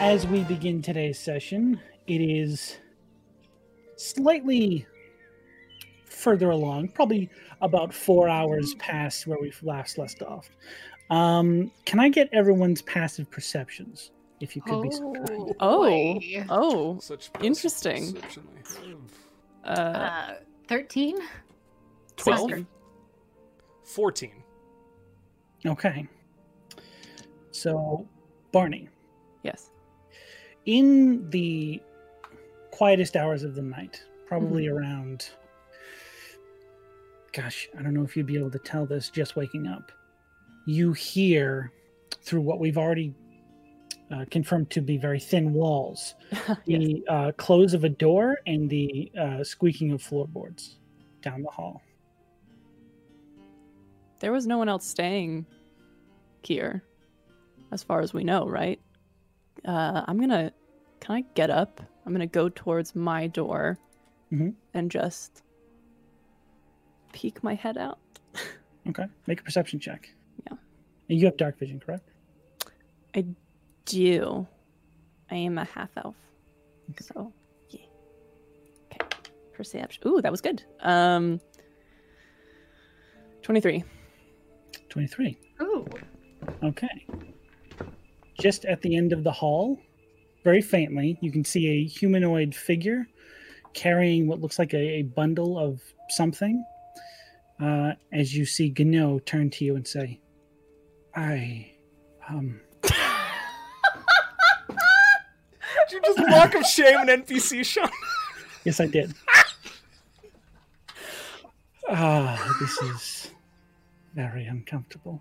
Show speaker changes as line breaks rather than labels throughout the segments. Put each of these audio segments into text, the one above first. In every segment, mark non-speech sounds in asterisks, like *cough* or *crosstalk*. As we begin today's session, it is slightly further along, probably about four hours past where we last left off. Um, can I get everyone's passive perceptions? If you could be so *laughs* kind.
Oh.
boy.
Oh,
Such
Interesting.
perception I have.
uh,
Uh, 13?
12.
Sucker.
14.
Okay. So, Barney,
Yes.
in the quietest hours of the night, probably
Mm-hmm.
around, gosh, I don't know if you'd be able to tell this just waking up, you hear through what we've already uh, confirmed to be very thin walls
yes.
the uh, close of a door and the uh, squeaking of floorboards down the hall.
There was no one else staying here, as far as we know, right? Uh, I'm gonna. Can I get up? I'm gonna go towards my door
Mhm.
and just peek my head out.
Okay, make a perception check.
Yeah.
And you have dark vision, correct?
Do. I am a half elf. So, yeah. Okay. Perception. Ooh, that was good. Um, 23.
23.
Ooh.
Okay. Just at the end of the hall, very faintly, you can see a humanoid figure carrying what looks like a, a bundle of something. Uh, as you see Gno turn to you and say, I, um,
Did you just lock of shame an NPC, Sean?
yes, I *laughs* did. Ah, this is very uncomfortable.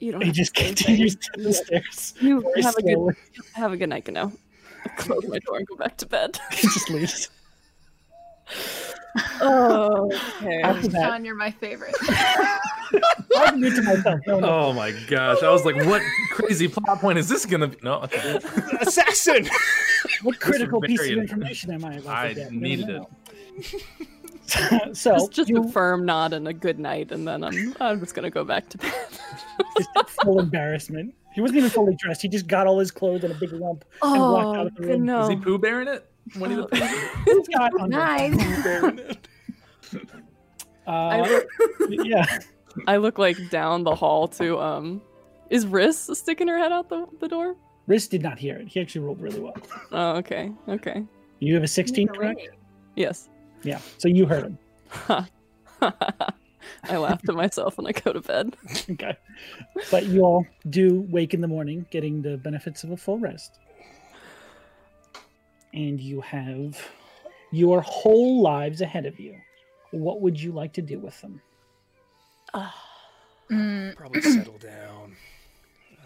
You don't
He
have to
just
say a thing.
continues to the stairs.
You
Very
have a good
slowly. *laughs*
Have a good night, Gano. I Close my door and go back to bed.
He just leaves.
*laughs* Oh, okay.
After that,
Sean, you're my
*laughs*
favorite.
*laughs* I'll admit to myself, no, no,
Oh my gosh! I was like, what crazy plot point is this gonna be? No, okay.
*laughs* Assassin!
What critical
was
piece of
very- *laughs*
information am I about to
I
get?
needed
don't know. *laughs* so
Just, just a
you
firm nod and a good night, and then I'm, I'm just gonna go back to *laughs* bed.
just full embarrassment. He wasn't even fully dressed. He just got all his clothes in a big lump. walked out of the room.
Is
Oh, Gano.
he poo bearing it? Winnie the Pooh?
He's got under-
nice.
I,
Uh,
look,
*laughs* yeah,
*laughs* I look like down the hall to um, is Riss sticking her head out the, the door?
Riz did not hear it. He actually rolled really well.
Oh, okay, okay,
You have a
*laughs*
16, correct?
yes. *laughs*
Yeah. So you heard him. *laughs*
I laughed at myself when I go to bed.
Okay. But you all do wake in the morning, getting the benefits of a full rest. And you have your whole lives ahead of you. What would you like to do with them?
Mm,
Probably settle down.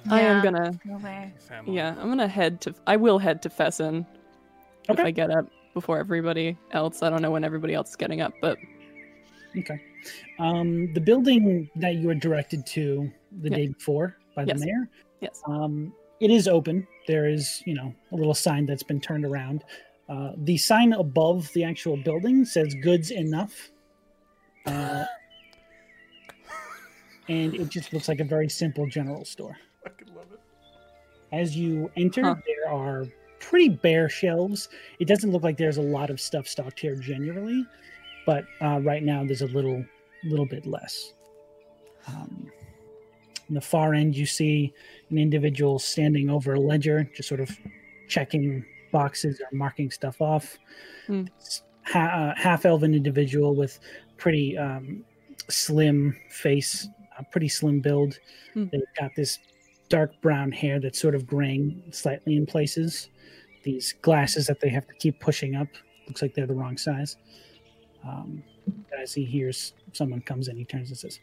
I am
Yeah.
gonna,
no way.
Family.
yeah, I'm gonna head to. I will head to Fessin. if I get up before everybody else. I don't know when everybody else is getting up, but
Okay. Um, the building that you were directed to the
Yeah.
day before by the
Yes.
mayor.
Yes.
Um, it is open. There is, you know, a little sign that's been turned around. Uh, the sign above the actual building says "Goods Enough," uh, and it just looks like a very simple general store.
I could love it.
As you enter,
Huh.
there are pretty bare shelves. It doesn't look like there's a lot of stuff stocked here generally, but uh, right now there's a little, little bit less. Um, in the far end, you see an individual standing over a ledger, just sort of checking boxes or marking stuff off.
Hmm.
It's Ha- uh, half elven individual with pretty um, slim face, a pretty slim build.
Hmm.
They've got this dark brown hair that's sort of graying slightly in places. These glasses that they have to keep pushing up. Looks like they're the wrong size. Um, as he hears someone comes in, he turns and says,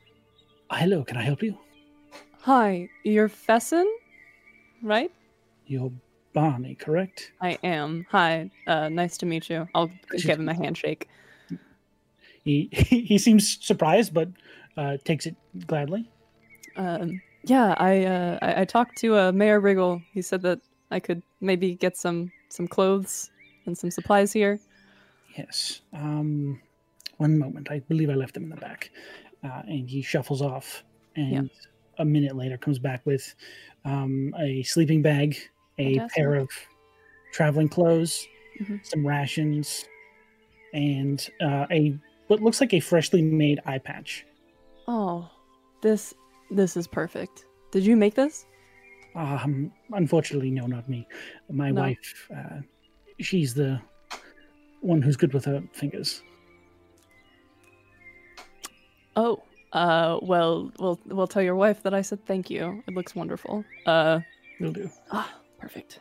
"Hello, can I help you?
hi, you're Fessin, right?
You're Barney, correct?"
I am. Hi, uh, nice to meet you. I'll give him a handshake.
He *laughs* he, he seems surprised, but uh, takes it gladly.
Um, yeah, I, uh, I I talked to uh, Mayor Wriggle. He said that I could maybe get some some clothes and some supplies here.
Yes. Um, one moment. I believe I left them in the back. Uh, and he shuffles off. And a minute later comes back with um, a sleeping bag, a
Fantastic.
pair of traveling clothes,
Mhm.
some rations, and uh, a what looks like a freshly made eye patch.
Oh, this this is perfect. Did you make this?
Um, unfortunately, no, not me. My
No.
wife, uh, she's the one who's good with her fingers.
Oh, uh, well, well, well. Tell your wife that I said thank you. It looks wonderful. Uh,
Will do.
ah, perfect.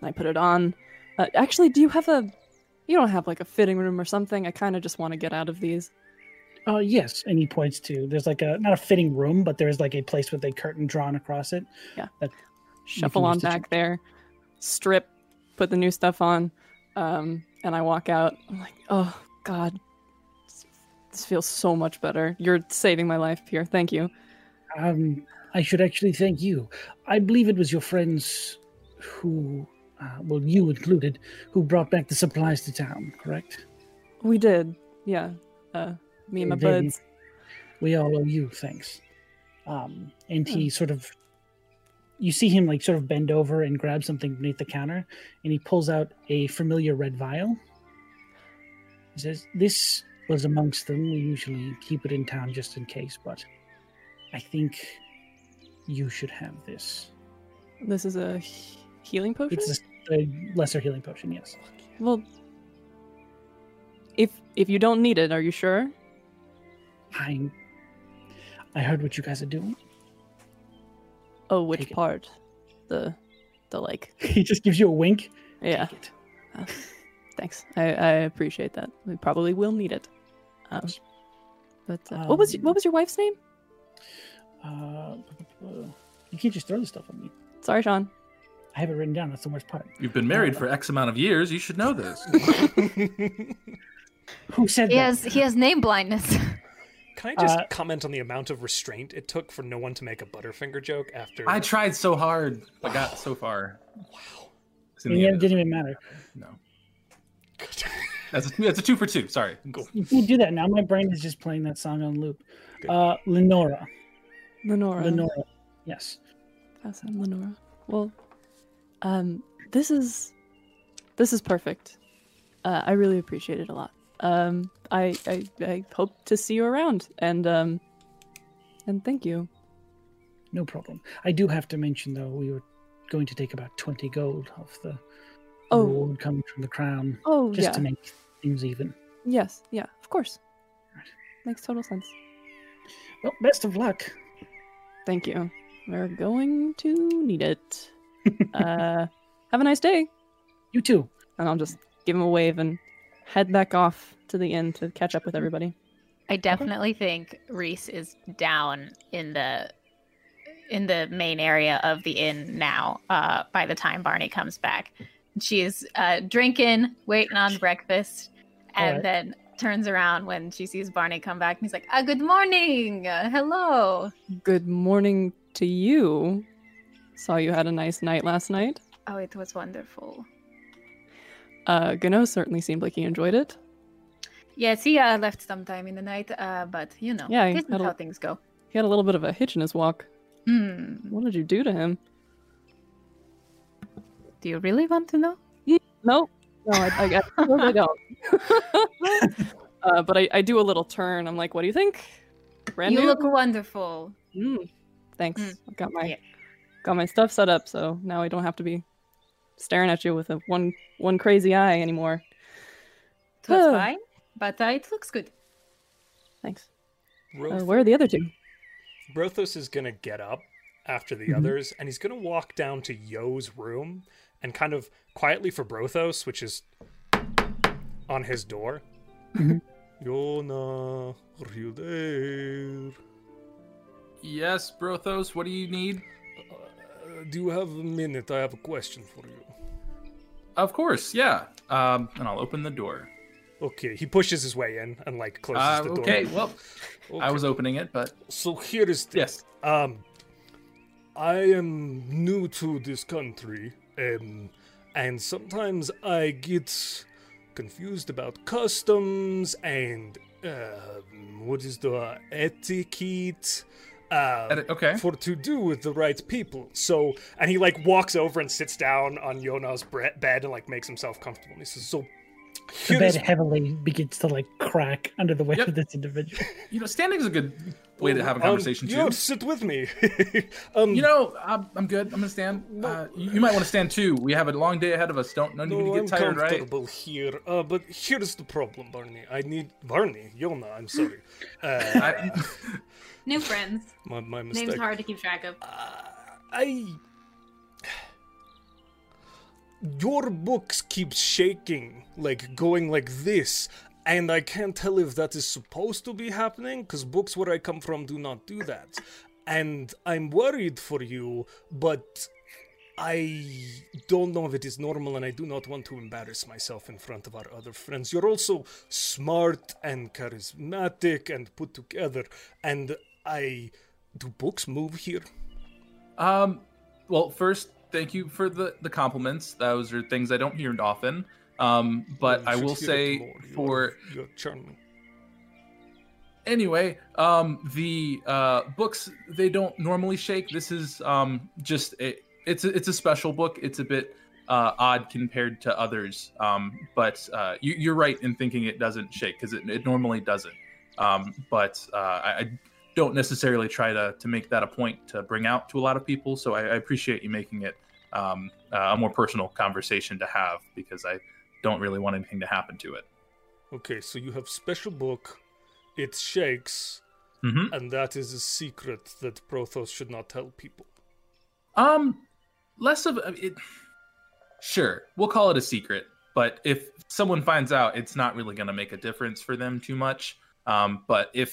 And I put it on. Uh, actually, do you have a? You don't have like a fitting room or something. I kind of just want to get out of these.
Uh, yes, and he points to there's like a not a fitting room, but there's like a place with a curtain drawn across it.
Shuffle
use
on
the ch-
back there, strip, put the new stuff on, um, and I walk out. I'm like, oh god, this- this feels so much better. You're saving my life here. Thank you.
Um, I should actually thank you. I believe it was your friends who, uh, well, you included, who brought back the supplies to town, correct?
We did. Yeah. Uh, me and my
Then-
buds.
We all owe you thanks. Um, and
Hmm.
he sort of, you see him like sort of bend over and grab something beneath the counter, and he pulls out a familiar red vial. He says, This was amongst them. We usually keep it in town just in case, but I think you should have this.
This is a he- healing potion.
It's a, a lesser healing potion, yes.
Well, if if you don't need it, are you sure?
I I heard what you guys are doing. *laughs*
Oh, which
Take it.
part? The the like.
He just gives you a wink.
Yeah.
Take it.
Uh, *laughs* thanks. I, I appreciate that. We probably will need it. Um, but uh, what was y- what
Um,
was your wife's name?
Uh, you can't just throw this stuff on me.
Sorry, Sean.
I have it written down. That's the worst part.
You've been married for X amount of years. You should know this.
Who said
He
that?
has he has name blindness. *laughs*
Can I just
Uh,
comment on the amount of restraint it took for no one to make a Butterfinger joke after?
I tried so hard. I got so far.
wow.
It's in
And
the
yet
end,
it didn't even matter.
No. That's a, that's a two for two. Sorry.
Cool.
You can't do that now. My brain is just playing that song on loop.
Good.
Uh, Lenora.
Lenora.
Lenora. Yes.
Pass on Lenora. Well, um, this is this is perfect. Uh, I really appreciate it a lot. Um, I, I I hope to see you around, and um, and thank you.
No problem. I do have to mention though, we were going to take about twenty gold off the
Oh.
reward coming from the crown,
Oh
just
yeah,
to make things even.
yes, yeah, of course. Makes total sense.
Well, best of luck.
Thank you. We're going to need *laughs* it. uh, have a nice day,
You too.
and I'll just give him a wave and head back off to the inn to catch up with everybody.
I definitely think Reese is down in the in the main area of the inn now. Uh, by the time Barney comes back, she's uh, drinking, waiting on breakfast, and
Alright.
then turns around when she sees Barney come back, and he's like, "Ah, good morning, Uh, hello."
Good morning to you. Saw you had a nice night last night.
Oh, it was wonderful.
Uh, Gano certainly seemed like he enjoyed it.
Yes, he uh, left sometime in the night, uh, but you know,
Yeah, he
this
had
is
a-
how things go.
He had a little bit of a hitch in his walk.
Hmm.
What did you do to him?
Do you really want to know?
No, no, I, I, I, no, I don't.
*laughs*
uh, but I, I do a little turn. I'm like, what do you think? Brand
you
new?
look wonderful.
Mm, thanks.
Mm.
I've got my
Yeah.
got my stuff set up, so now I don't have to be staring at you with a one one crazy eye anymore.
It was
Huh.
fine, but uh, it looks good.
Thanks. Uh,
Roth-
where are the other two?
Brothos is gonna get up after the
Mhm.
others, and he's gonna walk down to Yo's room and kind of quietly for Brothos, which is on his door.
Mhm.
Yona, are you there?
Yes, Brothos. What do you need?
Uh, do you have a minute? I have a question for you.
Of course. Yeah. Um, and I'll open the door.
Okay, he pushes his way in and like closes
Uh,
the door.
okay. Well, I
Okay,
was opening it, but
So here is the
yes.
Um, I am new to this country, um, and sometimes I get confused about customs and um, what is the etiquette uh,
Edit- okay.
for to do with the right people. So, and he like walks over and sits down on Yona's bre- bed and like makes himself comfortable. And he says, "So,
The
here
bed
is
heavily begins to like crack under the weight
Yep.
of this individual.
You know, standing is a good way to have a
um,
conversation
you
too.
don't sit with me. *laughs* um,
You know, I'm, I'm good. I'm gonna stand. Uh, you, you might want to stand too. We have a long day ahead of us. Don't, no need
no,
to
I'm
get tired, right?
comfortable here. Uh, but here's the problem, Barney. I need Barney, Yona. I'm sorry. Uh, *laughs*
I, *laughs*
New friends.
my, my
Name's
mistake.
hard to keep track of.
I. Your books keep shaking, like going like this, and I can't tell if that is supposed to be happening, because books where I come from do not do that. And I'm worried for you, but I don't know if it is normal, and I do not want to embarrass myself in front of our other friends. You're also smart and charismatic and put together, and I. Do books move here?
um, well, first, thank you for the the compliments. Those are things I don't hear often. Um, but
You
I
should hear
will
it
say
more. You're-
for
you're charming.
anyway um the uh books they don't normally shake this is um just a, it's a, it's a special book it's a bit uh odd compared to others um but uh you, you're right in thinking it doesn't shake because it, it normally doesn't um but uh I, I don't necessarily try to to make that a point to bring out to a lot of people so i, I appreciate you making it um uh, a more personal conversation to have because i don't really want anything to happen to it
Okay, so you have special book. It shakes,
mm-hmm.
and that is a secret that Prothos should not tell people.
Um, less of I mean, it. Sure, we'll call it a secret, but if someone finds out, it's not really going to make a difference for them too much. Um, but if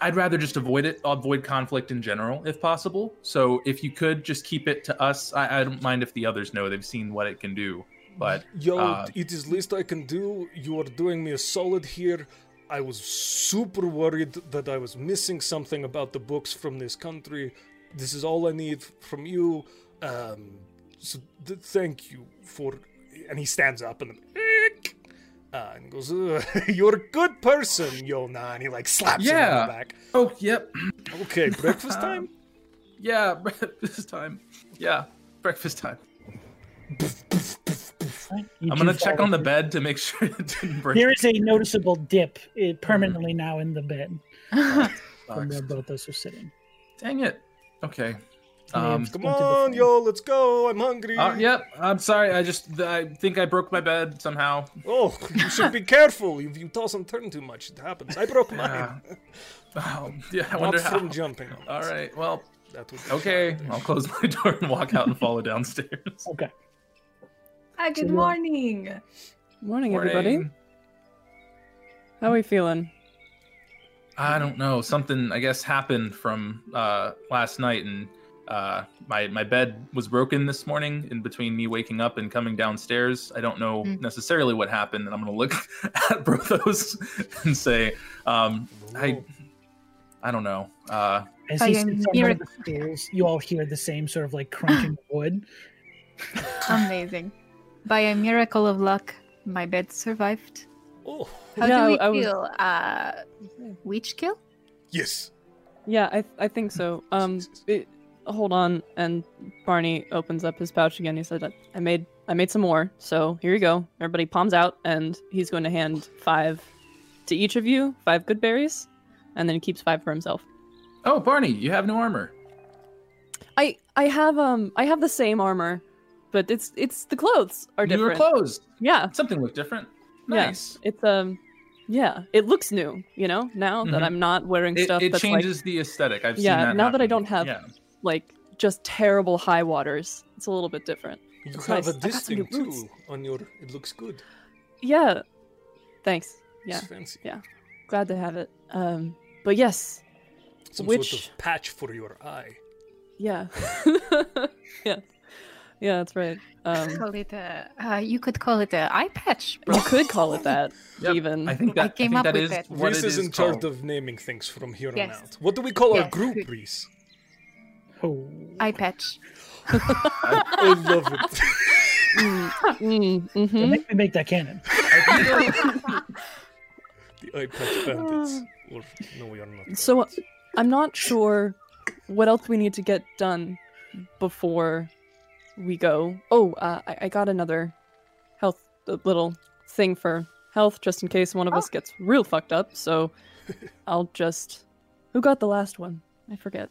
I'd rather just avoid it, avoid conflict in general if possible. So if you could just keep it to us, I, I don't mind if the others know they've seen what it can do. But
Yo,
Uh,
it is least I can do. You are doing me a solid here. I was super worried that I was missing something about the books from this country. This is all I need from you. Um, so th- thank you for. And he stands up and uh, and goes, "Ugh, *laughs* "You're a good person, Yona." And he like slaps him on
Yeah.
the back.
oh, yep, *laughs*
Okay, breakfast time.
yeah, *laughs* breakfast time. Yeah, breakfast time.
You
I'm
do
gonna check
fall
on the
asleep.
bed to make *laughs* sure it didn't break.
There is a noticeable dip eh, permanently
Mm-hmm.
now in the bed from where
Sucks.
both us are sitting.
Dang it. Okay.
And they have
Um,
splintered
Come
the
on,
frame.
yo, let's go. I'm hungry.
Uh, yep. I'm sorry. I just th- I think I broke my bed somehow.
Oh, you should be careful. If you toss and turn too much, it happens. I
*laughs*
broke mine.
Ah. Oh, yeah. I
Not
wonder how.
from jumping.
*laughs* All right. Well.
That would be
Okay. I'll close my *laughs* door and walk out and follow downstairs.
Okay.
Ah, good
Good one.
morning.
Morning, everybody.
Morning.
How are we feeling?
I don't know. Something I guess happened from uh, last night, and uh, my my bed was broken this morning. In between me waking up and coming downstairs, I don't know
Hmm.
Mm.
necessarily what happened, and I'm gonna look *laughs* at Brothos *laughs* and say, um, I I don't know. Uh,
As
I
he
am
sits on
here-
one of the stools, you all hear the same sort of like crunching of wood.
Amazing. By a miracle of luck, my bed survived.
Oh,
How
Yeah,
do we
I was-
feel? Uh, witch kill?
yes.
Yeah, I I think so. Um, it, hold on. And Barney opens up his pouch again. He said, "I- "I made I made some more. So here you go. Everybody, palms out." And he's going to hand five to each of you, five good berries, and then keeps five for himself.
oh, Barney, you have no armor.
I I have um I have the same armor, but it's it's the clothes are
You were
different.
closed.
Yeah,
Something looked different.
Yeah.
Nice.
it's um yeah, it looks new. You know, now that
Mhm.
I'm not wearing
It,
stuff
it
that's
changes the aesthetic. I've
Yeah,
seen that.
now that I
happen.
don't have-
Yeah.
like like just terrible high waters. It's a little bit different.
You
Nice.
have
I
a
got some
distinct
new boots.
too on your. It looks good.
Yeah, thanks. Yeah.
It's fancy.
glad to have it. Um, but yes,
Some sort
Which-
of patch for your eye.
yeah, *laughs* yeah, yeah. That's right. Um,
Call it a, uh, you could call it a eye patch.
you could call it that,
*laughs* Yep,
even.
I think that I
came
think
up
that
with
is
it.
what
Reese
it is
in
called.
charge of naming things from here
Yes.
on out. What do we call our
Yes.
*laughs*
group, Reese?
Oh,
Hmm?
Eye patch.
*laughs* I love it.
Mm, mm,
Don't
mhm.
make me make that canon.
*sighs*
the eye patch bandits. Or no, we are not.
So
bandits.
I'm not sure what else we need to get done before we go? Oh, uh, I, I got another health a little thing for health, just in case one of
Ah.
us gets real fucked up.
*laughs*
So I'll just. Who got the last one? I forget.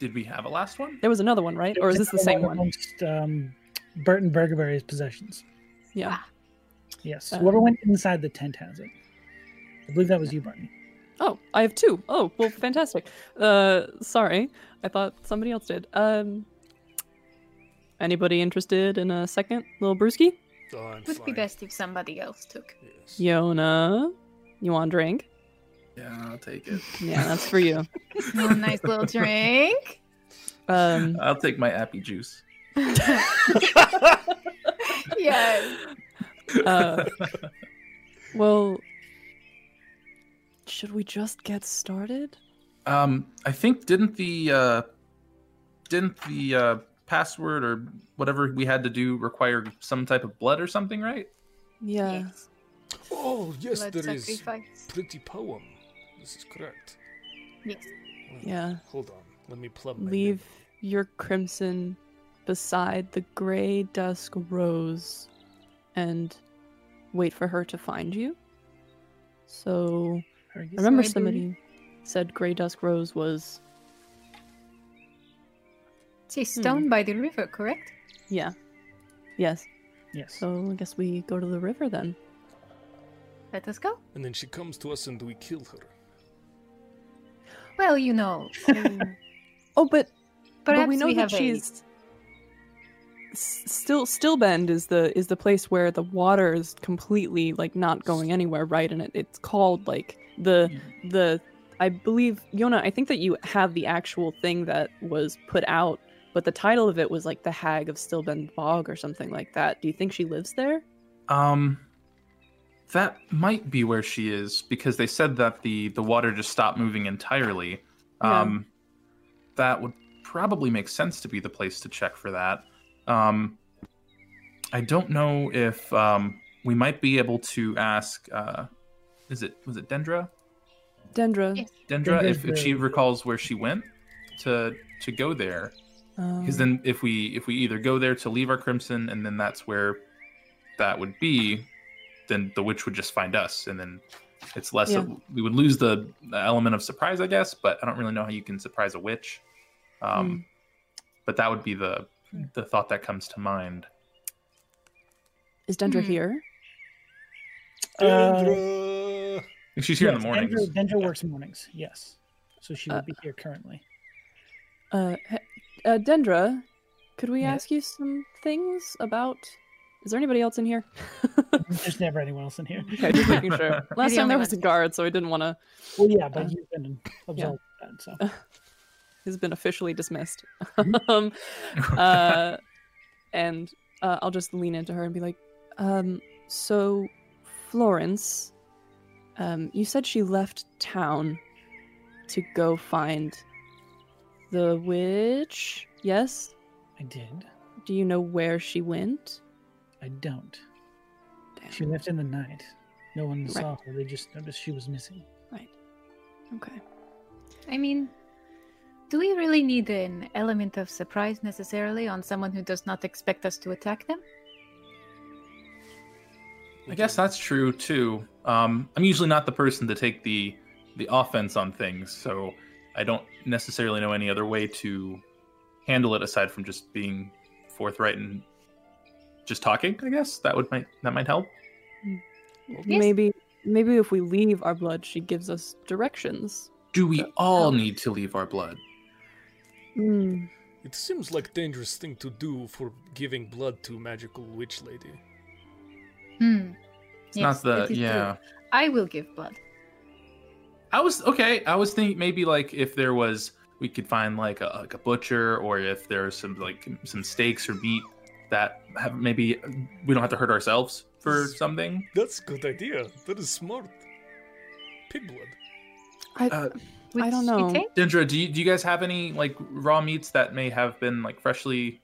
Did we have a last one?
There was another one, right? Or is this the same one?
Amongst um, Burton Burgerberry's possessions.
Yeah.
Yes.
Um,
Whoever went inside the tent has it. I believe that was you, Barney.
Oh, I have two. Oh, well, fantastic. Uh, sorry, I thought somebody else did. Um, anybody interested in a second little brewski?
Oh, I'm
Would be
fine.
best if somebody else took. *laughs*
Yes.
Yona, you want a drink?
Yeah, I'll take it.
Yeah, that's for you.
Oh, nice little drink.
Um,
I'll take my appy juice.
*laughs* yes.
uh, well, should we just get started?
Um, I think didn't the uh, didn't the uh, password or whatever we had to do require some type of blood or something, right?
Yeah.
yes.
Oh, yes,
Blood
there is
sacrifice.
pretty poem. This is correct.
Yes.
Well,
Yeah.
Hold on. Let me plug my
Leave your crimson beside the gray dusk rose and wait for her to find you. So,
Are you-
I remember
I do-
somebody said gray dusk rose was,
She's
Hmm.
stoned by the river, correct?
yeah. Yes.
Yes.
So, I guess we go to the
*laughs*
river then.
Let us go.
And then she comes to us and we kill her.
Well, you know,
oh, but
perhaps
but we know that
have a-
she's S- still Stillbend is the is the place where the water is completely like not going anywhere, right? And it, it's called like the the I believe Yona, I think that you have the actual thing that was put out, but the title of it was like the Hag of Stillbend Bog or something like that. Do you think she lives there?
Um, that might be where she is because they said that the the water just stopped moving entirely.
Yeah.
Um, that would probably make sense to be the place to check for that. Um, I don't know if um, we might be able to ask. Uh, is it was it Dendra?
Dendra.
Yes.
Dendra, if, if
Dendra's
she recalls where she went to to go there, because
Um,
then if we if we either go there to leave our crimson and then that's where that would be then the witch would just find us and then it's less of, we would lose the, the element of surprise i guess but i don't really know how you can surprise a witch um but that would be the the thought that comes to mind
is Dendra
Hmm.
here?
Uh,
Dendra!
If she's here in
yes,
the mornings
Dendra, Dendra works mornings. Yes. So she would
Uh,
be here
*laughs*
currently.
Uh, he- uh, Dendra, could we
Yeah?
ask you some things about? Is there anybody else in here?
There's never anyone else in here.
Okay, just making
*laughs*
sure. Last
the
time
only
there
one.
was a guard, so I didn't want to.
Well, yeah, but
Uh,
you've been absolved of that. So
He's been officially dismissed. *laughs* um,
*laughs*
uh, and uh, I'll just lean into her and be like, um, "So, Florence, um, you said she left town to go find the witch. Yes.
I did.
Do you know where she went?
I don't.
Damn.
She left in the night. No one
Right.
saw her. They just noticed she was missing.
Okay.
I mean, do we really need an element of surprise necessarily on someone who does not expect us to attack them?
I guess that's true too. Um, I'm usually not the person to take the the offense on things, so I don't necessarily know any other way to handle it aside from just being forthright and just talking. I guess that would might that might help.
Yes.
Maybe, maybe if we leave our blood, she gives us directions.
Do we all need to leave our blood?
Hmm.
It seems like dangerous thing to do for giving blood to magical witch lady.
Hmm.
It's not
it
the
is
yeah.
true. I will give blood.
I was okay. I was thinking maybe like if there was we could find like a like a butcher or if there's some like some steaks or meat that have maybe we don't have to hurt ourselves for something.
That's a good idea. That is smart. Pig blood.
I,
Uh,
I don't
we
know.
take?
Dendra, do you, do you guys have any like raw meats that may have been like freshly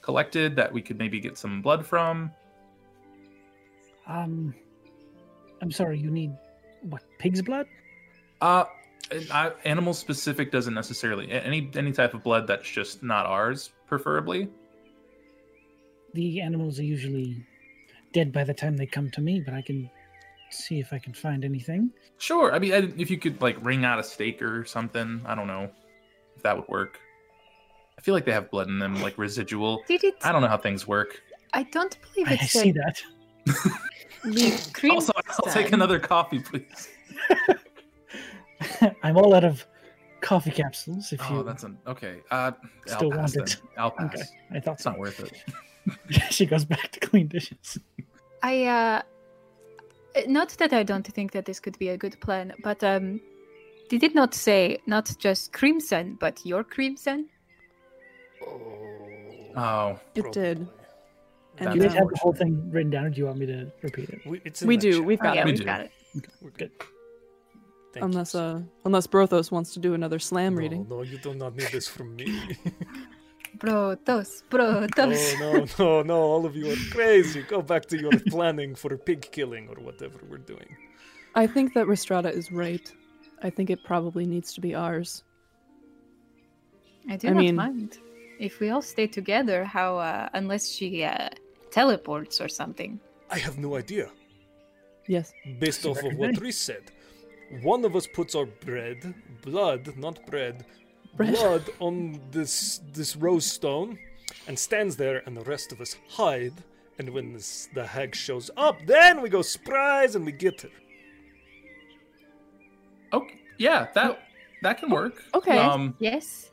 collected that we could maybe get some blood from?
Um, I'm sorry. You need what? Pig's blood?
Uh and I, animal specific doesn't necessarily a- any any type of blood that's just not ours, preferably.
The animals are usually dead by the time they come to me, but I can see if I can find anything.
Sure. I mean, I, if you could like wring out a steak or something, I don't know if that would work. I feel like they have blood in them, like residual.
Did it?
I don't know how things work.
I don't believe
I, I
it's
see
a
that.
cream
Also, I'll take
stone.
another coffee, please.
*laughs* I'm all out of coffee capsules. If
Oh,
you
that's an okay. Uh,
Still
I'll pass
want it.
then. I'll pass.
okay, I thought
It's
so.
not worth it.
*laughs* she goes back to clean dishes.
I uh not that I don't think that this could be a good plan, but um they did not say not just crimson, but your crimson.
Oh,
Oh,
It did.
probably.
And uh,
You guys
That's
then-
have the whole thing written down, or do you want me to repeat it?
We, it's in
we
the
do.
chat.
We've
Oh,
got
yeah,
We
it.
do.
we've got it.
We're
Good.
Thank you.
Unless uh, unless Brothos wants to do another slam
no,
reading.
No, you do not need this
*laughs*
from me. *laughs*
Protos,
oh
protos.
no, no, no! All of you are crazy. Go back to your
*laughs*
planning for pig killing or whatever we're doing.
I think that Restrada is right. I think it probably needs to be ours.
Oh.
I do
I
not
mean-
mind. If we all stay together, how uh unless she uh teleports or something.
I have no idea.
Yes.
based off of what
recommend.
Reese said. One of us puts our bread, blood, not bread,
Bread.
blood on this this rose stone, and stands there, and the rest of us hide. And when this, the hag shows up, then we go surprise and we get her. *laughs*
okay. Yeah, that that can work.
Okay.
Um,
Yes.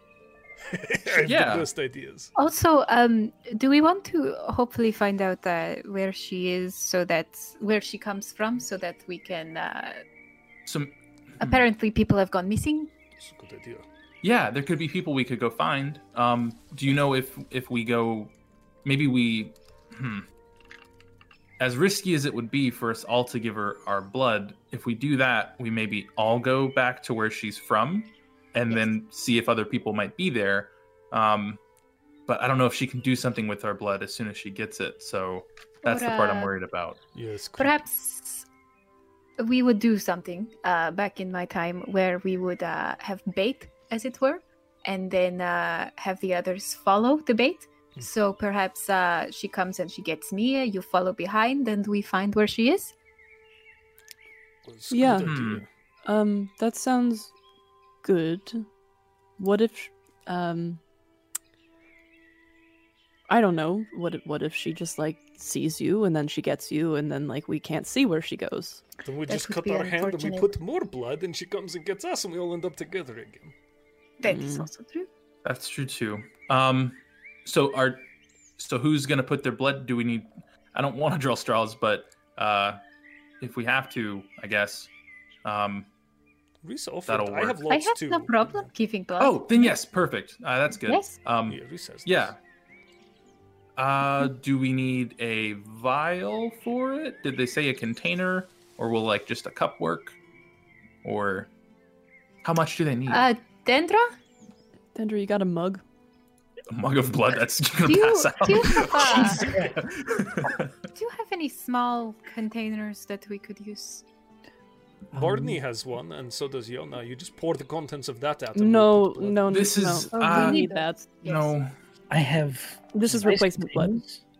I have
Yeah.
the best ideas.
Also, um, do we want to hopefully find out uh, where she is, so that where she comes from, so that we can? Uh,
some.
apparently, people have gone missing.
It's a good idea.
Yeah, there could be people we could go find. Um, do you know if if we go, maybe we, hmm. As risky as it would be for us all to give her our blood, if we do that, we maybe all go back to where she's from, and then see if other people might be there. Um, but I don't know if she can do something with our blood as soon as she gets it. So that's
Or,
the part I'm
uh,
worried about.
Yes, cool.
Perhaps we would do something uh, back in my time where we would uh, have bait, as it were, and then uh, have the others follow the bait.
Hmm.
So perhaps uh, she comes and she gets me. You follow behind, and we find where she is.
It's a
Yeah.
good
Hmm.
idea.
Um, that sounds good. What if, um, I don't know. What if, what if she just like sees you and then she gets you and then like we can't see where she goes?
Then we
That
just
would
cut
be
our hand and we
unfortunate.
put more blood, and she comes and gets us, and we all end up together again.
That is
Hmm.
also true.
That's true too. Um, so are so who's gonna put their blood? Do we need? I don't want to draw straws, but uh, if we have to, I guess. Um,
Reese offered.
That'll
I have
work.
I
lots
have
too.
no problem giving blood.
oh, then yes, perfect. Uh, that's good.
Yes.
Um,
Yeah, Reese has.
yeah. Uh, do we need a vial for it? Did they say a container, or will like just a cup work? Or how much do they need?
Uh,
*laughs*
Dendra,
Dendra, you got a mug?
a mug of blood. That's gonna
do you-
pass out.
do
*laughs*
you have, uh,
Jesus.
do you have any small containers that we could use?
Um,
Barney has one, and so does Yona. You just pour the contents of that out. and we'll
No,
put blood.
no, no,
This
no.
is,
Oh,
uh,
we need that.
Yes.
No.
I have.
This is
rice
replacement blood.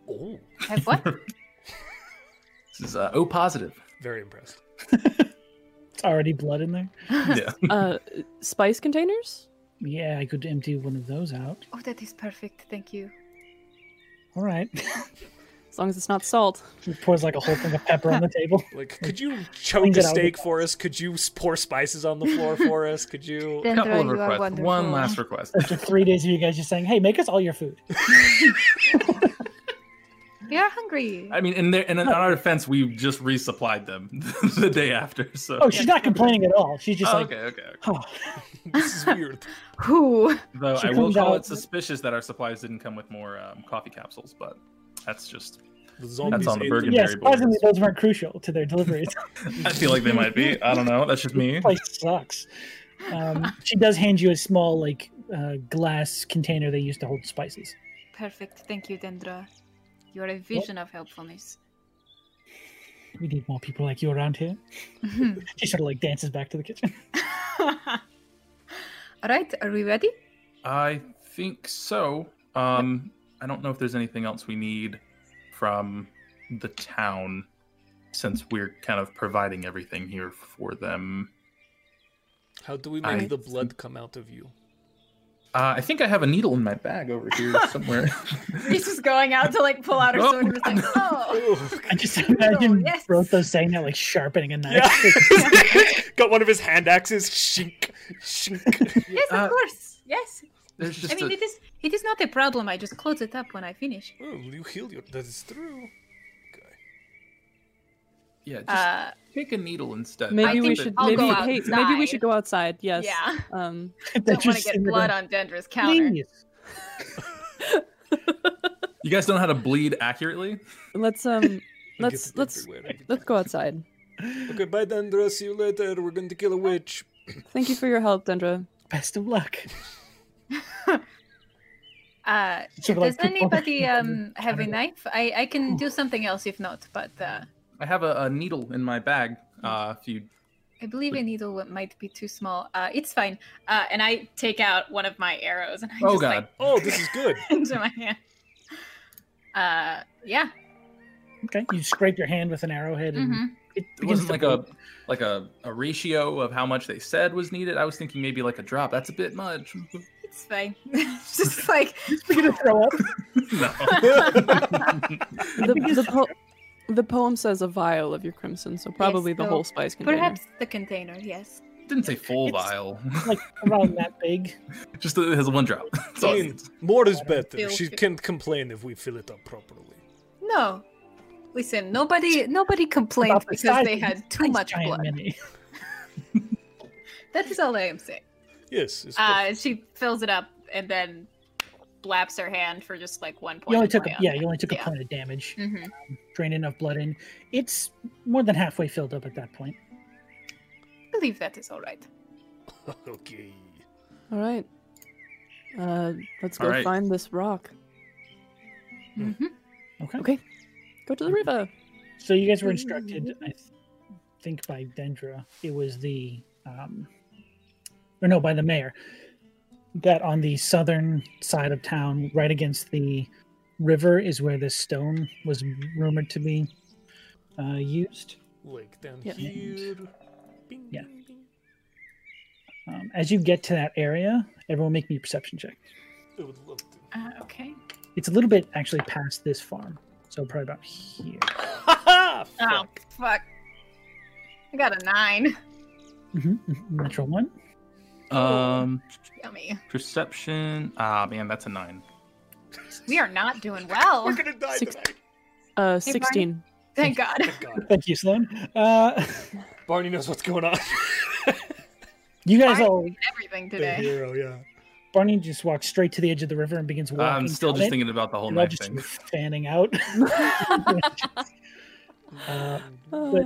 potatoes.
Oh,
Have
*laughs*
what?
This is uh, O
*laughs*
positive.
very impressed.
It's already blood in there.
Yeah.
Uh, spice containers?
Yeah, I could empty one of those out.
Oh, that is perfect. Thank you.
All right. *laughs*
As long as it's not salt.
She pours like a whole thing of pepper on the table.
Like, could you choke
Cleans
a
it out.
steak for us? Could you s- pour spices on the floor for us?
*laughs*
Could you?
Dendra,
*laughs* couple of
you are
requests.
wonderful.
One last request.
*laughs* After three days of you guys just saying, "Hey, make us all your
*laughs*
food."
We are hungry.
I mean, in their in, in our defense, we just resupplied them *laughs* the day after. So.
Oh, she's not complaining at all. She's just
Oh,
like,
okay, okay. okay.
"Oh,
this is weird.
Who?
Though
She
I will
comes
call
out-
it suspicious that our supplies didn't come with more um, coffee capsules, but that's just. *laughs*
The zombies
on the
ate
burger.
them.
yes."
Mary Bowers.
Surprisingly, those weren't crucial to their deliveries.
*laughs* I feel like they might be. I don't know. That's just
*laughs*
me.
place sucks. Um, she does hand you a small like uh, glass container they used to hold spices.
Perfect. Thank you, Dendra. You are a vision of
*laughs*
helpfulness.
We need more people like you around here. She sort of like dances back to the kitchen.
I
All right, are
*laughs*
we ready?
I think so. Um, I don't know if there's anything else we need from the town since we're kind of providing everything here for them.
How do we make
I-
the blood come out of
*laughs*
you?
Uh, I think I have a needle in my bag over *laughs* here somewhere.
Reese is going out to like pull out her
Oh,
sword and it's like, *laughs* oh.
*laughs* I just imagine
yes.
Brotho saying that like sharpening a knife.
*laughs*
*laughs*
Got one of his hand axes. Shink, shink.
*laughs*
Yes, of
Uh,
course. Yes.
There's just
I mean,
a-
it is it is not a problem. I just close it up when I finish.
oh, you heal your. That is true. Okay.
yeah, just
Uh,
take a needle instead.
Maybe we
think
should.
I'll
Maybe,
go
hey, maybe we
outside.
should go outside. Yes.
Yeah.
Um,
Don't want to get blood on Dendra's counter.
Please.
You guys don't know how to bleed accurately.
let's um,
I get
let's
it
let's
everywhere.
let's go outside.
Okay, bye, Dandra. See you later. We're going to kill a witch.
Thank you for your help, Dendra.
Best of luck. *laughs*
Uh,
Sort of
does
like *laughs* people-
anybody um have a
Kinda.
knife? I I can do something else if not, but uh,
I have a, a needle in my bag. Uh, if you
I believe a needle w- might be too small. Uh, it's fine. Uh, and I take out one of my arrows and I
Oh,
just
God.
like
Oh, this is good.
*laughs* into my hand. Uh, yeah.
Okay, you scrape your hand with an arrowhead, and
mhm.
it
it
begins
wasn't
to
like a like a, a ratio of how much they said was needed. I was thinking maybe like a drop. That's a bit much. *laughs*
It's fine. *laughs*
*laughs*
just like
begin to throw up.
*laughs* no.
The the, po- the poem says a vial of your crimson, so probably the
so
whole spice
*laughs*
container.
perhaps the container. Yes.
Didn't say full
It's-
vial. *laughs*
like around that
*laughs*
big.
Just that it has one drop. That's all
I
it
mean,
is.
more is better.
Feel
She
free.
can't complain if we fill it up properly.
No. Listen, nobody nobody complained
About the
because
size-
they had too
size
much
giant
blood.
mini.
That is all I am saying.
Yes. It's perfect.
Uh, she fills it up and then blaps her hand for just like one point.
You only
of
took a,
play on
yeah,
it.
you only took a
Yeah.
point of damage.
Mhm.
Drain enough blood in. It's more than halfway filled up at that point.
I believe that is all right.
*laughs* okay.
All right. Uh, let's go
All right.
find this rock.
Hmm.
Mm-hmm.
Okay.
Okay. Go to the river.
So you guys were instructed, I th- think, by Dendra. It was the, um, or no, by the mayor, that on the southern side of town, right against the river, is where this stone was rumored to be uh, used.
Like down
Yep.
here. Bing,
Yeah.
bing, bing.
Um, as you get to that area, everyone make me a perception check.
I would love to.
Uh, okay.
It's a little bit actually past this farm, so probably about here.
Oh fuck! I got a nine.
Mhm, mhm, Natural one.
Um,
Yummy.
perception. Ah, man, that's a nine.
We are not doing well.
We're gonna die
Six-
tonight.
Uh,
Barney.
sixteen.
Thank God.
Thank God.
Thank you, Sloan. Uh, *laughs*
Barney knows what's going on. *laughs*
you guys
I-
all
Everything
the
today.
hero, yeah.
Barney just walks straight to the edge of the river and begins walking.
I'm still
down
just
it,
thinking about the whole
and I'll
knife
just
thing.
fanning out. *laughs* Uh,
Uh,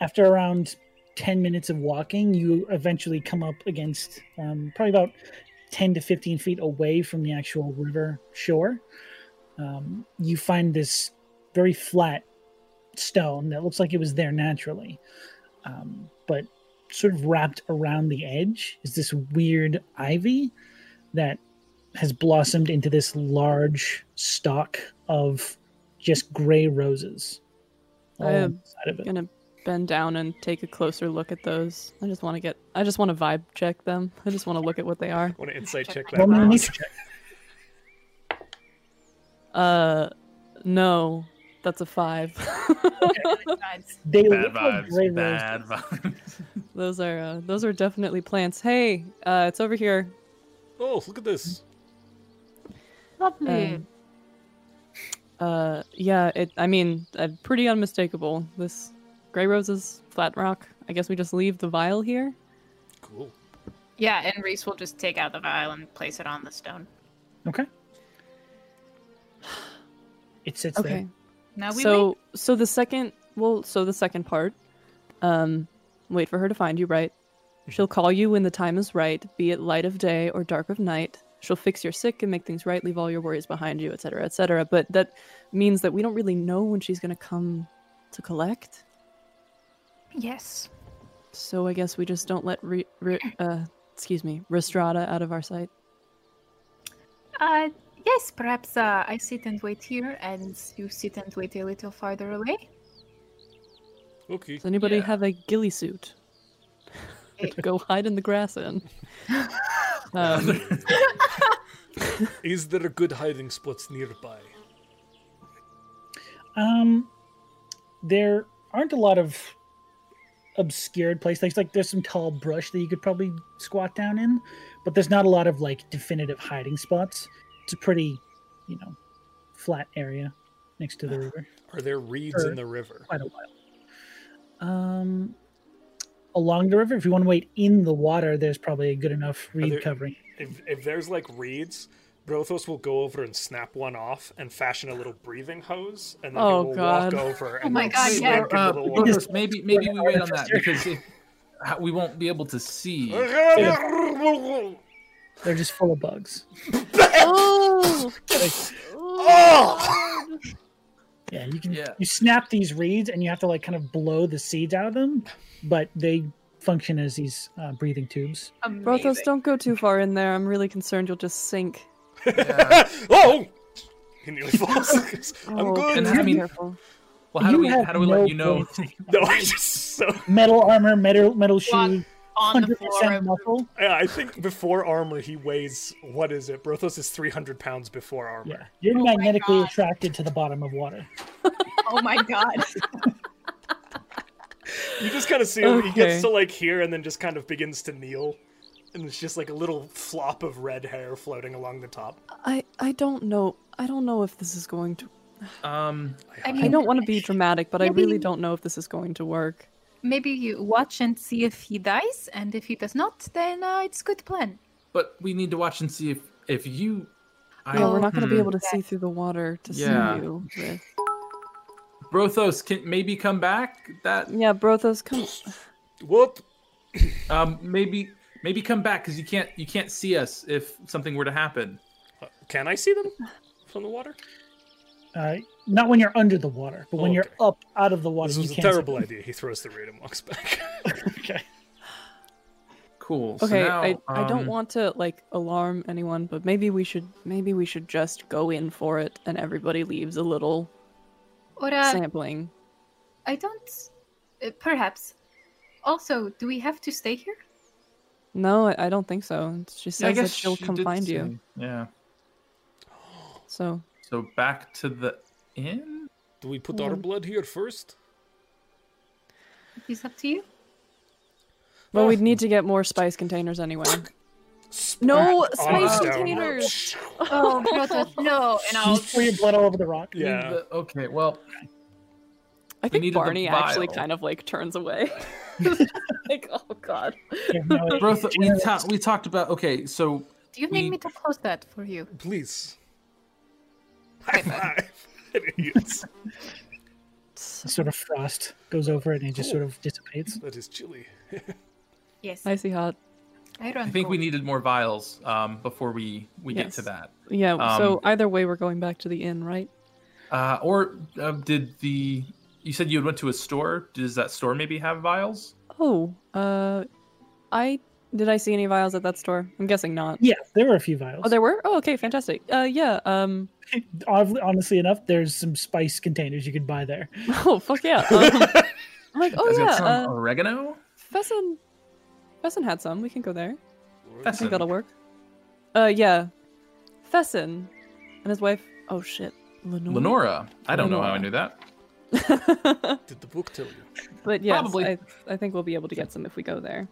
after around 10 minutes of walking, you eventually come up against um, probably about 10 to 15 feet away from the actual river shore. Um, you find this very flat stone that looks like it was there naturally, um, but sort of wrapped around the edge is this weird ivy that has blossomed into this large stalk of just gray roses. all
I am
on the side of it.
gonna bend down and take a closer look at those. I just want to get. I just want to vibe check them. *laughs* I just want to look at what they are.
want to insight check
Roll
that.
me a
out.
nature check.
Uh, no, that's a five. *laughs*
They
Bad
look like gray
vibes. Bad
roses.
vibes.
*laughs*
*laughs*
those are uh, those are definitely plants. Hey, uh, it's over here.
Oh, look at this.
Um, uh, yeah. It. I mean, uh, pretty unmistakable. This gray roses, flat rock. I guess we just leave the vial here.
Cool.
Yeah, and Reese will just take out the vial and place it on the stone.
Okay. It sits
Okay.
there.
Now we
so so the second well so the second part um wait for her to find you right she'll call you when the time is right be it light of day or dark of night she'll fix your sick and make things right leave all your worries behind you etc cetera, etc cetera. but that means that we don't really know when she's going to come to collect
wait. Yes.
so i guess we just don't let re- re- uh excuse me, Restrada out of our sight?
Uh, yes, perhaps uh, I sit and wait here, and you sit and wait a little farther away.
Okay.
Does anybody
Yeah.
have a ghillie suit *laughs* to go hide in the grass
*laughs*
in? *laughs* um,
*laughs* Is there good hiding spots nearby?
Um, there aren't a lot of obscured places. Like, like there's some tall brush that you could probably squat down in, but there's not a lot of like definitive hiding spots. It's a pretty, you know, flat area next
Ah.
to the river.
Are there reeds
Sure.
in the river?
Quite a while. Um, along the river, if you want to wait in the water, there's probably a good enough reed
there-
covering.
If, if there's like reeds, Brothos will go over and snap one off and fashion a little breathing hose, and then
Oh,
he will
God.
walk over and
my
like,
God,
slink
yeah.
into
Uh,
the little
Boris,
Just-
maybe maybe we wait on that
Sure.
because if, how- we won't be able
*laughs*
to see.
water.
They're just full of bugs.
oh,
Oh!
Yeah, you can.
Yeah.
You snap these reeds, and you have to like kind of blow the seeds out of them, but they function as these uh, breathing tubes.
Brothos,
Amazing.
don't go too far in there. I'm really concerned you'll just sink.
Yeah.
oh! *laughs* He
*laughs*
nearly falls. I'm
Oh,
good.
And
please be
I mean-
careful.
Well, how do we
have
how do we
no
let you know?
point to-
*laughs* No, I just so.
metal armor, metal metal
Walk
shoe,
on the
hundred
floor.
percent
of-
muscle.
Yeah, I think before armor he weighs what is it? Brothos is 300 pounds before armor.
Yeah, you're
Oh my
magnetically
God.
attracted to the bottom of water.
Oh my god!
You just kind of see him. He gets
Okay.
to like here and then just kind of begins to kneel, and it's just like a little flop of red hair floating along the top.
I I don't know. I don't know if this is going to.
Um,
I
I don't want to be dramatic, but I really
Maybe-
don't know if this is going to work.
Maybe you watch and see if he dies, and if he does not, then uh, it's good plan.
but we need to watch and see if if you. I,
Yeah, we're not going to be
hmm.
able to see through the water to
Yeah.
see you. With.
Brothos can maybe come back. That
Yeah, Brothos, come.
What?
um maybe maybe come back because you can't you can't see us if something were to happen.
Can I see them from the water?
Uh, not when you're under the water, but when
Oh,
you're
okay.
up out of the water,
This
you
was a
can't see
terrible
them.
idea. He throws the reed and walks back.
*laughs*
*laughs*
okay.
Cool. so
Okay,
now,
I, I don't
um,
want to like alarm anyone, but maybe we should maybe we should just go in for it, and everybody leaves a little
Or uh,
sampling.
I don't. Uh, perhaps. Also, do we have to stay here?
No, I, I don't think so. She
Yeah, I
says
guess
that she'll
she
come
did
find
say-
you.
Yeah.
So
So back to the inn.
Do we put our blood here first?
It's up to you.
Well,
Ah.
we'd need to get more spice containers anyway. No
Honest
spice
down.
containers.
Oh, Protos, *laughs* no! And I'll.
Just pour your blood all over the rock.
Yeah.
The- okay. Well,
I
needed
think
the
Barney actually
vial.
kind of like turns away. *laughs* like, oh god.
You have no idea.
Brotho, we, ta- we talked about. Okay, so
Do you need
we-
me to close that for you?
Please. *laughs* High five. *laughs* Idiots.
sort of frost goes over it and it just sort of dissipates.
that is chilly.
Yes.
Icy hot.
I run.
I think we
cold.
needed more vials um, before we we get to
Yes.
that.
Yeah. so
Um,
either way, we're going back to the inn, right?
Uh, or uh, did the? You said you had went to a store. Does that store maybe have vials?
Oh, uh, I did I see any vials at that store? I'm guessing not.
Yeah, there were a few vials.
Oh, there were. Oh, okay, fantastic. Uh, yeah. Um. *laughs*
Hon- Honestly enough, there's some spice containers you could buy there.
Oh, fuck yeah. Um, I'm like, oh
Has it
yeah.
got some
Uh,
oregano.
Fessin, Fessin had some. We can go there. I
That's
think that'll work. Uh, yeah. Fessin and his wife. Oh shit, Lenore.
Lenora. I don't know how I
Lenora.
knew that.
but
Did the book tell you?
yes,
Probably.
I, I think we'll be able to get some if we go there.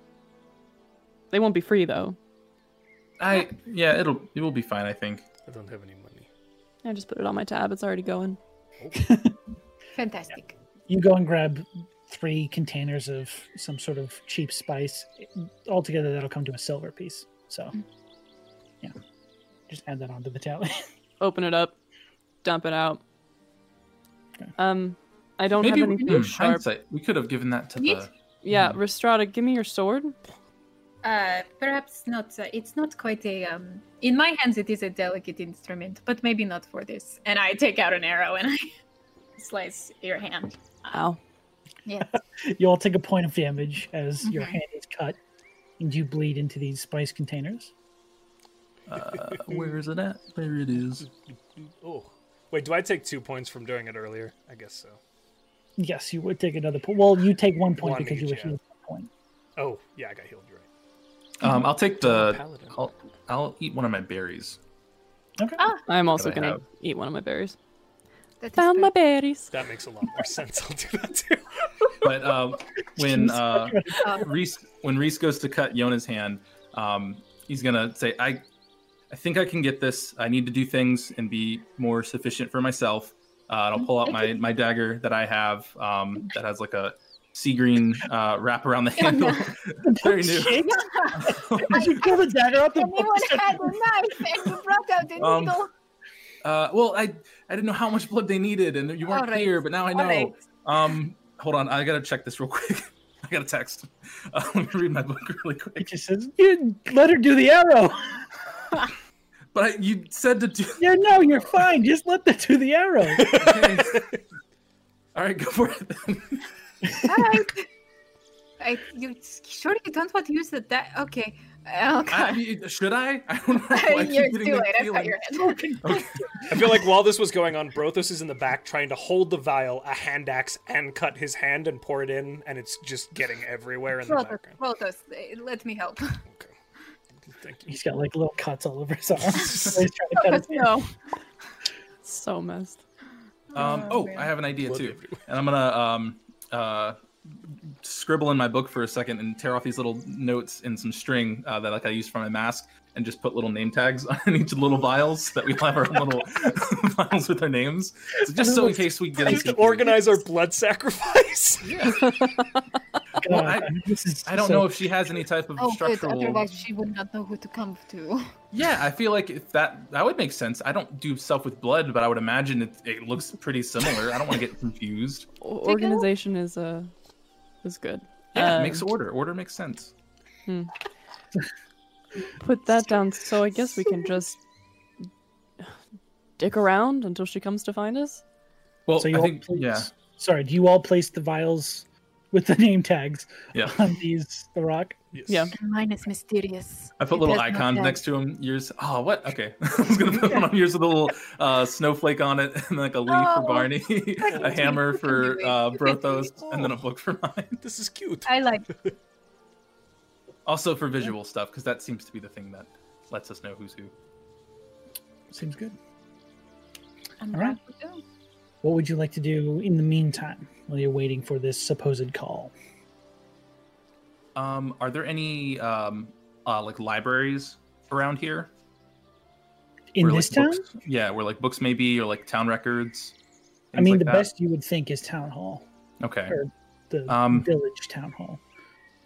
They won't be free though.
I yeah. It'll it will be fine. I think.
I don't have any money.
I just put it on my tab. It's already going.
Fantastic.
You go and grab three containers of some sort of cheap spice. Altogether, that'll come to a silver piece. So, yeah, just add that onto the tally. *laughs*
Open it up, dump it out. Um, I don't
Maybe
have
we,
anything
hmm,
sharp.
hindsight, we could have given that to
Yeet.
the.
Yeah, Restrada, give me your sword.
Uh, perhaps not. Uh, it's not quite a. Um, in my hands, it is a delicate instrument, but maybe not for this. And I take out an arrow and *laughs* I slice your hand.
Ow.
Yes.
you all take a point of damage as your
Mhm.
hand is cut. and you bleed into these spice containers.
Uh, where is it at? There
*laughs*
it is.
Oh, wait. Do I take two points from doing it earlier? I guess so.
Yes, you would take another point. Well, you take one point
One
because you
each,
wish you
yeah.
had one point.
Oh, yeah. I got healed. You're right.
Um, I'll take the.
Paladin.
I'll, I'll eat one of my berries.
Okay.
Oh.
I'm also
I
gonna
have?
eat one of my berries.
That is
Found
good.
my berries.
That makes a lot *laughs* more sense. I'll do that too.
But um, when uh,
Oh,
Reese when Reese goes to cut Yona's hand, um, he's gonna say, "I, I think I can get this. I need to do things and be more sufficient for myself." Uh, and I'll pull out my my dagger that I have um, that has like a sea green uh, wrap
*laughs*
around the
Oh,
handle.
*laughs*
*laughs*
Very new.
Shit. Did you pull the dagger out the
Anyone had a knife and you brought out the
Um,
needle.
Uh, well, I I didn't know how much blood they needed, and you weren't
All right.
here, but now I
All
know.
right.
Um, hold on, I gotta check this real *laughs* quick. I gotta text. Uh, let me read my book *laughs* really
It
quick.
just says, "You let her do the arrow."
But I, you said to do.
Yeah, no, you're fine. Just let her do the
*laughs*
arrow.
Okay. All right, go for it. Then.
All right. *laughs* I, you sure you don't want to use the da- okay? Oh
*laughs* I, *laughs*
god,
you- should I? I
*laughs*
don't know. I keep
you're
getting
too
that
late. I've got
feeling.
your head.
*laughs*
I feel like while this was going on, Brothos is in the back trying to hold the vial, a hand axe, and cut his hand and pour it in, and it's just getting everywhere in the
Protos,
background.
Protos, eh, let me help.
Okay. Thank you.
He's got like little cuts all over
*laughs*
his arm. He's trying to cut
*laughs*
his hand.
No. so messed.
Um, oh,
man.
I have an idea
Blood
too,
everywhere.
and I'm gonna um, uh, scribble in my book for a second and tear off these little notes in some string uh, that like I use for my mask, and just put little name tags *laughs* on each little vials so that we have our own little *laughs* vials with our names, so just so in case we get
Just
into
to organize our blood sacrifice.
*laughs*
*laughs*
Well, I-
God, *laughs* this is
I don't
so-
know if she has any type of
Oh, good.
structural.
Otherwise, she would not know who to come to.
Yeah, I feel like if that that would make sense. I don't do stuff with blood, but I would imagine it, it looks pretty similar. I don't want to get confused.
O- Organization is uh is good.
Yeah,
Um,
it makes order. Order makes sense.
put that down. So I guess we *laughs* can just dick around until she comes to find us.
Well,
So you
I
all
think
place,
yeah,
Sorry, do you all place the vials with the *laughs* name tags
yeah. *laughs*
on these the rock?
Yes.
Yeah.
*laughs* Mine is mysterious.
I put little icons next to them. Yours. Oh, what? Okay, *laughs* I was gonna put one on yours with a little uh, snowflake on it, *laughs* and like a leaf
Oh, *laughs*
for Barney,
can do
*laughs* a
it,
hammer
you can
for
do it,
uh,
you can do
Brothos,
it.
and then a book for *laughs* mine.
This is cute.
I
*laughs*
like.
Also for visual stuff, because that seems to be the thing that lets us know who's who.
Seems good.
I'm
All right.
down.
What would you like to do in the meantime while you're waiting for this supposed call?
Um, are there any um, uh, like libraries around here?
In
Where,
this
like,
town?
books- yeah, where like books maybe or like town records.
I
things
mean,
like
the
that?
best you would think is town hall,
Okay.
or the
Um,
village town hall.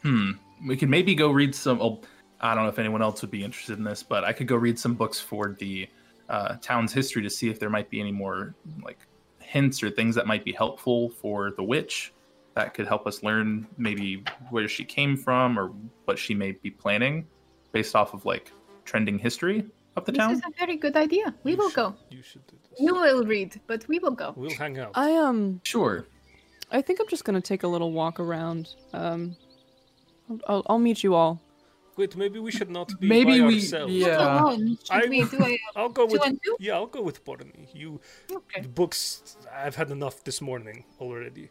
Hmm. We could maybe go read some. Oh, I don't know if anyone else would be interested in this, but I could go read some books for the uh, town's history to see if there might be any more like hints or things that might be helpful for the witch that could help us learn maybe where she came from or what she may be planning based off of like trending history of the
This
town.
is a very good idea. We
You
will
should-
go.
You should do this.
You will read, but we will go.
We'll hang out.
I um
Sure.
I think I'm just gonna take a little walk around. Um, I'll- I'll, I'll meet you all.
Wait, maybe we should not be
Maybe
by
we-
ourselves.
yeah.
Alone. Should
I-
we do
*laughs*
a
I'll go
two
with.
and two?
Yeah, I'll go with Barney. You
Okay.
the books. I've had enough this morning already.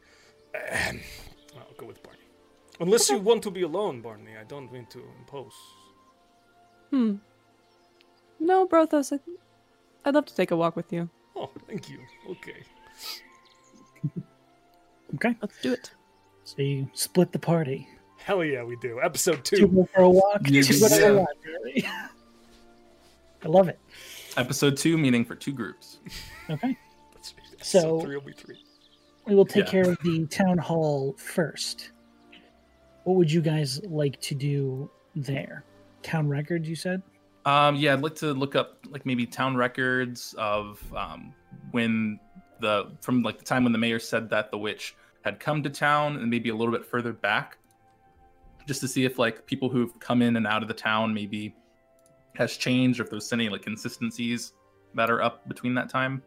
Ahem. I'll go with Barney. Unless you want to be alone, Barney. I don't mean to impose.
Hmm. No, Brothos, I, I'd love to take a walk with you.
Oh, thank you. Okay.
Okay,
Let's do it.
so you split the party.
Hell yeah, we do. Episode
Two
two.
go for a walk.
Yeah,
two go to
yeah.
the library. *laughs* I love it.
Episode two, meaning for two groups.
Okay,
That's right. Episode
So-
three will be three.
we will take
Yeah.
care of the town hall first. What would you guys like to do there? Town records, you said.
Um, yeah, I'd like to look up like maybe town records of um, when the from like the time when the mayor said that the witch had come to town, and maybe a little bit further back, just to see if like people who've come in and out of the town maybe has changed, or if there's any like consistencies that are up between that time.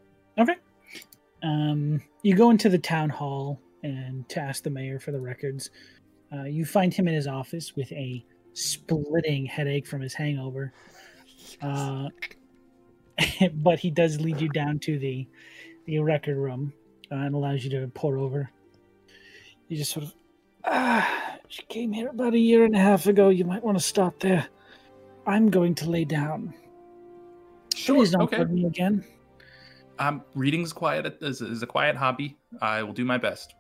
Um, you go into the town hall and to ask the mayor for the records. Uh, you find him in his office with a splitting headache from his hangover. Uh, *laughs* but he does lead you down to the the record room uh, and allows you to pour over. You just sort of ah, she came here about a year and a half ago. You might want to stop there. I'm going to lay down.
Sure.
Please don't
Okay.
bug me again.
Um, reading's quiet is, is a quiet hobby. I will do my best.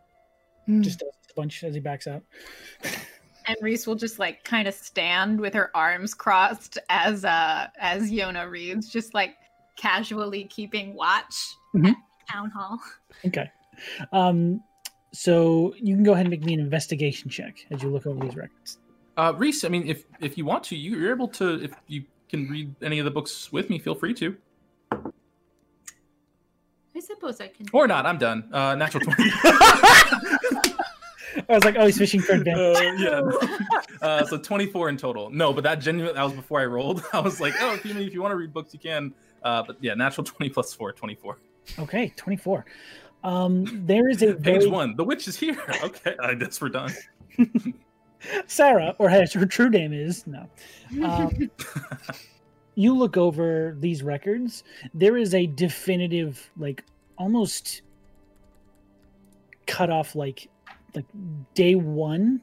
Just does a bunch as he backs out.
And Reese will just like kind of stand with her arms crossed as uh as Yona reads, just like casually keeping watch
Mhm.
at town hall.
Okay. Um, so you can go ahead and make me an investigation check as you look over these records.
Uh, Reese, I mean, if if you want to, you, you're able to. If you can read any of the books with me, feel free to,
I suppose I can.
or not. I'm done. Uh, natural twenty.
I was like, oh, he's fishing for
*laughs*
advantage.
Uh, yeah. Uh, so 24 in total. No, but that genuinely that was before I rolled. *laughs* I was like, oh, if you, if you want to read books, you can. Uh, but yeah, natural 20 plus 4, 24.
Okay, 24. Um, there is a
Page
very,
one. The witch is here. *laughs* Okay, I guess we're done.
Sarah, or as her true name is, no.
Uh,
Um, you look over these records, there is a definitive, like, almost cut off, like, like day one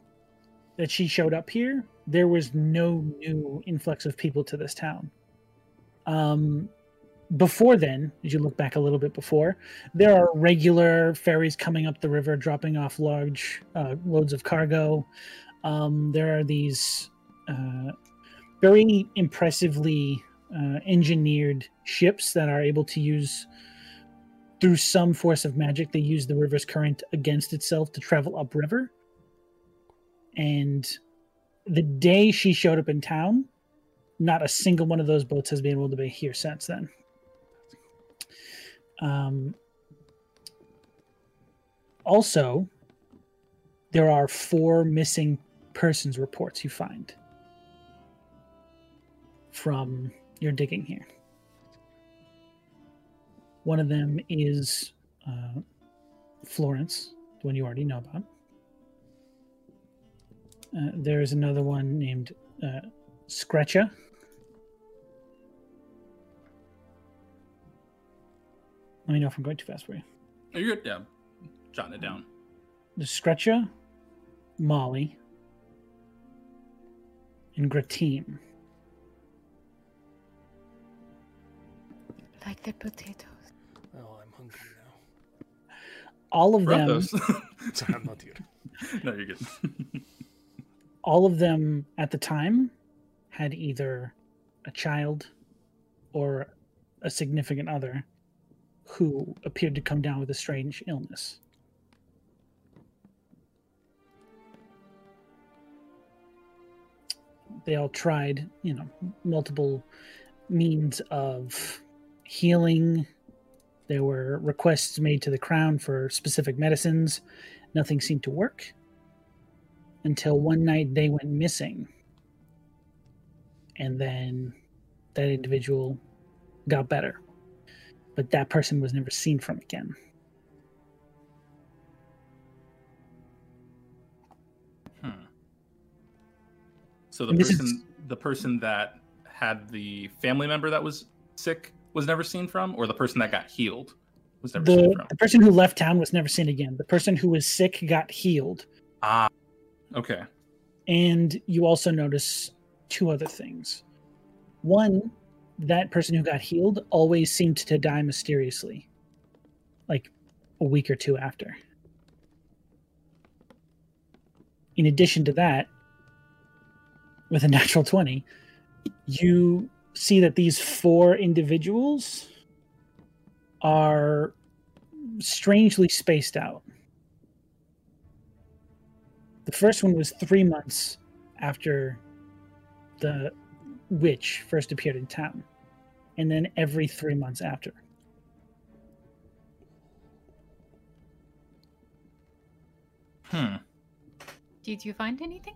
that she showed up here, there was no new influx of people to this town. Um, before then, as you look back a little bit before, there are regular ferries coming up the river, dropping off large uh, loads of cargo. Um, there are these uh, very impressively uh, engineered ships that are able to use, through some force of magic, they use the river's current against itself to travel upriver. And the day she showed up in town, not a single one of those boats has been able to be here since then. Um, also, there are four missing persons reports you find from your digging here. One of them is uh, Florence, the one you already know about. Uh, there is another one named uh, Scratcher. Let me know if I'm going too fast for you.
Are you good? Yeah. Jotting it down.
The Scratcher, Molly, and Gratim.
Like the potatoes.
Oh, I'm hungry now.
All of
Grab
them,
those. *laughs*
Sorry, I'm not here.
no, you're good.
all of them at the time had either a child or a significant other who appeared to come down with a strange illness. They all tried, you know, multiple means of healing. There were requests made to the crown for specific medicines. Nothing seemed to work until one night they went missing. And then that individual got better. But that person was never seen from again.
Hmm. So the
And this is-
person the person that had the family member that was sick was never seen from, or the person that got healed was never seen
The,
from.
the person who left town was never seen again. The person who was sick got healed.
Ah. Okay.
And you also notice two other things. One, that person who got healed always seemed to die mysteriously, like a week or two after. In addition to that, with a natural 20, you see that these four individuals are strangely spaced out. The first one was three months after the witch first appeared in town, and then every three months after.
Hmm.
Did you find anything?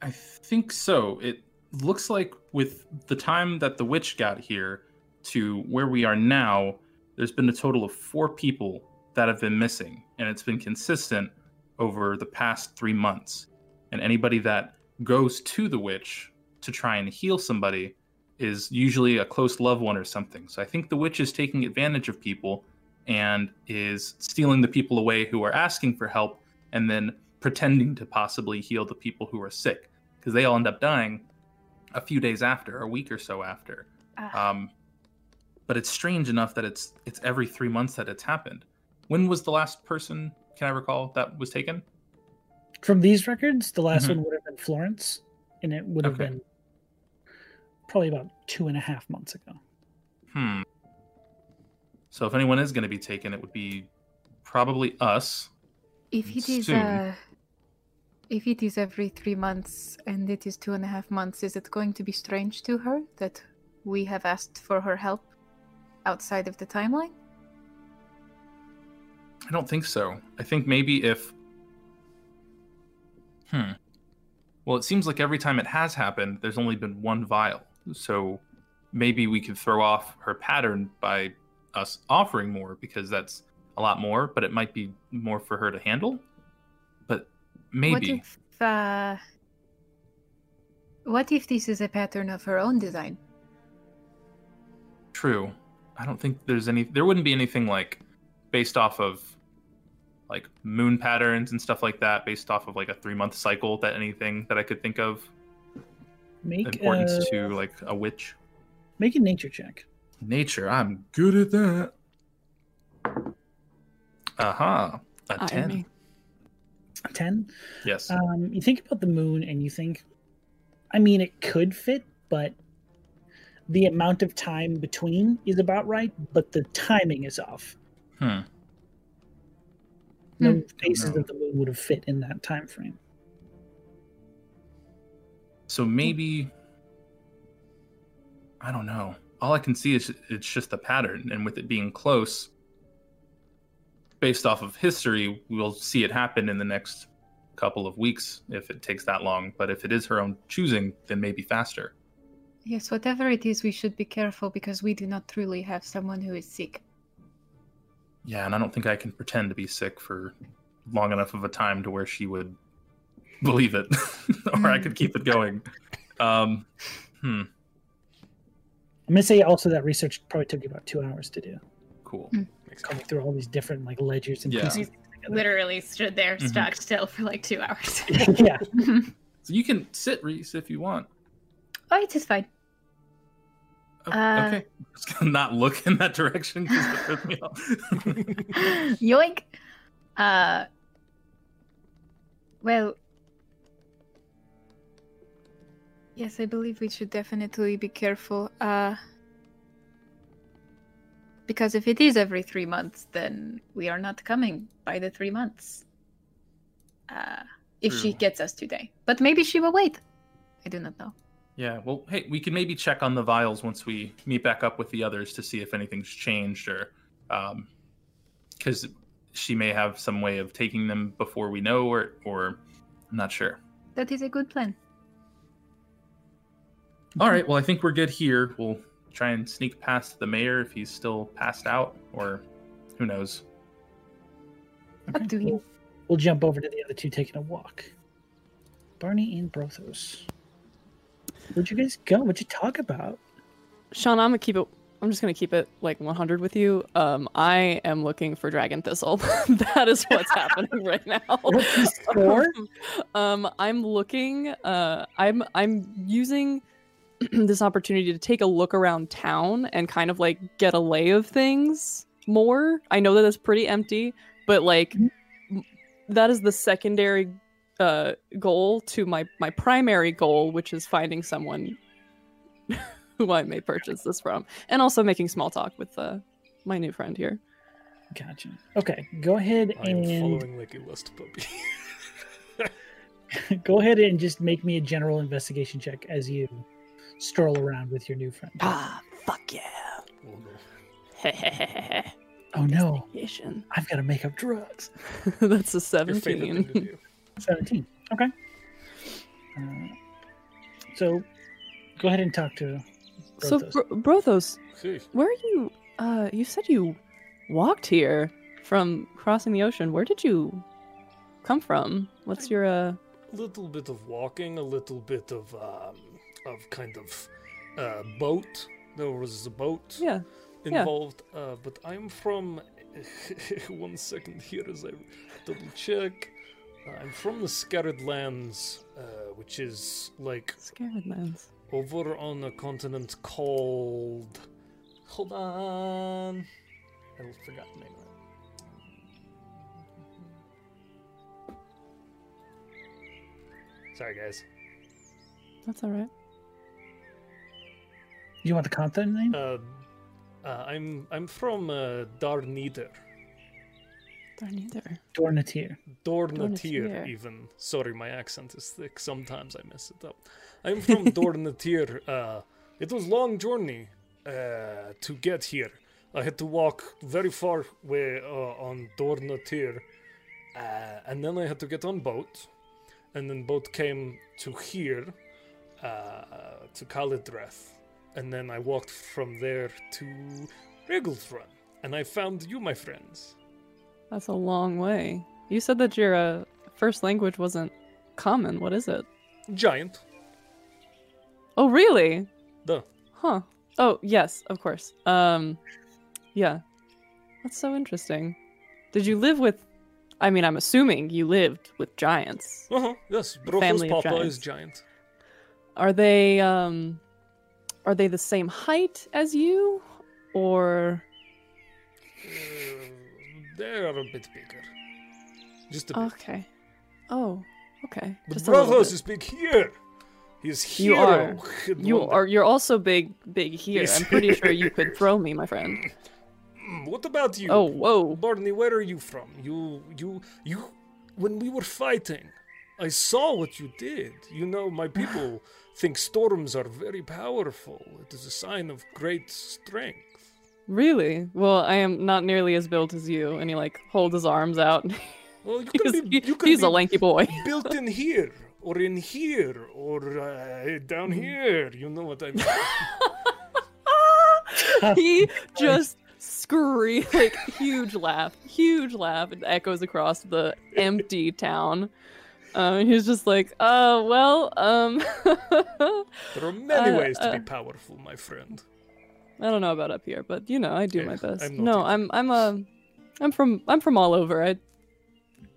I think so. It looks like with the time that the witch got here to where we are now, there's been a total of four people that have been missing, and it's been consistent over the past three months. And anybody that goes to the witch to try and heal somebody is usually a close loved one or something. So I think the witch is taking advantage of people and is stealing the people away who are asking for help and then pretending to possibly heal the people who are sick because they all end up dying a few days after, a week or so after.
Ah,
Um, but it's strange enough that it's it's every three months that it's happened. When was the last person? Can I recall that was taken?
From these records, the last one would have been Florence, and it would have
Okay.
been probably about two and a half months ago.
Hmm. So if anyone is going to be taken, it would be probably us.
if it is
soon.
uh, if it is every three months and it is two and a half months, is it going to be strange to her that we have asked for her help outside of the timeline?
I don't think so. I think maybe if. Hmm. Well, it seems like every time it has happened, there's only been one vial. So maybe we could throw off her pattern by us offering more because that's a lot more, but it might be more for her to handle. But
What
maybe.
if uh, what if this is a pattern of her own design?
True. I don't think there's any. There wouldn't be anything like based off of like moon patterns and stuff like that, based off of like a three month cycle. That anything that I could think of
Make
importance
uh,
to like a witch.
make a nature check.
Nature. I'm good at that. Aha. Uh-huh. A
Eye
ten.
me.
Ten.
Yes.
Um, you think about the moon and you think, I mean, it could fit, but the amount of time between is about right, but the timing is off.
Hmm.
No
Hmm.
faces
know.
of the moon would have fit in that time frame.
So maybe I don't know. All I can see is it's just a pattern, and with it being close, based off of history, we'll see it happen in the next couple of weeks if it takes that long. But if it is her own choosing, then maybe faster.
Yes, whatever it is, we should be careful because we do not truly have someone who is sick.
Yeah, and I don't think I can pretend to be sick for long enough of a time to where she would believe it, *laughs* or I could keep it going. Um, hmm,
I'm gonna say also that research probably took you about two hours to do,
cool.
Makes
going through all these different like ledgers and
Yeah.
pieces. *laughs*
Literally stood there,
Mhm.
stock still for like two hours.
yeah,
So you can sit, Reese, if you want.
*laughs* oh, it is fine.
O-
Uh,
okay. Just gonna not look in that direction because it tripped me off. *laughs*
Yoink. Uh. Well. Yes, I believe we should definitely be careful. Uh. Because if it is every three months, then we are not coming by the three months. Uh, if she
True.
gets us today, but maybe she will wait. I do not know.
yeah, well, hey, we can maybe check on the vials once we meet back up with the others to see if anything's changed or. Because she may have some way of taking them before we know, or, or I'm not sure.
That is a good plan.
All right, well, I think we're good here. We'll try and sneak past the mayor if he's still passed out, or who knows.
Up to him.
we'll jump over to the other two taking a walk. Barney and Brothos. Where'd you guys go? What'd you talk about?
Sean, I'm gonna keep it. I'm just gonna keep it like 100 with you. Um, I am looking for dragon thistle. *laughs* that is what's happening right now. *laughs*
*laughs*
What's this for?
um, I'm looking. Uh, I'm I'm using *clears throat* this opportunity to take a look around town and kind of like get a lay of things more. I know that it's pretty empty, but like m- that is the secondary uh, goal to my my primary goal, which is finding someone *laughs* who I may purchase this from, and also making small talk with uh, my new friend here.
Gotcha. Okay, go ahead
I'm
and
following like a lost puppy. *laughs*
go ahead and just make me a general investigation check as you stroll around with your new friend.
Ah, fuck *laughs*
oh no.
yeah!
oh no,
Investigation.
I've got to make up drugs.
*laughs* That's a
Your favorite thing to
17.
do.
17. Okay. Uh, so go ahead and talk to
so,
Brothos.
Bro- Brothos,
Hey,
where are you? Uh, you said you walked here from crossing the ocean. Where did you come from? What's your, uh,
little bit of walking, a little bit of um, of kind of uh, boat. There was a boat
Yeah. yeah.
involved, uh, but I'm from. *laughs* one second here as I double check. Uh, I'm from the Scattered Lands, uh, which is like
Scared lands.
over on a continent called. Hold on. I forgot the name of it. Sorry, guys.
That's all right.
You want the continent name?
Uh, uh, I'm I'm from uh, Darniter,
Darn you there.
Dornatir.
Dornatir
Dornatir.
even. Sorry, my accent is thick. Sometimes I mess it up. I'm from Dornatir. Uh, it was long journey uh, to get here. I had to walk very far way uh, on Dornatir, uh, and then I had to get on boat, and then boat came to here, uh, to Kalidreth, and then I walked from there to Regalthrun, and I found you, my friends.
That's a long way. You said that your uh, first language wasn't common. What is it?
Giant,
Oh, really?
the
Huh. Oh, yes, of course. Um, yeah. That's so interesting. Did you live with? I mean, I'm assuming you lived with giants.
Uh-huh. Yes,
family
Broca's
of
papa is giant.
Are they um, are they the same height as you, or
Uh, they are a bit bigger. Just a bit.
okay? Oh, okay.
but
Just a little
Broca's
bit.
is big here. He's
You
hero.
are.
And
You
one-
are you're also big big here.
Yes.
I'm pretty sure you
*laughs*
could throw me, my friend.
Mm, What about you?
Oh whoa.
Barney, where are you from? You, you, you. When we were fighting, I saw what you did. You know,
*sighs*
my people think storms are very powerful. It is a sign of great strength.
Really? Well, I am not nearly as built as you, and he like holds his arms out. *laughs*
Well, you
he's
could be. You could
he's
be
a lanky boy.
built in here or in here or uh,
Hmm.
down here. You know
*laughs*
what I mean?
Ah!
*laughs*
he just screams like huge laugh, huge laugh. It echoes across the empty town. Um, he's just like, uh, well, um, *laughs* I
There are many
Uh,
ways to be
uh.
powerful, my friend.
don't know about up here, but you know, I do
Yeah,
my best.
I'm not
no,
either.
I'm, I'm, uh, I'm from, I'm from all over. I,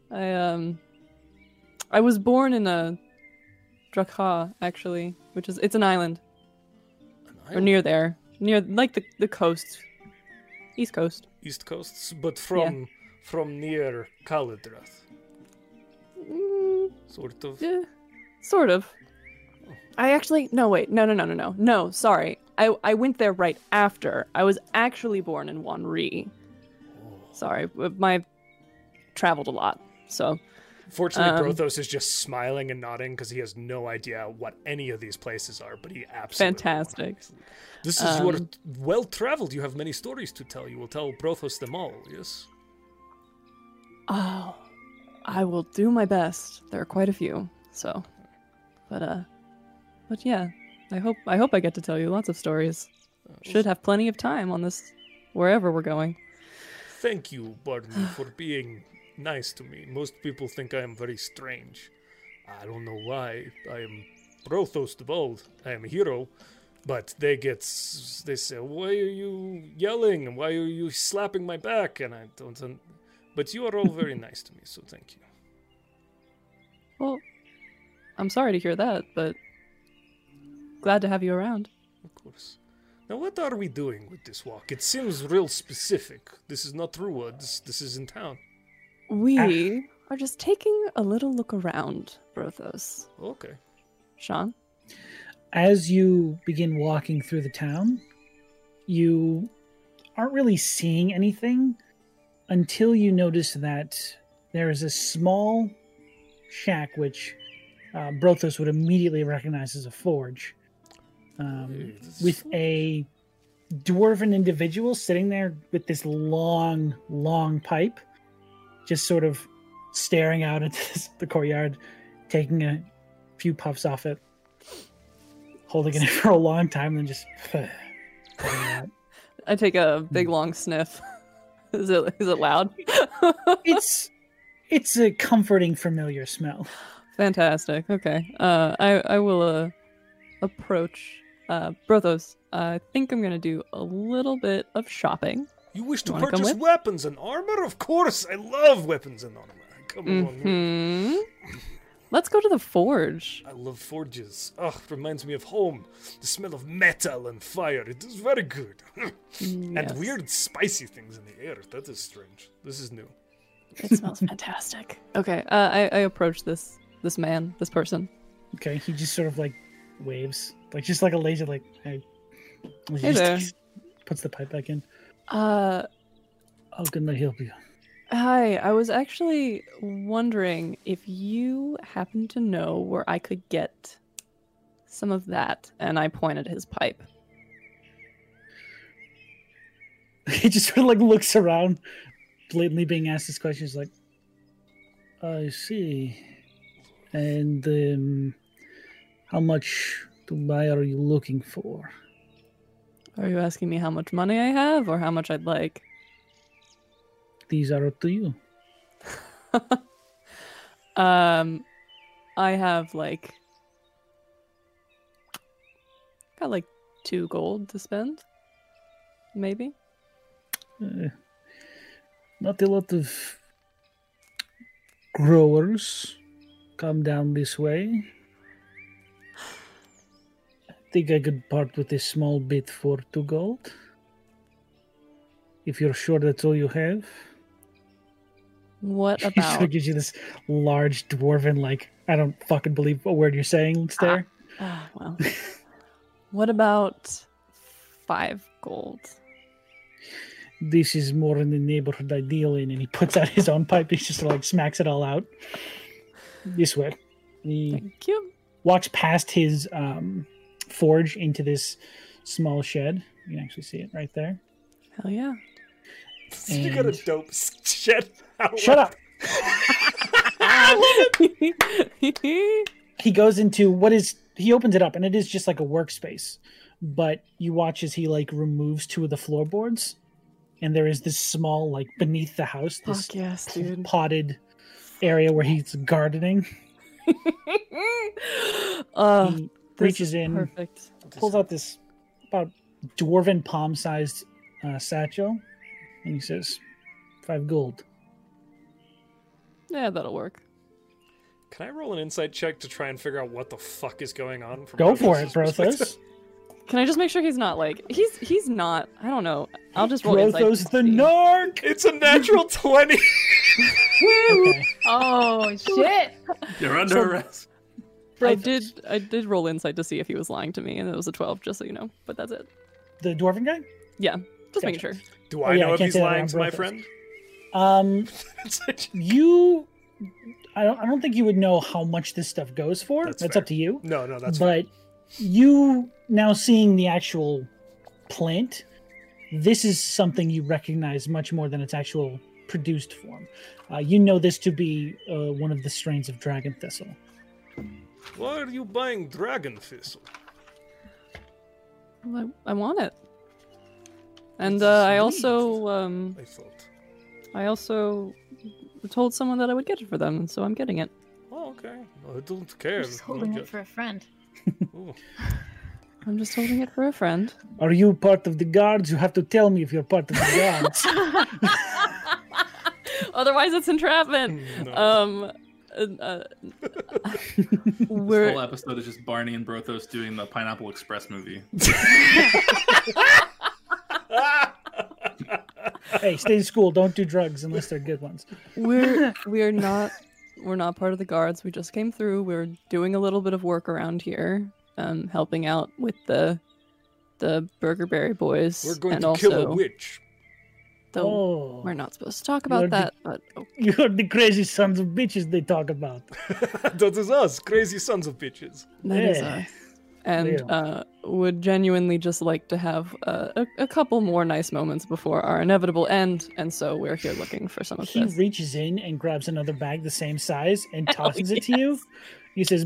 I, um, I was born in a Drakha, actually, which is it's an island
An
or
island,
near there, near like the the coast, east coast.
East coasts, but from from near Kalidrath,
Mm,
sort of.
eh, sort of. I actually no wait no no no no no no sorry I I went there right after I was actually born in Wanri. Sorry, but my traveled a lot, so
Fortunately,
Um.
Brothos is just smiling and nodding because he has no idea what any of these places are, but he absolutely.
fantastic.
This is your
Um.
well traveled. You have many stories to tell. You will tell Brothos them all, yes?
Oh, I will do my best. There are quite a few, so, but uh, but yeah, I hope I hope I get to tell you lots of stories. Should have plenty of time on this wherever we're going.
Thank you,
*sighs*
Barney, for being nice to me. Most people think I am very strange. I don't know why. I am Prothos the Bold. I am a hero. But they get. s- They say, Why are you yelling? And Why are you slapping my back? And I don't. un- But you
*laughs*
are all very nice to me, so thank you.
Well, I'm sorry to hear that, but glad to have you around.
Of course. Now, what are we doing with this walk? It seems real specific. This is not through woods. This is in town.
We are just taking a little look around, Brothos.
Okay.
Sean?
as you begin walking through the town, you aren't really seeing anything until you notice that there is a small shack which uh, Brothos would immediately recognize as a forge, um,
Hey, this-
with a dwarven individual sitting there with this long, long pipe, just sort of staring out into *laughs* this, the courtyard, taking a few puffs off it holding it *laughs* in for a long time and just *sighs* putting it out.
I take a big long sniff. *laughs* is it is it loud?
it's it's a comforting familiar smell
Fantastic. Okay. Uh, I I will uh, approach uh, Brothos. I think I'm gonna do a little bit of shopping.
You wish to
You wanna come
purchase
with?
weapons and armor? Of course, I love weapons and armor. Come along.
Mm-hmm.
with me.
Hmm. Let's go to the forge.
I love forges. Ugh, reminds me of home. The smell of metal and fire. It is very good. *laughs*
Yes.
And weird spicy things in the air. That is strange. This is new. *laughs*
It smells fantastic. Okay. Uh, I I approach this this man this person.
Okay, he just sort of like waves, like just like a lazy like. Hey, And he
Hey there.
Puts the pipe back in.
Uh.
How can I help you?
Hi, I was actually wondering if you happen to know where I could get some of that. And I pointed his pipe.
*laughs* He just sort of like looks around, blatantly being asked this question. He's like, "I see." And um, how much to buy are you looking for?
Are you asking me how much money I have or how much I'd like?
These are up to you.
um, I have like got like two gold to spend, maybe.
Uh, not a lot of growers come down this way. I think I could part with a small bit for two gold. If you're sure that's all you have,
*laughs*
*laughs*
What
he sort
about?
of gives you this large dwarven, like, I don't fucking believe a word you're saying stare.
Ah, well, what about five gold?
This is more in the neighborhood I deal in, and he puts out his own pipe. He just like smacks it all out. This way. He
Thank you.
walks past his um, forge into this small shed. You can actually see it right there.
Hell yeah.
*laughs*
You got a
And-
dope shit.
Shut up.
*laughs*
He goes into what is he opens it up, and it is just like a workspace. But you watch as he like removes two of the floorboards, and there is this small like beneath the house this *laughs*
Fuck yes, dude.
potted area where he's gardening.
oh,
he
this
reaches
is
in,
Perfect.
pulls out this about dwarven palm-sized uh, satchel, and he says, five gold."
Yeah, that'll work.
*laughs* Can I roll an insight check to try and figure out what the fuck is going on? From
Go for it,
Brothos's *laughs* perspective?
Brothos.
Can I just make sure he's not like he's he's not? I don't know. I'll just roll inside
Brothos the
to see.
*laughs*
narc.
It's a
*laughs*
natural 20.
Okay.
*laughs* Oh shit!
You're under arrest.
I did I did roll insight to see if he was lying to me, and it was a twelve, just so you know. But that's it.
The dwarven guy?
Yeah, just making sure.
Gotcha.
Do
Oh,
I
yeah, I
know if
can't
he's
say that
lying
around
to my
Brothos.
friend? *laughs*
Um,
It's like-
you, I don't, I don't think you would know how much this stuff goes for.
That's
That's,
fair.
up to you.
no, no, that's
but you now seeing the actual plant, this is something you recognize much more than its actual produced form. Uh, you know this to be uh, one of the strains of dragon thistle.
Why are you buying dragon thistle?
Well, I, I want it. And
It's
uh, I
sweet.
also um,
I thought.
I also told someone that I would get it for them, and so I'm getting it.
Oh, okay. I don't care.
I'm just holding it for a friend.
*laughs*
Ooh. *laughs*
I'm just holding it for a friend.
Are you part of the guards? You have to tell me if you're part of the guards.
Otherwise, it's entrapment.
No. *laughs*
Um, uh, uh, *laughs*
This
we're
whole episode is just Barney and Brothos doing the Pineapple Express movie.
hey, stay in school. Don't do drugs unless they're good ones.
*laughs*
we're we're not we're not part of the guards. We just came through. We're doing a little bit of work around here, um, helping out with the the Burgerberry boys.
We're going
and
to
also,
kill a witch. *laughs*
though
oh,
We're not supposed to talk
You're
about
the-
that, but oh,
you heard the crazy sons of bitches they talk about.
that is us, crazy sons of bitches. *laughs*
that is
Yeah.
us. And
Yeah.
uh, would genuinely just like to have uh, a, a couple more nice moments before our inevitable end, and so we're here looking for some of
He
this.
reaches in and grabs another bag the same size *laughs* and tosses it to you. He says,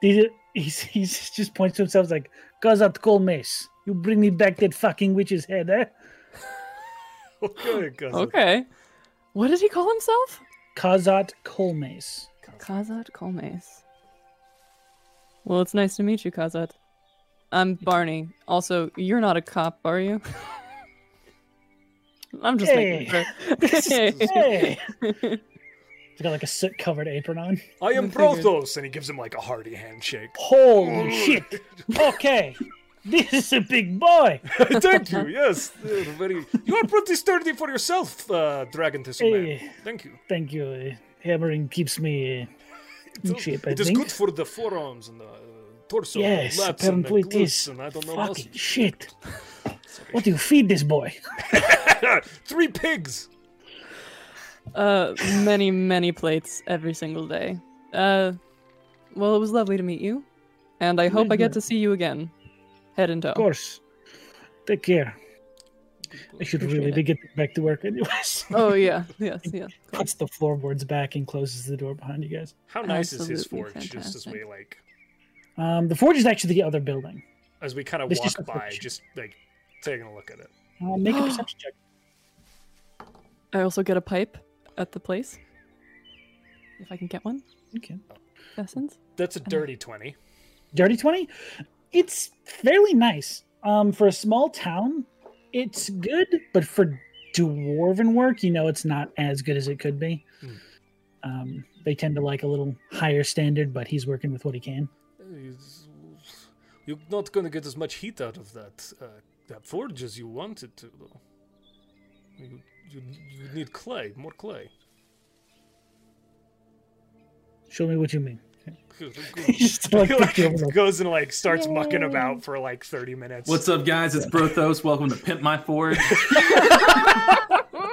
he, *laughs* he, he just points to himself like, Kazat Kolmes, you bring me back that fucking witch's head, eh?
Okay, cousin.
Okay, what did he call himself?
Kazat Kolmes.
Kazat Colmes. Well, it's nice to meet you, Kazat. I'm Barney. Also, you're not a cop, are you? *laughs* I'm just making *laughs* sure.
Hey! *laughs* He's got like a soot covered apron on.
I am
I figured.
Prothos, and he gives him like a hearty handshake.
*laughs*
*laughs*
Holy shit! Okay, this is a big boy.
Thank you. Yes, you're very. You are pretty sturdy for yourself, uh, Dragon Thistle Man.
Hey.
Thank you.
Thank you. uh, Hammering keeps me. Uh,
It's,
Mm, shape, I
it is
think.
good for the forearms and the uh, torso.
yes,
and lats and the
apparently it
glutes
is.
And I don't know what
Fucking shit.
*laughs*
What do you feed this boy?
else. Three pigs.
uh, many, many plates every single day. Uh, well, it was lovely to meet you, and I hope I get to see you again, head and toe.
Of course. Take care. I should
Appreciate
really
it.
be getting back to work anyways.
Oh yeah, yes, yeah. of course.
Puts the floorboards back and closes the door behind you guys.
How nice is his forge?
Absolutely
Just as we
fantastic.
like,
Um, the forge is actually the other building.
as we kind of
This
walk
is a
by,
forge.
just like taking a look at it.
Uh, make a perception check.
I also get a pipe at the place, if I can get one.
Okay.
Essence.
That's a dirty
Uh-huh.
twenty.
Dirty 20? It's fairly nice. Um, for a small town, it's good, but for dwarven work, you know, it's not as good as it could be.
Hmm.
Um, they tend to like a little higher standard, but he's working with what he can.
It's- You're not going to get as much heat out of that uh, that forge as you wanted to, though. You, you, you need clay, more clay. *laughs*
Show me what you mean. *laughs*
He
Just like
*laughs*
picked over the-
goes and like starts mucking about for like thirty minutes.
What's up, guys? It's Brothos. Welcome to Pimp My *laughs* Forge.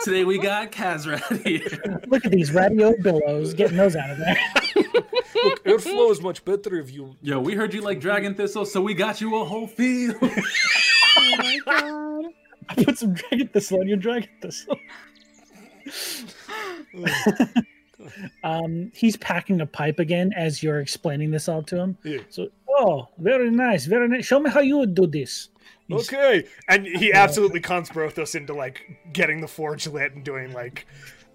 Today we got Kazrat here.
Look at these radio billows, getting those out of there.
Look, airflow is much better if you
Yo, we heard you like Dragon Thistle, so we got you a whole field.
Oh my god.
*laughs* I put some dragon thistle on your dragon
*laughs*
thistle. um, he's packing a pipe again as you're explaining this all to him.
Yeah.
So, oh, very nice, very nice. Show me how you would do this. He's-
Okay. And he absolutely cons Brothos into like getting the forge lit and doing like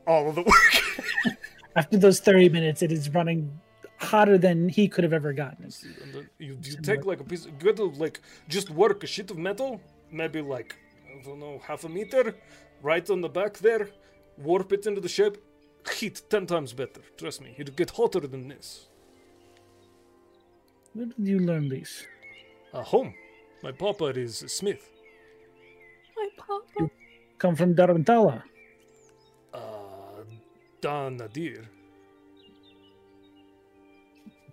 all of the work.
After those 30 minutes, it is running hotter than he could have ever gotten. it.
And then you, you take like a piece, you gotta like just work a sheet of metal, maybe like, I don't know, half a meter, right on the back there, warp it into the shape. Heat 10 times better. Trust me, it'll get hotter than this.
Where did you learn this?
Uh, home. My papa is a smith.
My papa.
Come from Darantala.
Uh, Dan Nadir.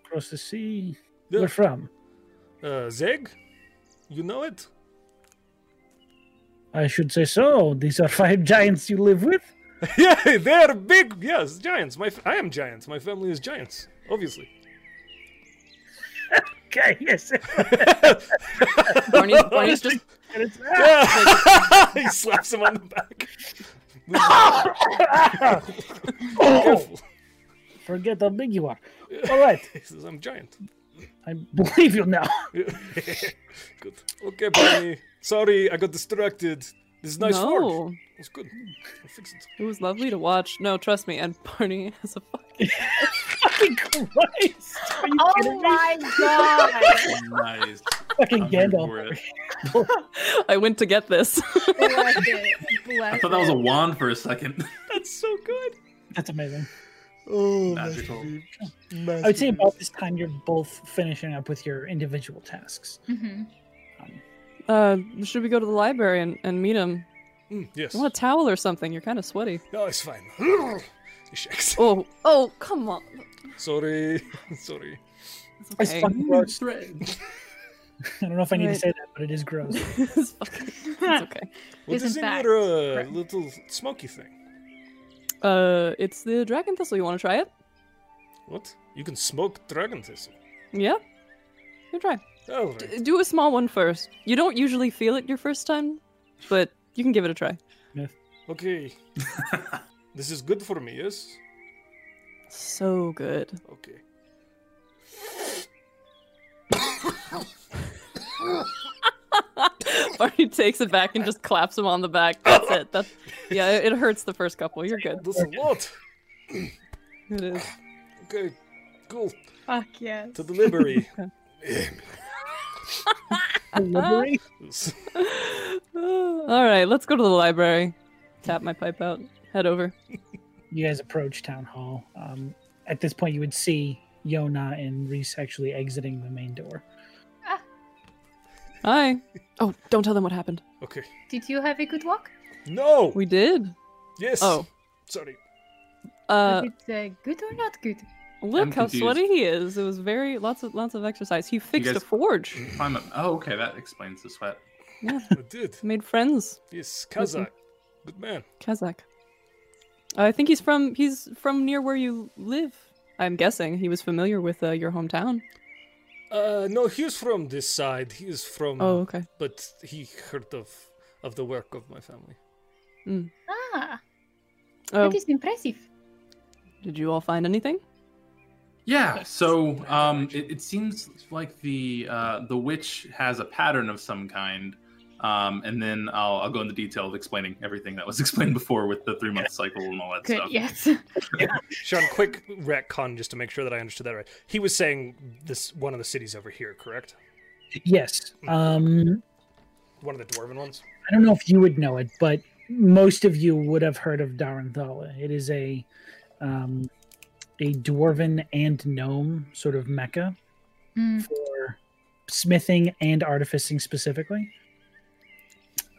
Across the sea.
Yeah.
Where from?
Uh, Zeg? You know it? *laughs*
I should say so. These are five *laughs* giants you live with.
Yeah, they're big. Yes, giants. My f- I am giants. My family is giants. Obviously.
Okay, yes. *laughs*
Barney, Barney's just
And it's-
Yeah. *laughs* he slaps him on the back.
Oh!
Careful.
Forget how big you are. All right,
*laughs* He says, I'm giant. *laughs*
I believe you now. *laughs*
good. Okay, Barney. Sorry, I got distracted. This is nice forge.
no.
It's good. I'll fix it.
It was lovely to watch. No, trust me. And Barney *laughs* has a fucking.
Fucking Christ! Are you
Oh
kidding me?
my god.
*laughs* nice.
Fucking
I'm here
Gandalf.
for it.
I went to get this. *laughs*
Bless it. Bless
I thought that was a wand for a *laughs* second.
That's so good.
That's amazing.
Oh,
Magical.
I would say about this time you're both finishing up with your individual tasks.
it. Mhm.
Uh, should we go to the library and, and meet him?
Mm, yes.
You want a towel or something? You're kind of sweaty.
No, it's fine. *laughs* he shakes.
Oh, oh, come on.
Sorry. *laughs* Sorry.
It's
It's
okay.
fucking gross.
Thread.
I don't know if I need
Right.
to say that, but it is gross.
it's, *laughs* fucking, it's okay.
What
Is
is,
in
in
fact
your uh,
correct.
little smoky thing?
Uh, it's the dragon thistle. You want to try it?
What? You can smoke dragon thistle.
Yeah. You try.
All right.
D- do a small one first. You don't usually feel it your first time, but you can give it a try. *laughs*
Okay. this is good for me, yes?
So good. *laughs*
Okay.
Barney takes it back and just claps him on the back. That's it. That's yeah. It, it hurts the first couple. You're good. *sighs*
That's a lot.
It is.
Okay, cool.
Fuck yes.
To the library.
*laughs*
*laughs*
Delivery?
All right, let's go to the library. Tap my pipe out. Head over.
you guys approach town hall. Um, at this point, you would see Yona and Reese actually exiting the main door.
Hi. Oh, don't tell them what happened.
okay.
Did you have a good walk?
No.
We did.
yes.
Oh, *laughs*
Sorry.
uh,
Was it uh, good or not good?
look how
confused.
sweaty he is. It was very lots of lots of exercise. He fixed
guys-
a forge.
Climb up. Oh, okay, that explains the sweat.
Yeah,
I did.
made friends.
Yes, Kazak. Good man.
Kazakh. Uh, I think he's from he's from near where you live. I'm guessing he was familiar with uh, your hometown.
Uh, no, he's from this side. He's from.
Oh, okay.
But he heard of of the work of my family.
Ah, um,
Oh,
that is impressive.
did you all find anything?
Yeah. So um, it, it seems like the uh, the witch has a pattern of some kind, um, and then I'll, I'll go into detail of explaining everything that was *laughs* explained before with the three month cycle and all that
Good,
stuff.
yes. *laughs*
Sean, quick retcon just to make sure that I understood that right. He was saying this one of the cities over here, correct?
Yes. Um,
One of the dwarven ones.
I don't know if you would know it, but most of you would have heard of Daranthala. It is a um, a dwarven and gnome sort of mecca
Mm,
for smithing and artificing specifically.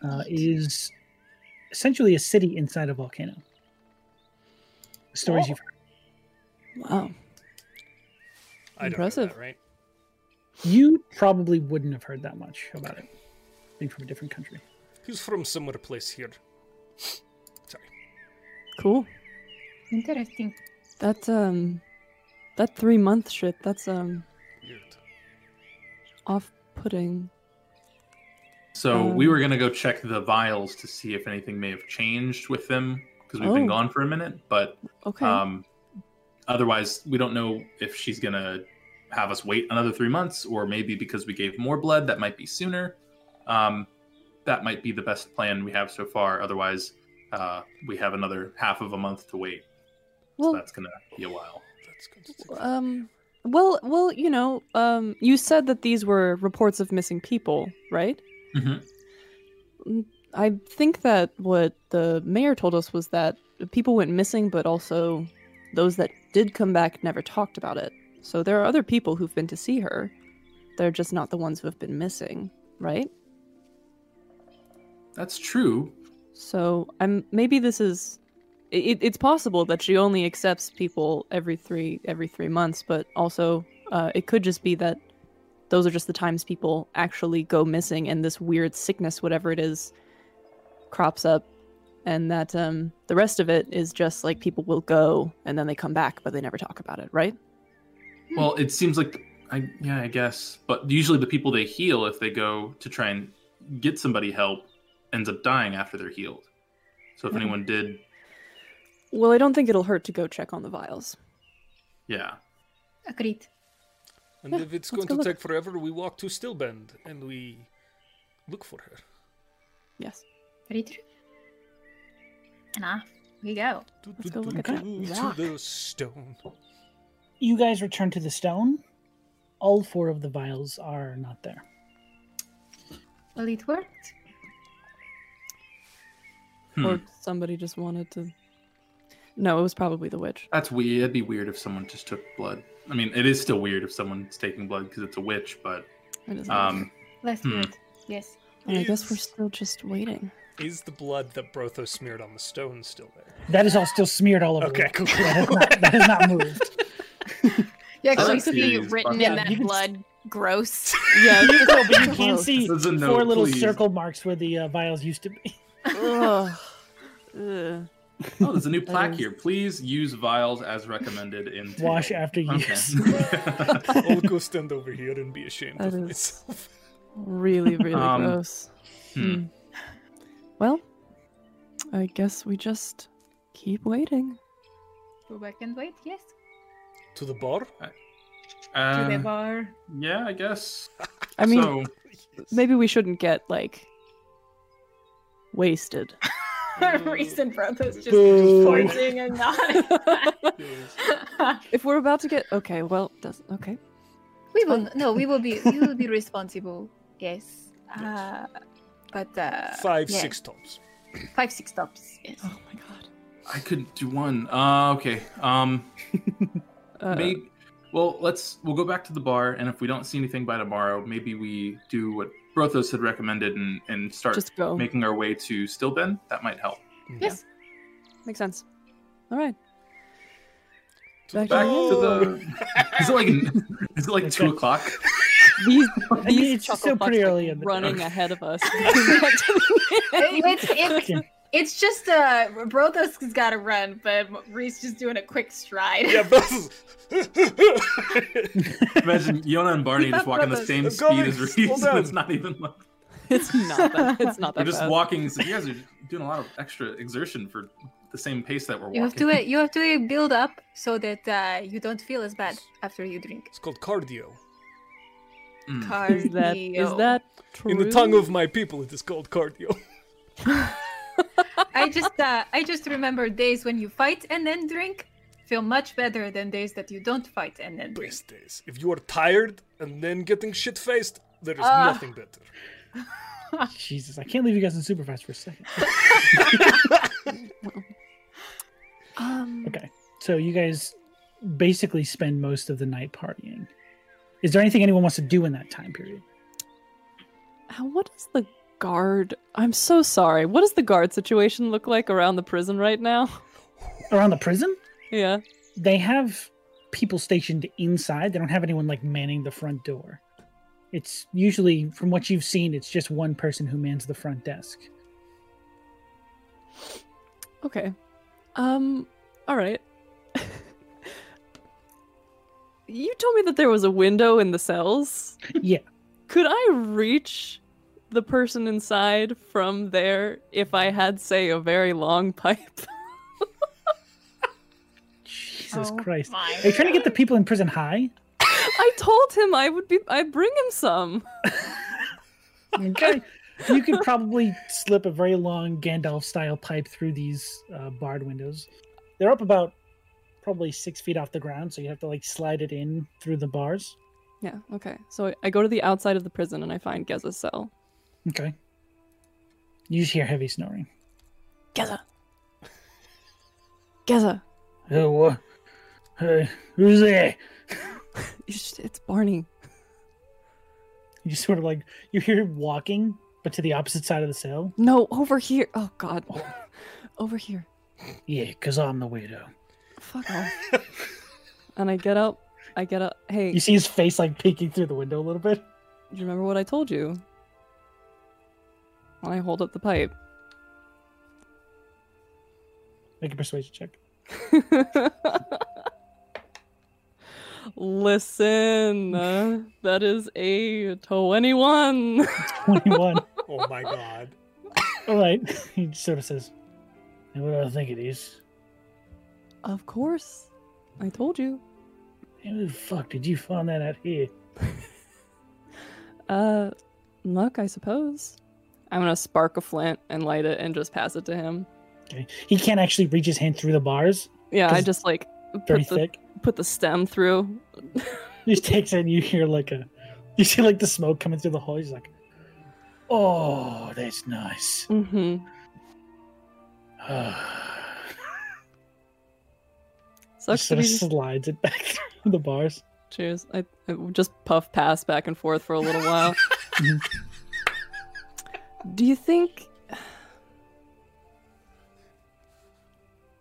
Uh, it is essentially a city inside a volcano. Stories
Oh.
you've heard.
Wow.
I don't know
Impressive.
that, right?
You probably wouldn't have heard that much about it, being from a different country.
He's from somewhere place here. Sorry.
Cool.
interesting.
That um, that three month shit. That's um,
Weird.
off putting.
So we
Um,
were gonna go check the vials to see if anything may have changed with them because we've been
Oh.
gone for a minute. But
Okay.
um, otherwise, we don't know if she's gonna have us wait another three months, or maybe because we gave more blood, that might be sooner. Um, that might be the best plan we have so far. Otherwise, uh, we have another half of a month to wait. so
well,
that's gonna be a while.
That's good. to think.
um, well, well, you know, um, you said that these were reports of missing people, right? Mm,
Mhm.
I think that what the mayor told us was that people went missing, but also those that did come back never talked about it. So there are other people who've been to see her. They're just not the ones who have been missing, right?
That's true.
So I'm maybe this is it, it's possible that she only accepts people every three every three months, but also uh, it could just be that those are just the times people actually go missing, and this weird sickness, whatever it is, crops up, and that um, the rest of it is just like people will go and then they come back, but they never talk about it, right? Hmm.
Well, it seems like I yeah, I guess. But usually the people they heal if they go to try and get somebody help ends up dying after they're healed. So if
Mhm.
anyone did,
Well, I don't think it'll hurt to go check on the vials.
yeah.
Agreed.
And
Yeah,
if it's
let's
going
go
to
look.
take forever, we walk to Stillbend and we look for her.
Yes.
Very true. And off we go.
Do,
Let's
do,
go look
do,
at that
do,
rock.
To the stone.
You guys return to the stone. All four of the vials are not there.
Well, it worked.
Hmm.
Or somebody just wanted to. No, it was probably the witch.
That's weird. It'd be weird if someone just took blood. I mean, it is still weird if someone's taking blood because it's a witch, but
It is not.
um,
Less
Hmm.
weird. Yes.
And I guess we're
Is-
still just waiting.
Is the blood that Brotho smeared on the stone still
*laughs*
there?
That is all still smeared all over.
Okay,
it.
cool.
That has not, that has not
*laughs*
moved.
Yeah, because
'cause I
you
like
could be
series,
written
but-
Yeah,
in that
you can s-
blood. Gross.
*laughs*
Yeah,
You know, but you can see
This is a
four
note,
little
please.
circle marks where the uh, vials used to be.
Ugh. Ugh.
*laughs* oh, there's a new plaque
is-
here. Please use vials as recommended in table.
*laughs* Wash after
*laughs* Okay.
use. *laughs*
I'll go stand over here and be ashamed
That
of
is-
myself. *laughs*
Really, really
Um,
gross. *laughs*
hmm.
Well, I guess we just keep waiting.
Go back and wait. Yes.
To the bar?
Uh,
to the
*laughs*
bar.
yeah, I guess.
I mean,
so,
maybe we shouldn't get like wasted.
Reese and Brothos just
Boo.
pointing and nodding. *laughs*
If we're about to get okay, well, does okay.
We will no, we will be we *laughs* will be responsible.
yes. Uh,
But uh
Five,
yeah,
six tops.
five, six stops. Yes.
Oh my god.
I couldn't do one. Uh, okay. Um,
Uh,
maybe. Well, let's. We'll go back to the bar, and if we don't see anything by tomorrow, maybe we do what Brothos had recommended and and start
just go.
making our way to Stillben. That might help.
*laughs*
Yes.
Makes sense. All right.
the
Back
Back
to
to the. *laughs* Is it like? Is it like two o'clock?
these *laughs*
I mean,
these
it's still
chuckle
pretty
fucks, like,
early in the-
running ahead of *laughs* us.
It- it's, it's,
Fucking-
it's just uh, Brothos has got to run, but Reese just doing a quick stride.
*laughs* Yeah, but
Imagine Yona and Barney just walking the same
Brothos.
speed as
Guys,
Reese.
slow down.
It's not even like.
*laughs* it's not that. It's not
We're
that.
just
bad.
walking. So you guys are doing a lot of extra exertion for the same pace that we're walking.
You have to uh, you have to build up so that uh, you don't feel as bad after you drink.
It's called cardio.
Mm.
Is that is
Hmm. Cardio.
that true?
In the tongue of my people, it is called cardio.
*laughs* I just uh, I just remember days when you fight and then drink feel much better than days that you don't fight and then drink.
Best days. If you are tired and then getting shit faced, there is
Ah.
nothing better.
Jesus, I can't leave you guys in supervised for a second.
Um,
Okay. So you guys basically spend most of the night partying. Is there anything anyone wants to do in that time period?
How- What is the guard? I'm so sorry. What does the guard situation look like around the prison right now? *laughs*
Around the prison?
Yeah.
They have people stationed inside. They don't have anyone like manning the front door. It's usually, from what you've seen, it's just one person who mans the front desk. *laughs*
Okay. Um. All right. *laughs* you told me that there was a window in the cells.
Yeah.
Could I reach the person inside from there if I had, say, a very long *laughs* pipe?
Jesus
Oh
Christ.
My
Are you trying to get the people in prison high?
I told him I would be. I would bring him some.
Okay. you could probably slip a very long Gandalf style pipe through these uh, barred windows. They're up about probably six feet off the ground, so you have to like slide it in through the bars.
Yeah. Okay. So I, I go to the outside of the prison and I find Geza's cell.
Okay. You just hear heavy snoring.
Geza. *laughs* Geza.
Oh, wha- uh, who's there?
It's, it's Barney.
You just sort of like, you hear him walking, but to the opposite side of the cell.
No, over here. Oh God. over here.
Yeah, because I'm the weirdo.
Fuck off. and I get up. I get up. Hey,
You see his face like peeking through the window a little bit.
do you remember what I told you? When I hold up the pipe. *laughs*
Make a persuasion check. *laughs*
Listen, uh, that is a 21.
21.
Oh my god.
All right. *laughs* He sort of says, "And what do I think it is?
of course. I told you.
Hey, Who the fuck did you find that out here?
Uh, luck, I suppose. I'm gonna spark a flint and light it and just pass it to him.
Okay. He can't actually reach his hand through the bars.
Yeah, I
'Cause
just like
Very
*laughs* put the,
thick.
put the stem through.
He just takes it and you hear like a, you see like the smoke coming through the hole. He's like, oh, that's nice. *sighs*
hmm
He
Sucks to
sort of
be
slides it *laughs* back through the bars.
Cheers. I, I just puff pass back and forth for a little while.
Mhm.
Do you think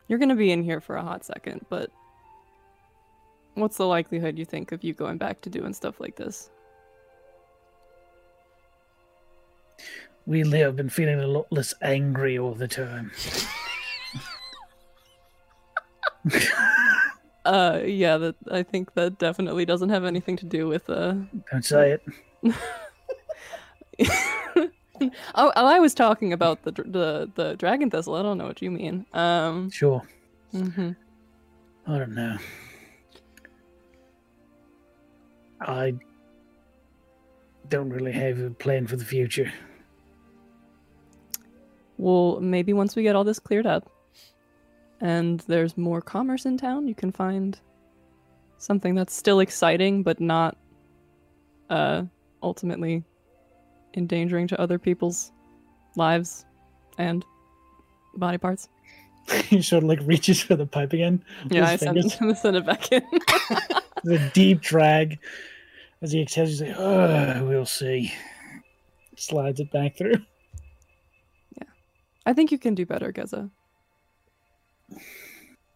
you're going to be in here for a hot second, but what's the likelihood you think of you going back to doing stuff like this?
We live been feeling a lot less angry all the time.
Uh yeah, that I think that definitely doesn't have anything to do with uh *laughs*
Don't say it.
oh, oh, I was talking about the dr- the the dragon thistle. I don't know what you mean. Um
Sure.
mhm.
I don't know. I don't really have a plan for the future.
Well, maybe once we get all this cleared up and there's more commerce in town, you can find something that's still exciting but not uh ultimately endangering to other people's lives and body parts.
*laughs* he sort of like reaches for the pipe again. with
Yeah, *laughs* I
his
send,
fingers.
send it back in.
the deep drag as he exhales. He's like, "Ugh, we'll see." Slides it back through.
I think you can do better, Geza.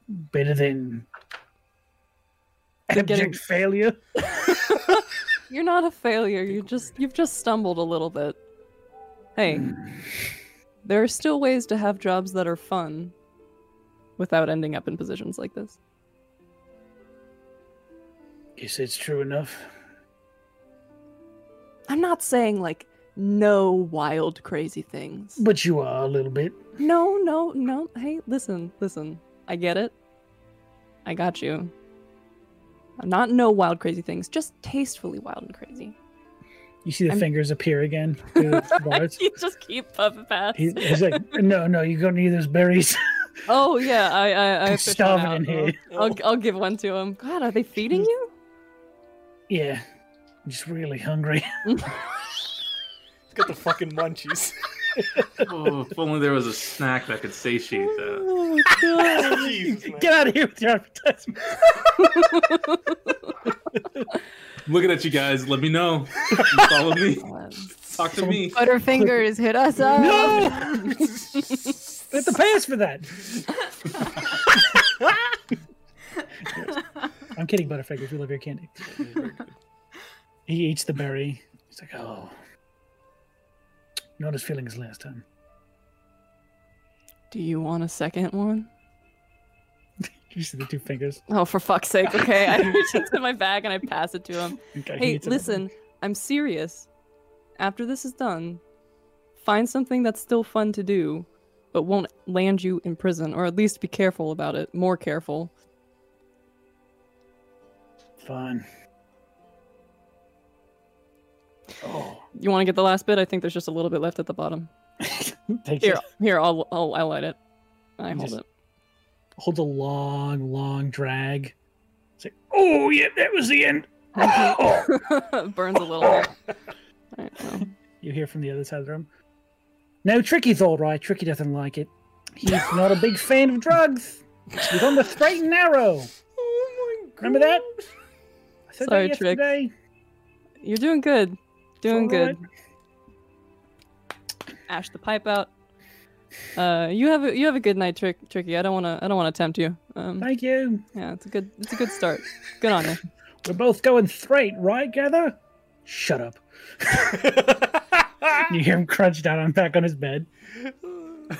Better than
They're
abject
getting-
failure.
You're not a failure. You just you've just stumbled a little bit. *sighs* Hey, there are still ways to have jobs that are fun without ending up in positions like this.
Guess it's true enough.
I'm not saying like no wild crazy things.
But you are a little bit.
No, no, no. Hey, listen, listen. I get it. I got you. Not no wild crazy things, just tastefully wild and crazy.
You see the
I'm-
fingers appear again. through the *laughs* bars.
*laughs* you just keep puff pass.
He- he's like, "No, no, you're gonna need those berries."
Oh yeah, I I, I
I'm
fished one
starving
out.
in here.
I'll, I'll, I'll give one to him. God, are they feeding you?
yeah, I'm just really hungry.
Got the fucking munchies.
Oh, if only there was a snack that could satiate
*laughs*
that.
Oh, God.
Jesus, man.
Get out of here with your advertisement.
*laughs*
I'm looking at you guys. Let me know. You follow me. Talk to me.
Butterfingers hit us up.
No, *laughs* we have to pay us for
*laughs*
that. I'm kidding, Butterfingers. We love your candy. He eats the berry. He's like, oh, not as feeling as last time.
Do you want a second one?
You see the two fingers.
Oh, for fuck's sake! Okay,
*laughs*
I reach into my bag and I pass it to him.
Okay, he
Hey,
eats it.
listen, I'm serious. After this is done, find something that's still fun to do, but won't land you in prison, or at least be careful about it. More careful.
Fine. Oh,
You want to get the last bit? I think there's just a little bit left at the bottom.
takes *laughs*
Here,
it.
here, I'll, I'll, I'll light it. I
You
hold
just-
it.
Holds a long, long drag. It's like, oh, yeah, that was the end.
*laughs* Burns a little
*laughs*
bit. Alright, well.
You hear from the other side of the room. No, Tricky's all right. Tricky doesn't like it. He's not a big fan of drugs. He's on the straight and narrow.
Oh my god.
Remember that?
*laughs*
I said
Sorry,
that
Trick.
yesterday.
You're doing good. Doing
all right.
good. Ash the pipe out. Uh, you have a you have a good night, Trick Tricky. I don't wanna I don't wanna tempt you. Um,
Thank you.
yeah, it's a good it's a good start. Good on you.
We're both going straight, right, Gather? Shut up. You hear him crunch down on back on his bed.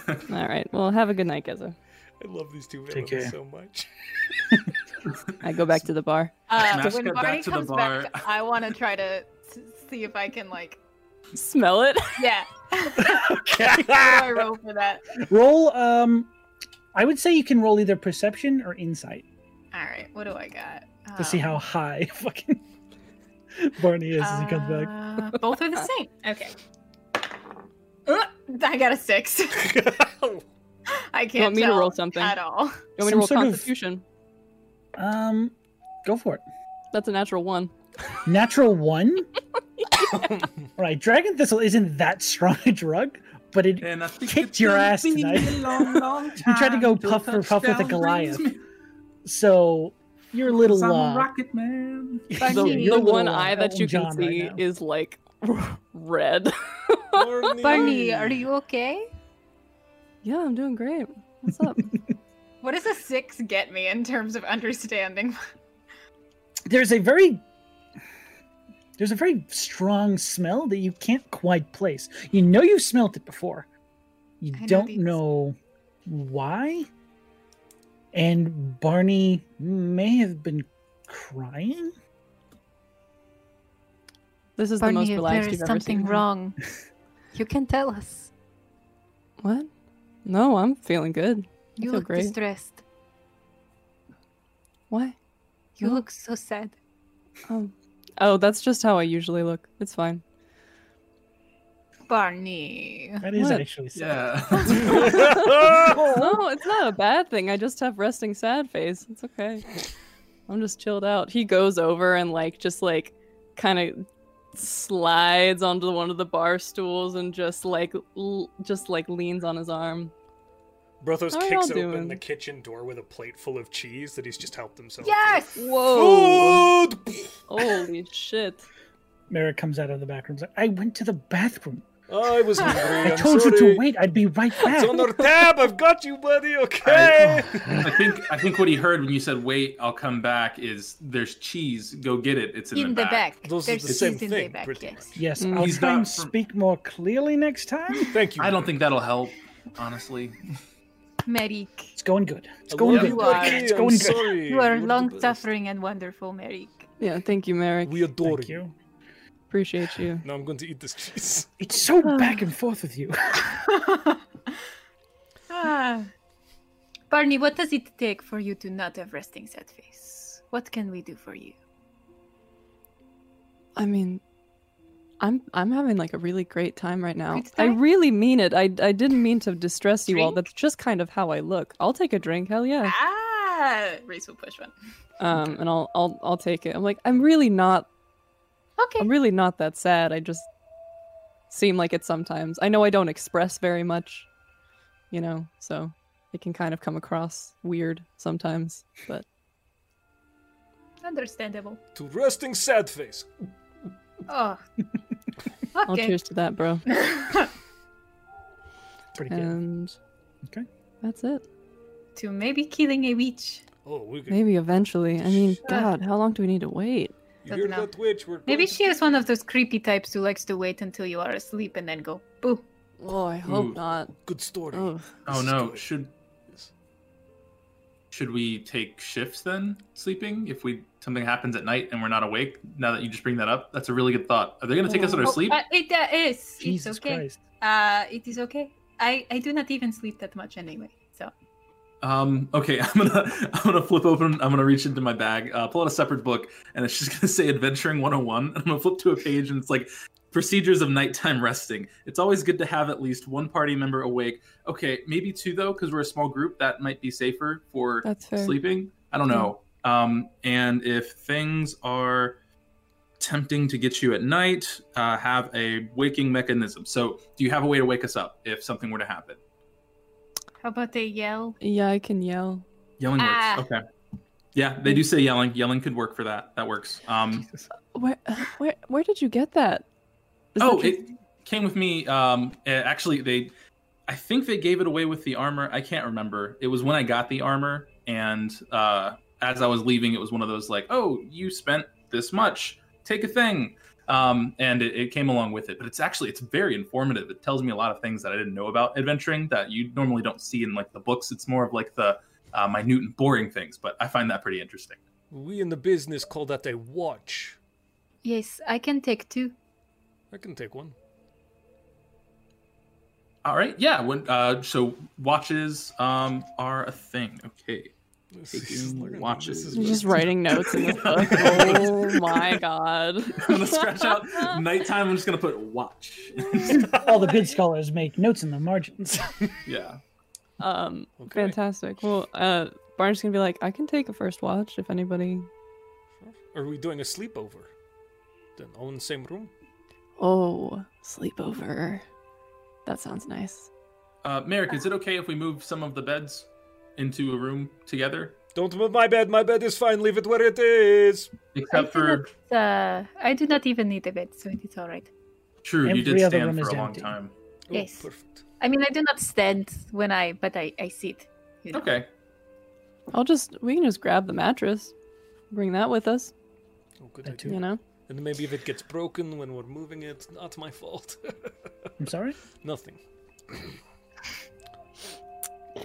All right. Well, have a good night, Geza.
I love these two
Take care.
villains so much.
I go back to the bar.
Uh,
Smash
when
cut back
Barney
to the
comes
bar.
back, I want to try to s- see if I can like.
*laughs*
Smell it.
Yeah. How do I roll for that?
Roll, um, I would say you can roll either perception or insight
All right. What do I got?
to see how high *laughs* fucking Barney is as he comes back.
back. Uh, Both are the same. Okay. Uh, *laughs* I got a six. *laughs* I can't
You want me to
tell
roll something?
at all. *laughs*
You want me to
Some
roll
sort of-
Constitution?
Um, go for it.
That's a natural one.
Natural one? All right, Dragon Thistle isn't that strong a drug, but it
And I think
Kicked
it's
your
gonna
ass
be
tonight.
a long, long
*laughs* You tried to go
time till
puff for puff with a
touchdown
Goliath.
brings me-
so you're a little
'cause I'm a
uh,
*laughs*
rocket man.
Thank
The,
you. You're
the
a little,
one
uh,
eye that
Elton
you can
John right
see
now.
is like *laughs* red.
Barney, are
*laughs*
you okay?
yeah, I'm doing great.
*laughs*
What's up?
What does a six get me in terms of understanding? *laughs*
there's a very there's a very strong smell that you can't quite place. You know you've smelt it before. You
I know
don't
these.
know why. And Barney may have been crying.
This is the most relaxed you've ever seen. me.
wrong, you can tell us.
What? No, I'm feeling good.
You
feel
look
great.
distressed.
Why?
You
No.
look so sad.
Um, Oh. oh, that's just how I usually look. It's fine.
Barney.
That is
What?
actually sad.
Yeah.
Oh.
*laughs* No, it's not a bad thing. I just have resting sad face. It's okay. I'm just chilled out. He goes over and like just like kind of slides onto one of the bar stools and just like l- just like leans on his arm.
Brothos
How are
kicks
y'all
open
doing?
the kitchen door with a plate full of cheese that he's just helped himself. to.
Yes.
Whoa!
Food!
*laughs*
Holy shit!
Merrick comes out of the back room. Like, I went to the bathroom.
I was hungry.
I
I'm
told
sorry.
you to wait. I'd be right back.
*laughs* It's on our tab. I've got you, buddy. Okay.
*laughs* I oh. think I think what he heard when you said "wait, I'll come back" is "there's cheese, go get it. It's in,
In the back.
Those are
There's
the
cheese
same
in the
thing,
back.
pretty
yes.
Yes,
Mm.
I'll
He's
try
not
and
from-
speak more clearly next time.
Thank you.
I don't
buddy.
think that'll help, honestly.
Merrick,
It's going good. It's
I
going
love
good.
you,
You are-
buddy.
It's
I'm
going good.
sorry.
you are
You're the
long
best.
suffering and wonderful, Merrick.
Yeah, thank you, Merrick.
We adore
Thank you.
Appreciate you.
Now I'm going to eat this cheese.
It's so
*sighs*
back and forth with you.
Ah. Barney, what does it take for you to not have resting sad face? What can we do for you?
I mean, I'm I'm having like a really great time right now.
Good
I
time?
really mean it. I I didn't mean to distress you all.
Drink?
That's just kind of how I look. I'll take a drink. Hell yeah.
Ah, Reese will push one. Ah.
um, and I'll I'll I'll take it. I'm like, I'm really not.
Okay.
I'm really not that sad. I just seem like it sometimes. I know I don't express very much, you know, so it can kind of come across weird sometimes. But
*laughs* Understandable.
To resting sad face.
Oh.
I'll
Okay.
cheers to that, bro.
Pretty good.
And
Okay.
that's it.
*laughs* to maybe killing a witch.
Oh, we can.
Maybe eventually. I mean,
Ah.
God, how long do we need to wait?
You hear
Doesn't know.
that witch? We're
Maybe
going to
she is one of those creepy types who likes to wait until you are asleep and then go boo.
Oh, I hope
Ooh.
not.
Good story.
Oh,
Oh
This is
no,
good.
should should we take shifts then sleeping if we something happens at night and we're not awake? Now that you just bring that up, that's a really good thought. Are they going to take us in our
Oh,
sleep?
uh, it uh, is.
Jesus
it's okay.
Christ.
Uh, it is okay. I I do not even sleep that much anyway. So
Um, okay, *laughs* I'm gonna I'm gonna flip open. I'm gonna reach into my bag, uh, pull out a separate book, and it's just *laughs* gonna say Adventuring 101. And I'm gonna flip to a page, and it's like procedures of nighttime resting. It's always good to have at least one party member awake. Okay, maybe two though, because we're a small group. That might be safer for
that's fair.
sleeping. I don't
Yeah.
know. Um, and if things are tempting to get you at night, uh, have a waking mechanism. So, do you have a way to wake us up if something were to happen?
how about a yell?
Yeah, I can yell.
Yelling works.
Ah.
Okay. Yeah, they do say yelling. Yelling could work for that. That works. Um,
Jesus.
Where, *sighs* where, where did you get that? Is that
oh,
just-
it came with me. Um, eh, actually, they, I think they gave it away with the armor. I can't remember. It was when I got the armor, and uh, as I was leaving, it was one of those like, "Oh, you spent this much. Take a thing." Um, and it, it came along with it. But it's actually it's very informative. It tells me a lot of things that I didn't know about adventuring that you normally don't see in like the books. It's more of like the uh, minute and boring things, but I find that pretty interesting.
We in the business call that a watch.
Yes, I can take two.
I can take one.
All right, yeah. When, uh, so watches um, are a thing. Okay.
This
Taking
is learning.
watches.
*laughs*
This
You're
is
*laughs*
just
right.
writing notes in this book. oh my god.
I'm gonna scratch out nighttime. I'm just gonna put
*laughs*
watch. *laughs*
All the good scholars make notes in the margins. *laughs*
yeah.
*laughs* Um,
Okay.
fantastic. Well, uh, Barney's gonna be like, I can take a first watch if anybody.
Are we doing a sleepover? Then all in the same room?
Oh, sleepover. That sounds nice.
Uh, Merrick, is it okay if we move some of the beds into a room together?
Don't move my bed. My bed is fine. Leave it where it is.
Except for
Uh, I do not even need a bed, so it is all right.
true, you did
Every other
stand
room
for
is
a long
empty.
time.
Oh,
Yes.
Perfect.
I mean, I do not stand when I, but I I sit. you know.
Okay.
I'll just we can just grab the mattress, bring that with us.
Oh, good
That
idea.
You know.
And maybe if it gets broken when we're moving it, not my fault. *laughs*
I'm sorry?
Nothing.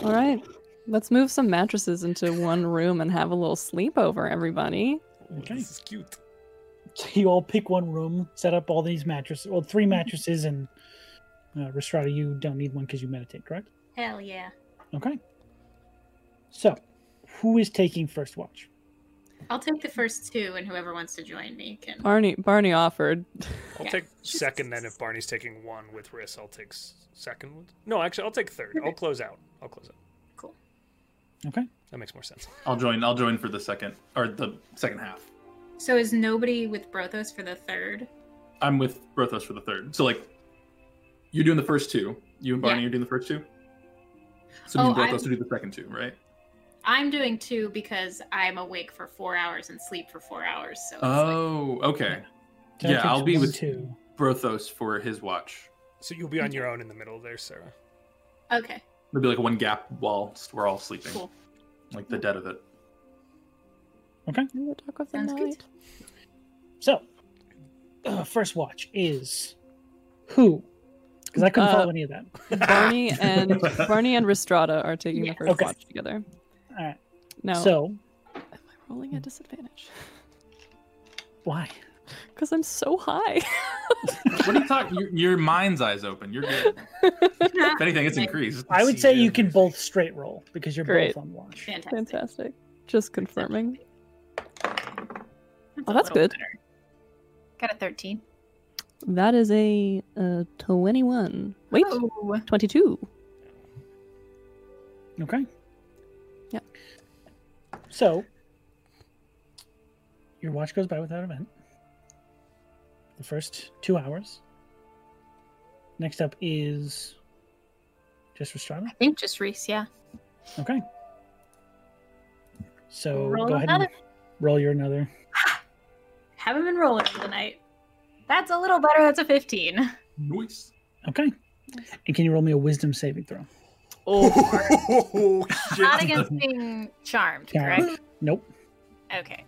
All right, let's move some mattresses into one room and have a little sleepover, everybody.
Oh,
Okay.
This is cute.
You all pick one room, set up all these mattresses, well, three mattresses, and uh, Restrada, you don't need one because you meditate, correct?
Hell yeah.
Okay. So, who is taking first watch?
I'll take the first two, and whoever wants to join me can.
Barney Barney offered.
I'll
Yeah.
take second then if Barney's taking one with Riss, I'll take s- second with No, actually I'll take third. I'll close out. I'll close out.
Cool.
Okay.
That makes more sense.
I'll join. I'll join for the second or the second half.
So is nobody with Brothos for the third?
I'm with Brothos for the third. So like, you're doing the first two. You and Barney
Yeah.
are doing the first two. So
Oh,
me and Brothos
I'm-
will do the second two, right?
I'm doing two because I'm awake for four hours and sleep for four hours. So it's like,
Oh, okay.
Derek
Yeah, I'll
takes
be
one,
with-
two.
Brothos for his watch.
So you'll be on your own in the middle there, Sarah.
okay,
There'll be like one gap whilst we're all sleeping,
cool.
like the dead of it.
In the dark of the
Sounds
night.
good.
So, uh, first watch is who? Because I couldn't
Uh,
follow any of that.
Barney and Barney and Ristrada are taking
Yeah.
the first
Okay.
watch together.
All right.
Now,
So
am I rolling at disadvantage?
why?
Because I'm so high.
what are you talking? Your, your mind's eyes open. You're good. If anything, it's increased.
I would
see
say you
you.
can both straight roll because you're
Great.
both on watch.
Fantastic.
Fantastic. Just confirming.
a
Oh, that's
little
good.
better. Got a 13.
That is a uh, 21. Wait,
Oh,
22.
Okay.
Yep.
So your watch goes by without event. The first two hours. Next up is just Restrada.
I think just Reese, yeah.
Okay. So
Roll
go ahead and
another.
roll your another.
Haven't been rolling for the night. That's a little better. That's a *laughs* 15.
Noise.
Okay. And can you roll me a wisdom saving throw?
Oh,
*laughs*
Not against being charmed,
Charmed.
correct?
Nope.
Okay.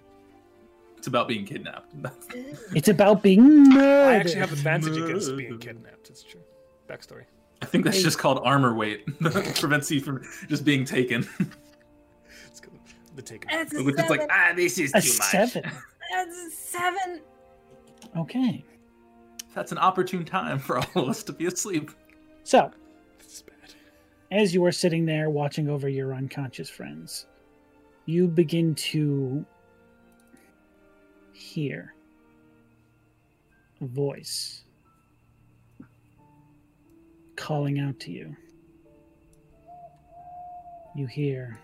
It's about being kidnapped.
It's about being
I
murdered.
actually have advantage against being kidnapped. It's true. Backstory.
I think that's just called armor weight. *laughs* prevents you from just being taken. *laughs*
It's good. The take.
That's a
Which is like,
seven.
ah, this is
a
too much.
seven.
That's a seven.
Okay.
That's an opportune time for all of us to be asleep.
So,
This is bad.
as you are sitting there watching over your unconscious friends, you begin to hear a voice calling out to you. You hear,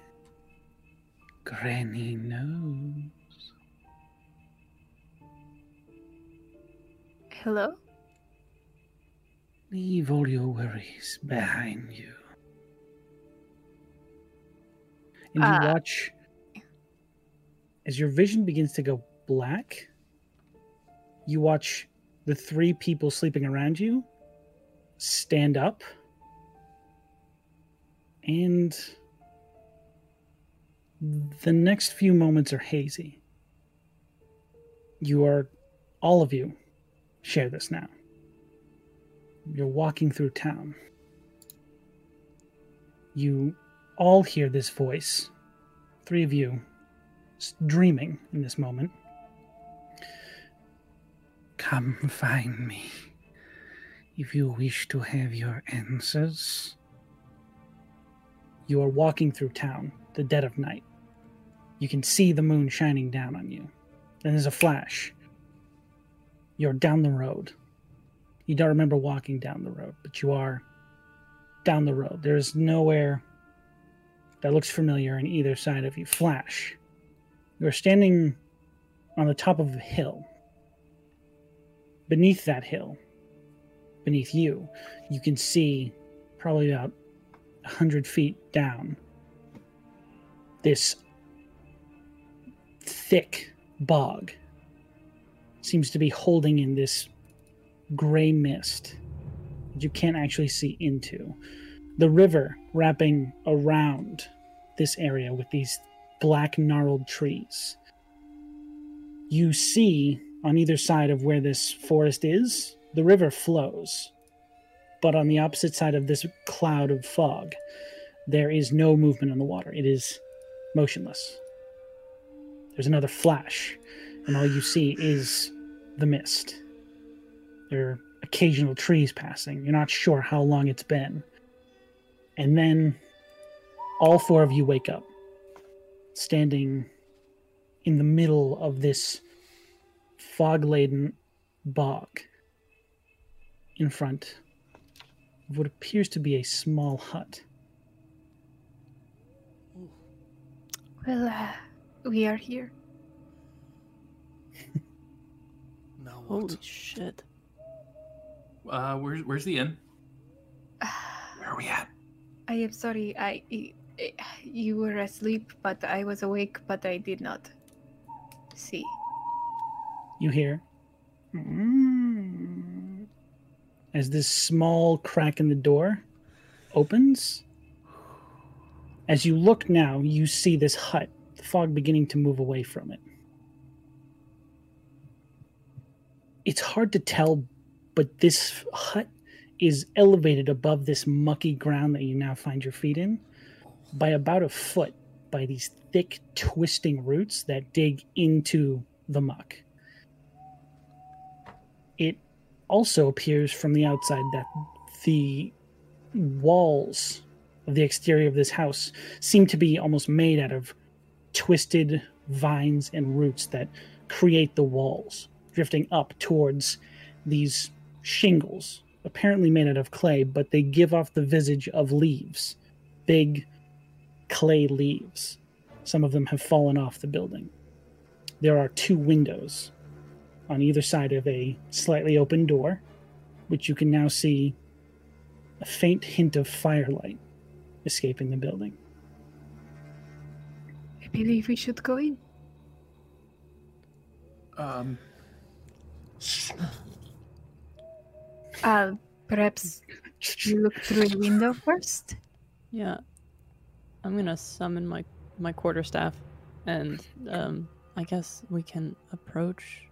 Granny knows.
Hello?
Leave all your worries behind you. And you
Ah.
watch as your vision begins to go black. You watch the three people sleeping around you stand up and the next few moments are hazy. You are all of you share this now you're walking through town. You all hear this voice, three of you, s- dreaming in this moment. Come find me. If you wish to have your answers. You are walking through town, the dead of night. You can see the moon shining down on you. Then there's a flash. You're down the road. You don't remember walking down the road, but you are down the road. There is nowhere that looks familiar on either side of you. Flash. You're standing on the top of a hill. Beneath that hill, beneath you, you can see probably about 100 feet down this thick bog seems to be holding in this gray mist that you can't actually see into. The river wrapping around this area with these black gnarled trees. You see on either side of where this forest is, the river flows. But on the opposite side of this cloud of fog, there is no movement on the water. It is motionless. There's another flash, and all you see is the mist. There are occasional trees passing. You're not sure how long it's been. And then all four of you wake up, standing in the middle of this fog laden bog in front of what appears to be a small hut.
Well, uh, we are here.
Now what?
Holy shit.
Uh, where's where's the inn? Where are we at?
Uh, I am sorry. I, I- you were asleep, but I was awake, but I did not see.
You hear "Mm," as this small crack in the door opens. As you look now, you see this hut, the fog beginning to move away from it. It's hard to tell, but this hut is elevated above this mucky ground that you now find your feet in by about a foot by these thick, twisting roots that dig into the muck. It also appears from the outside that the walls of the exterior of this house seem to be almost made out of twisted vines and roots that create the walls, drifting up towards these shingles, apparently made out of clay, but they give off the visage of leaves, big clay leaves. Some of them have fallen off the building. There are two windows on either side of a slightly open door, which you can now see a faint hint of firelight escaping the building.
I believe we should go in.
Um,
Uh, perhaps you look through a window first.
Yeah. I'm gonna summon my my quarterstaff, and um, I guess we can approach.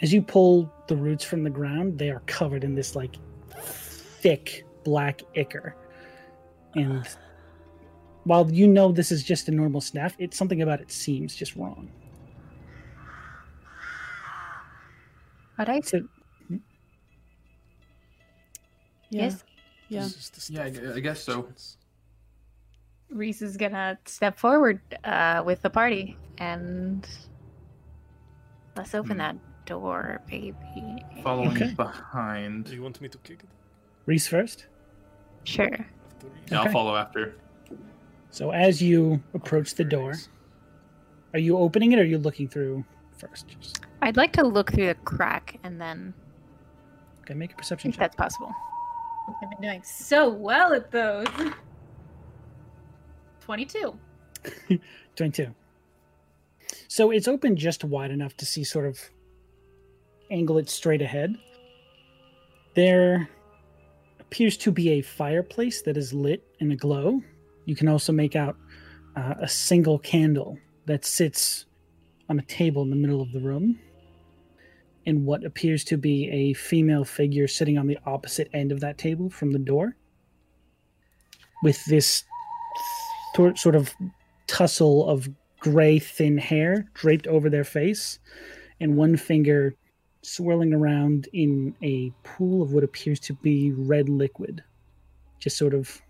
As you pull the roots from the ground, they are covered in this like thick black ichor. And while you know this is just a normal staff, it's something about it seems just wrong.
All right.
So
Yeah,
Yes.
Yeah.
This is the
Yeah, I
stuff
gu-
of
I guess so.
legends.
Reese is gonna step forward uh, with the party and let's open
Hmm.
that door, baby.
following
Okay.
Do
behind.
you want me to kick it?
Reese first.
Sure.
After you-
Yeah,
Okay.
I'll follow after.
So as you approach the door, are you opening it or are you looking through first? Just,
I'd like to look through the crack and then
okay, make a perception
if
check.
that's possible.
I've been doing so well at those. 22.
22. So it's open just wide enough to see sort of angle it straight ahead. There appears to be a fireplace that is lit and aglow. You can also make out uh, a single candle that sits on a table in the middle of the room. And what appears to be a female figure sitting on the opposite end of that table from the door with this tor- sort of tussle of gray thin hair draped over their face and one finger swirling around in a pool of what appears to be red liquid just sort of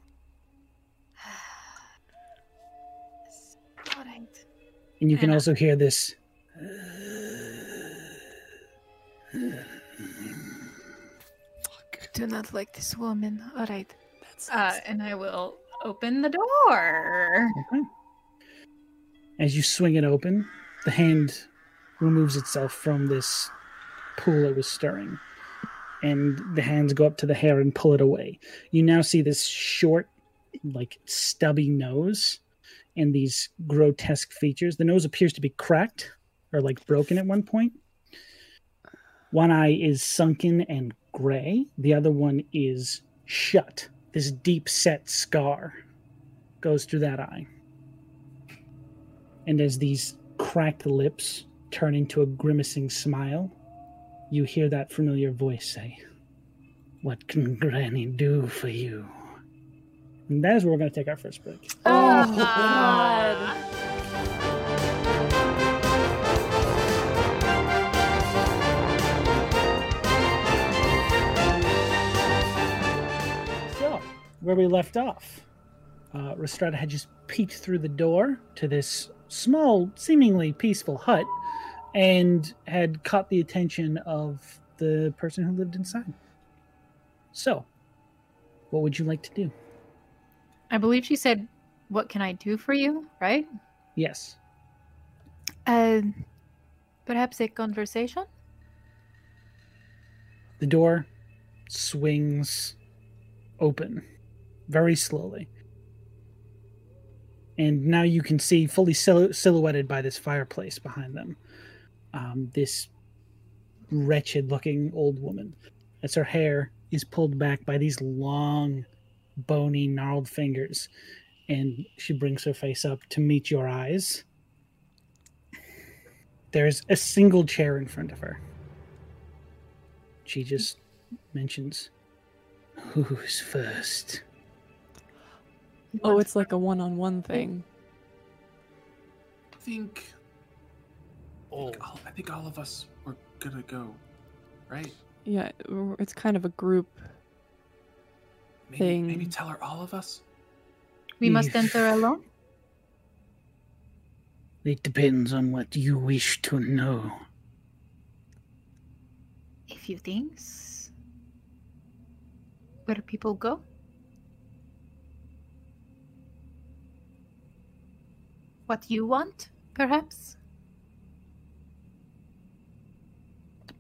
All right.
and you can
Yeah.
also hear this
Do not like this woman. All right.
That's
Uh, and I will open the door.
Okay. As you swing it open, the hand removes itself from this pool it was stirring, and the hands go up to the hair and pull it away. You now see this short, like stubby nose and these grotesque features. The nose appears to be cracked or like broken at one point. One eye is sunken and gray, the other one is shut. This deep set scar goes through that eye. And as these cracked lips turn into a grimacing smile, you hear that familiar voice say, What can Granny do for you? And that is where we're going to take our first break.
Oh,
So, where we left off, uh, Restrada had just peeked through the door to this small, seemingly peaceful hut and had caught the attention of the person who lived inside. So, what would you like to do?
I believe she said, "What can I do for you?" Right?
Yes.
Uh, perhaps a conversation.
The door swings open very slowly. And now you can see, fully sil- silhouetted by this fireplace behind them, um, this wretched looking old woman. As her hair is pulled back by these long, bony, gnarled fingers. And she brings her face up to meet your eyes. There's a single chair in front of her. She just mentions, Who's first?
Oh, it's like a one-on-one thing.
I think.
Oh,
all- I think all of us were gonna go, right?
Yeah, it's kind of a group.
Maybe,
Thing.
maybe tell her all of us.
We must
If-
enter alone.
It depends on what you wish to know.
A few things. Where people go. What you want, perhaps.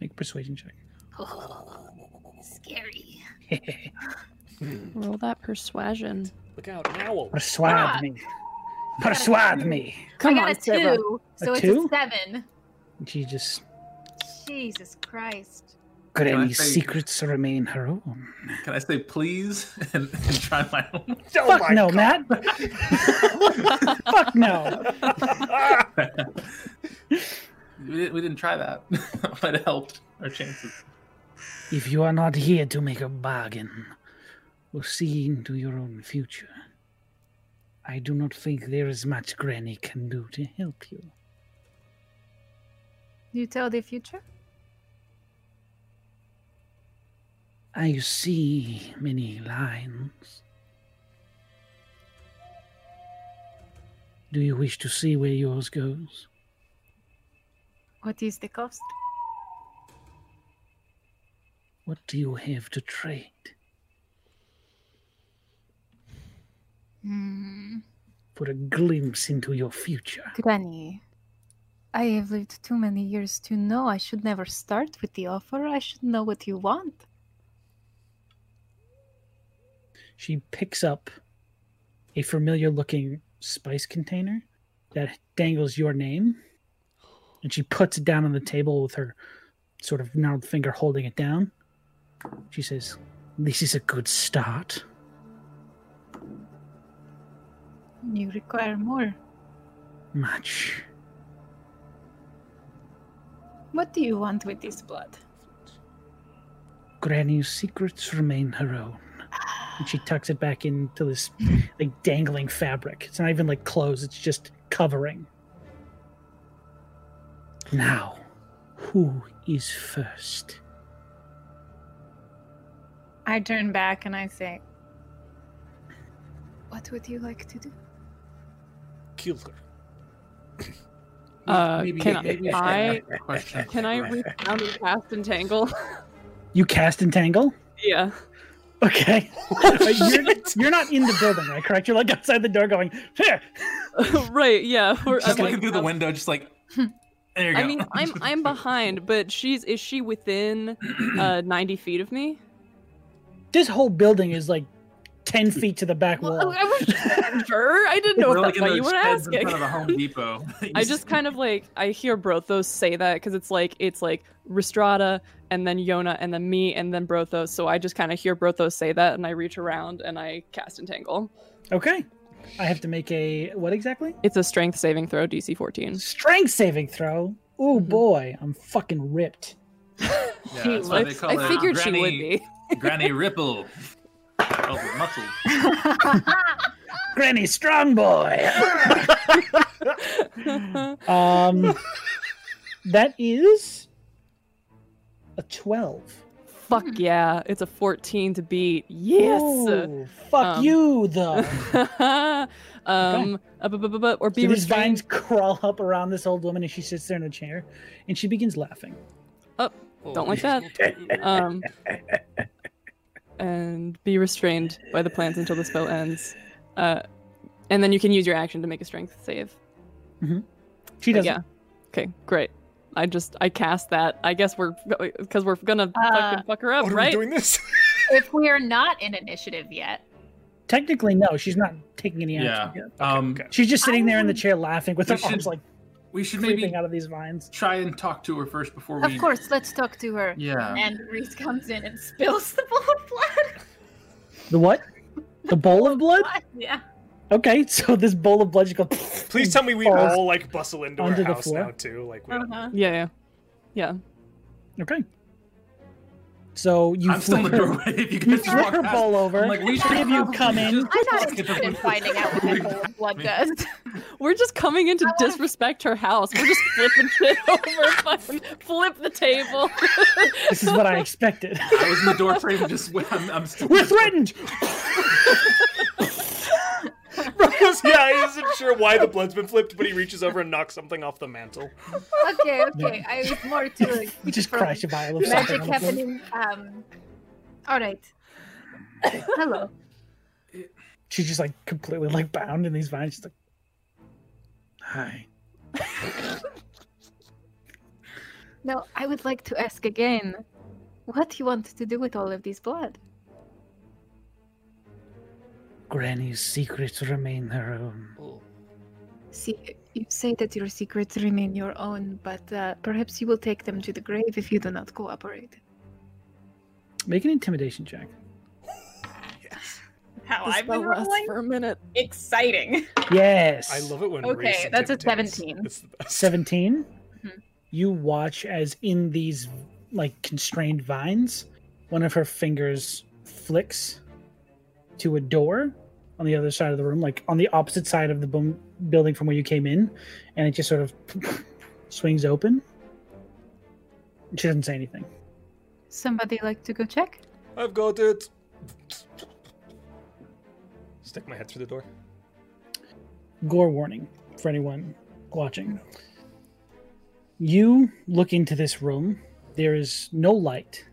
Make a persuasion check.
scary.
Roll that persuasion.
look out now!
*laughs* Persuade
Ah!
me. Persuade me.
Come
I got
on,
a
Sarah.
two,
A
so it's
two?
a seven.
She just.
Jesus Christ.
Granny's
say-
secrets remain her own.
Can I say please *laughs* and, and try my
*laughs*
own?
Oh
Fuck
my
no,
God. *laughs*
Matt. Fuck no. *laughs*
Ah!
we, didn't, we didn't try that, *laughs* but it helped our chances.
If you are not here to make a bargain or see into your own future, I do not think there is much Granny can do to help you.
You tell the future?
I see many lines. Do you wish to see where yours goes?
What is the cost?
What do you have to trade
Hmm.
for a glimpse into your future?
Granny, I have lived too many years to know I should never start with the offer. I should know what you want.
she picks up a familiar looking spice container that dangles your name and she puts it down on the table with her sort of gnarled finger holding it down. She says, This is a good start.
You require more.
Much.
What do you want with this blood?
Granny's secrets remain her own. And she tucks it back into this like dangling fabric. It's not even like clothes, it's just covering. Now, who is first?
I turn back and I say,
What would you like to do?
Kill her.
Uh,
maybe,
can I-
maybe it's
I-
not a question.
Can
*laughs*
I reach down and cast *laughs* entangle?
You cast entangle?
yeah. *laughs*
Okay. But you're, you're not in the building, right? Correct? You're like outside the door going, here.
right. Yeah. *laughs* We're,
Just
I'm
looking through
like,
the
um,
window,
*laughs*
just like. There you go.
I mean,
*laughs*
I'm I'm behind, but she's is she within uh, 90 feet of me?
This whole building is like 10 feet to the back wall.
I was sure. I didn't know
*laughs* We're
if
like
that's
in
what
those
you were
sheds in
asking.
front of
*laughs*
a Home Depot. *laughs*
I just kind of like I hear Brothos say that because it's like it's like Ristrada and then Yona and then me and then Brothos. So I just kind of hear Brothos say that and I reach around and I cast entangle.
Okay. I have to make a, what exactly?
It's a strength saving throw, DC 14.
Strength saving throw. Oh
Mhm.
boy, I'm fucking ripped.
Yeah, that's why they
I-
call
I
it uh,
figured she would
Granny-
be. *laughs*
Granny Ripple. Oh, muscle.
Granny Strong Boy. um, that is a 12.
Fuck yeah. It's a 14 to beat. Yes.
Ooh, fuck
*laughs* Um,
you, though.
um, uh, bu- bu- bu- bu- or be
so these
restrained.
vines crawl up around this old woman, and she sits there in a chair, and she begins laughing.
Don't like that. *laughs* Um, and be restrained by the plants until the spell ends. Uh, and then you can use your action to make a strength save.
She doesn't.
Oh, yeah. Okay, great. I just I cast that. I guess we're because we're gonna
Uh,
fucking fuck her up,
What are we
right?
doing this? *laughs*
If we are not in initiative yet,
Technically, no. She's not taking any action. yet.
um,
She's just sitting there in the
I-
chair laughing with her
We should
arms like
We should
creeping
maybe
out of these vines.
try and talk to her first before we.
Of course, let's talk to her.
*laughs*
Yeah.
and Reese comes in and spills the bowl of blood.
The what? The bowl of blood?
*laughs* yeah.
Okay, so this bowl of blood just goes.
Please tell me we
Falls
all like bustle into our
onto the
house
floor.
now too.
*laughs*
Like we *laughs*
Uh-huh.
Yeah,
*laughs* Okay. So you
I'm still in the
flip her-
doorway. If
You
you guys just
flip
walk
her
past-
bowl over.
I'm like, we should
Three of you
probably
come in.
just
I'm not
walk into the-
interested in finding out what
*laughs*
that bowl of blood does.
yeah. We're just coming in to
wanna-
disrespect her house. We're just
*laughs*
flipping shit over, fucking flip the
Oh,
table.
This is what I
*laughs*
expected.
I was in the door frame. Just I'm, I'm still.
We're threatened.
yeah, he isn't sure why the blood's been flipped, but he reaches over and knocks something off the mantle.
Okay, okay. I was more *laughs* to
You just
from
crash a vial of something on
magic
the floor.
happening. Um, all right. Hello.
She's just like completely like bound in these vines. She's like, hi.
Now, I would like to ask again, what you want to do with all of this blood?
Granny's secrets remain her own.
See, you say that your secrets remain your own, but uh, perhaps you will take them to the grave if you do not cooperate.
Make an intimidation check.
How
This
I've
spell
been
lasts
rolling.
for a minute.
Exciting. *laughs*
Yes.
I love it when.
Okay,
Reese
that's a
intimidates.
17.
It's the best.
17
Mhm.
you watch as in these like constrained vines one of her fingers flicks to a door on the other side of the room like on the opposite side of the boom building from where you came in and it just sort of *laughs* swings open she doesn't say anything
Somebody like to go check?
I've got it. Stick my head through the door.
gore warning for anyone watching. You look into this room. There is no light,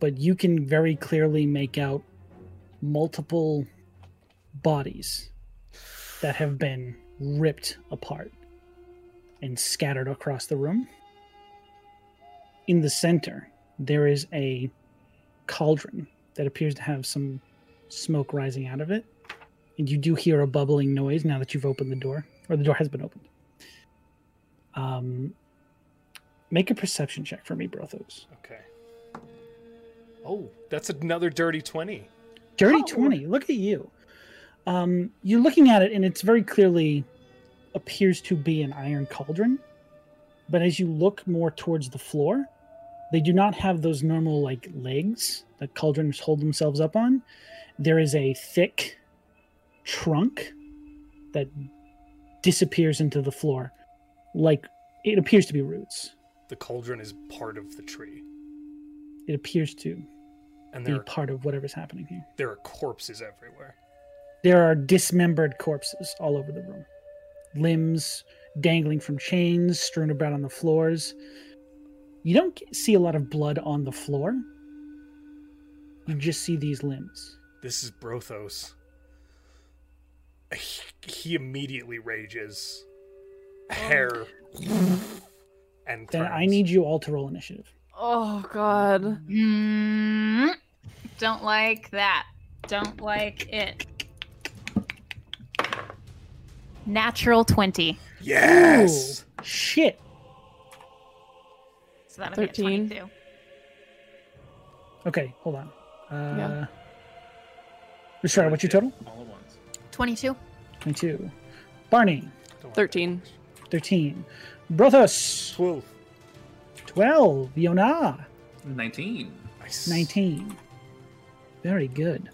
but you can very clearly make out multiple bodies that have been ripped apart and scattered across the room. In the center, there is a cauldron that appears to have some smoke rising out of it and you do hear a bubbling noise now that you've opened the door, or the door has been opened. Um, make a perception check for me, Brothos.
Okay. Oh, that's another dirty twenty.
Dirty
Oh.
twenty. Look at you. Um, you're looking at it, and it's very clearly appears to be an iron cauldron. But as you look more towards the floor, they do not have those normal like legs that cauldrons hold themselves up on. There is a thick trunk that disappears into the floor, like it appears to be roots.
The cauldron is part of the tree,
It appears to
and
be
there are,
part of whatever's happening here.
there are corpses everywhere.
There are dismembered corpses all over the room. Limbs dangling from chains, strewn about on the floors. You don't get- see a lot of blood on the floor. You just see these limbs.
This is Brothos. He, he immediately rages, hair, and
Then I
frowns.
need you all to roll initiative.
Oh god.
Mm, don't like that. Don't like it. Natural 20.
yes.
Ooh, shit.
So that'll 13.
13.
be a 22.
Okay, hold on. Uh,
Yeah.
Sorry, what's your total?
All at once.
22?
22. Barney,
Don't want
Thirteen.
13. Brothos,
Twelve.
12. Yonah,
Nineteen.
Nice.
19. Very good.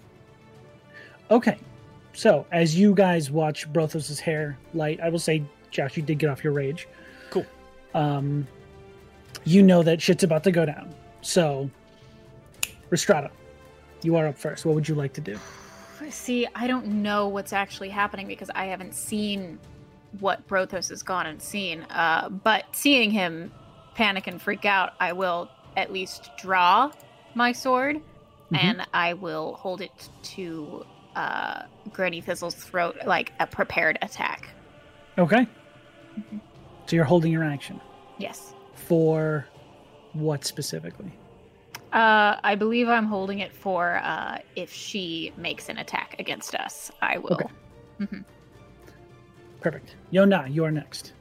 Okay. So, as you guys watch Brothos' hair light, I will say, Josh, you did get off your rage.
Cool.
Um, you know that shit's about to go down. So, Restrada, you are up first. What would you like to do?
See, I don't know what's actually happening because I haven't seen what Brothos has gone and seen. Uh, but seeing him panic and freak out, I will at least draw my sword
Mhm.
and I will hold it to uh, Granny Thistle's throat like a prepared attack.
Okay. So you're holding your action
Yes.
for what specifically?
Uh, I believe I'm holding it for uh, if she makes an attack against us, I will.
Okay. Perfect. Yona, you are next.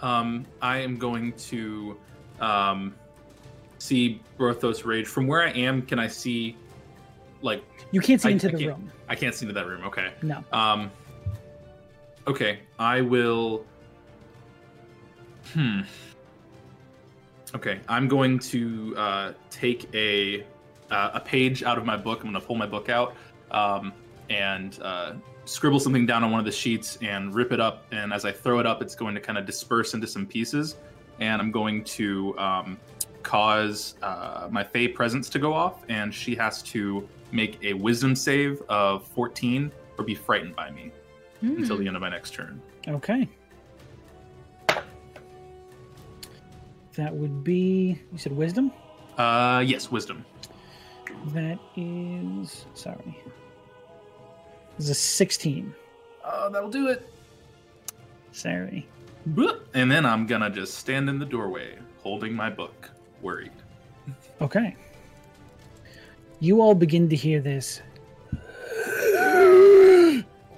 Um, I am going to um, see Brothos rage. From where I am, can I see? Like,
You can't see
I-
into
I
the
can't-
room.
I can't see into that room. Okay.
No.
Um. Okay, I will. Hmm. Okay, I'm going to uh, take a uh, a page out of my book. I'm going to pull my book out um, and uh, scribble something down on one of the sheets and rip it up. And as I throw it up, it's going to kind of disperse into some pieces. And I'm going to um, cause uh, my Fey presence to go off, and she has to make a Wisdom save of 14 or be frightened by me until
Hmm.
the end of my next turn.
Okay. That would be, you said wisdom?
Uh, yes, wisdom.
That is, sorry. This is a 16.
Uh, that'll do it.
Sorry.
Bloop. And then I'm gonna just stand in the doorway holding my book, worried.
Okay. You all begin to hear this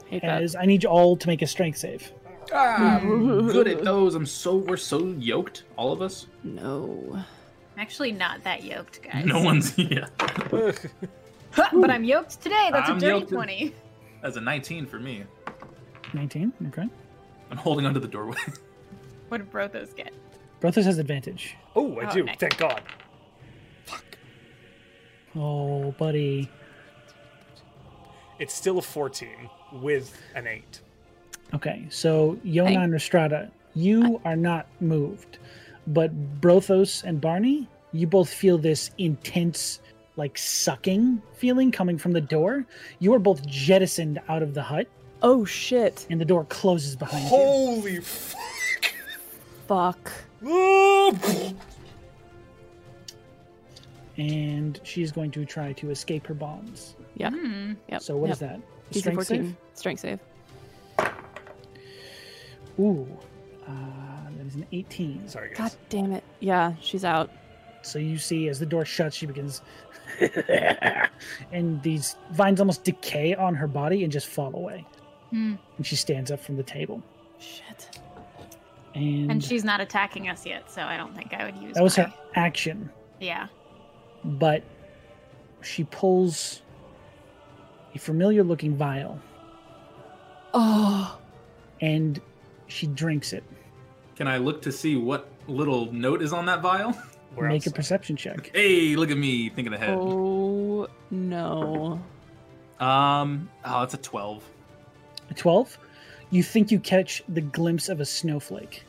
Hate that.
as I need you all to make a strength save.
Ah, good at those. I'm so we're so yoked, all of us.
No.
I'm actually not that yoked, guys.
No one's *laughs* yeah.
Ugh.
*laughs* but I'm yoked today. That's
I'm
a dirty
yoked.
20.
That's a 19 for me.
19. Okay.
I'm holding onto the doorway. *laughs*
What did Brothos get?
Brothos has advantage.
Oh, I
Oh,
do.
nice.
Thank God.
Oh, buddy.
It's still a 14 with an 8.
Okay, so Yona
I-
and Estrada, you are not moved, but Brothos and Barney, you both feel this intense, like sucking feeling coming from the door. You are both jettisoned out of the hut,
Oh shit.
and the door closes behind you.
Holy fuck! *laughs*
Fuck.
Oh,
And she's going to try to escape her bombs.
Yeah.
Hmm.
Yep.
So what
yep.
is that? A
DC
Strength
14.
save.
Strength save.
Ooh, uh, that is an 18.
Sorry,
God
guys.
damn it. Yeah, she's out.
So you see, as the door shuts, she begins, *laughs* and these vines almost decay on her body and just fall away.
Hmm.
And she stands up from the table,
Shit.
and,
And she's not attacking us yet, so I don't think I would use
Mm. that was
my-
her action.
Yeah.
But she pulls a familiar-looking vial,
Oh.
and she drinks it.
Can I look to see what little note is on that vial? *laughs*
We're
Make a
outside.
perception check.
Hey, look at me thinking ahead.
Oh no.
Um, oh, that's a 12.
A Twelve. You think you catch the glimpse of a snowflake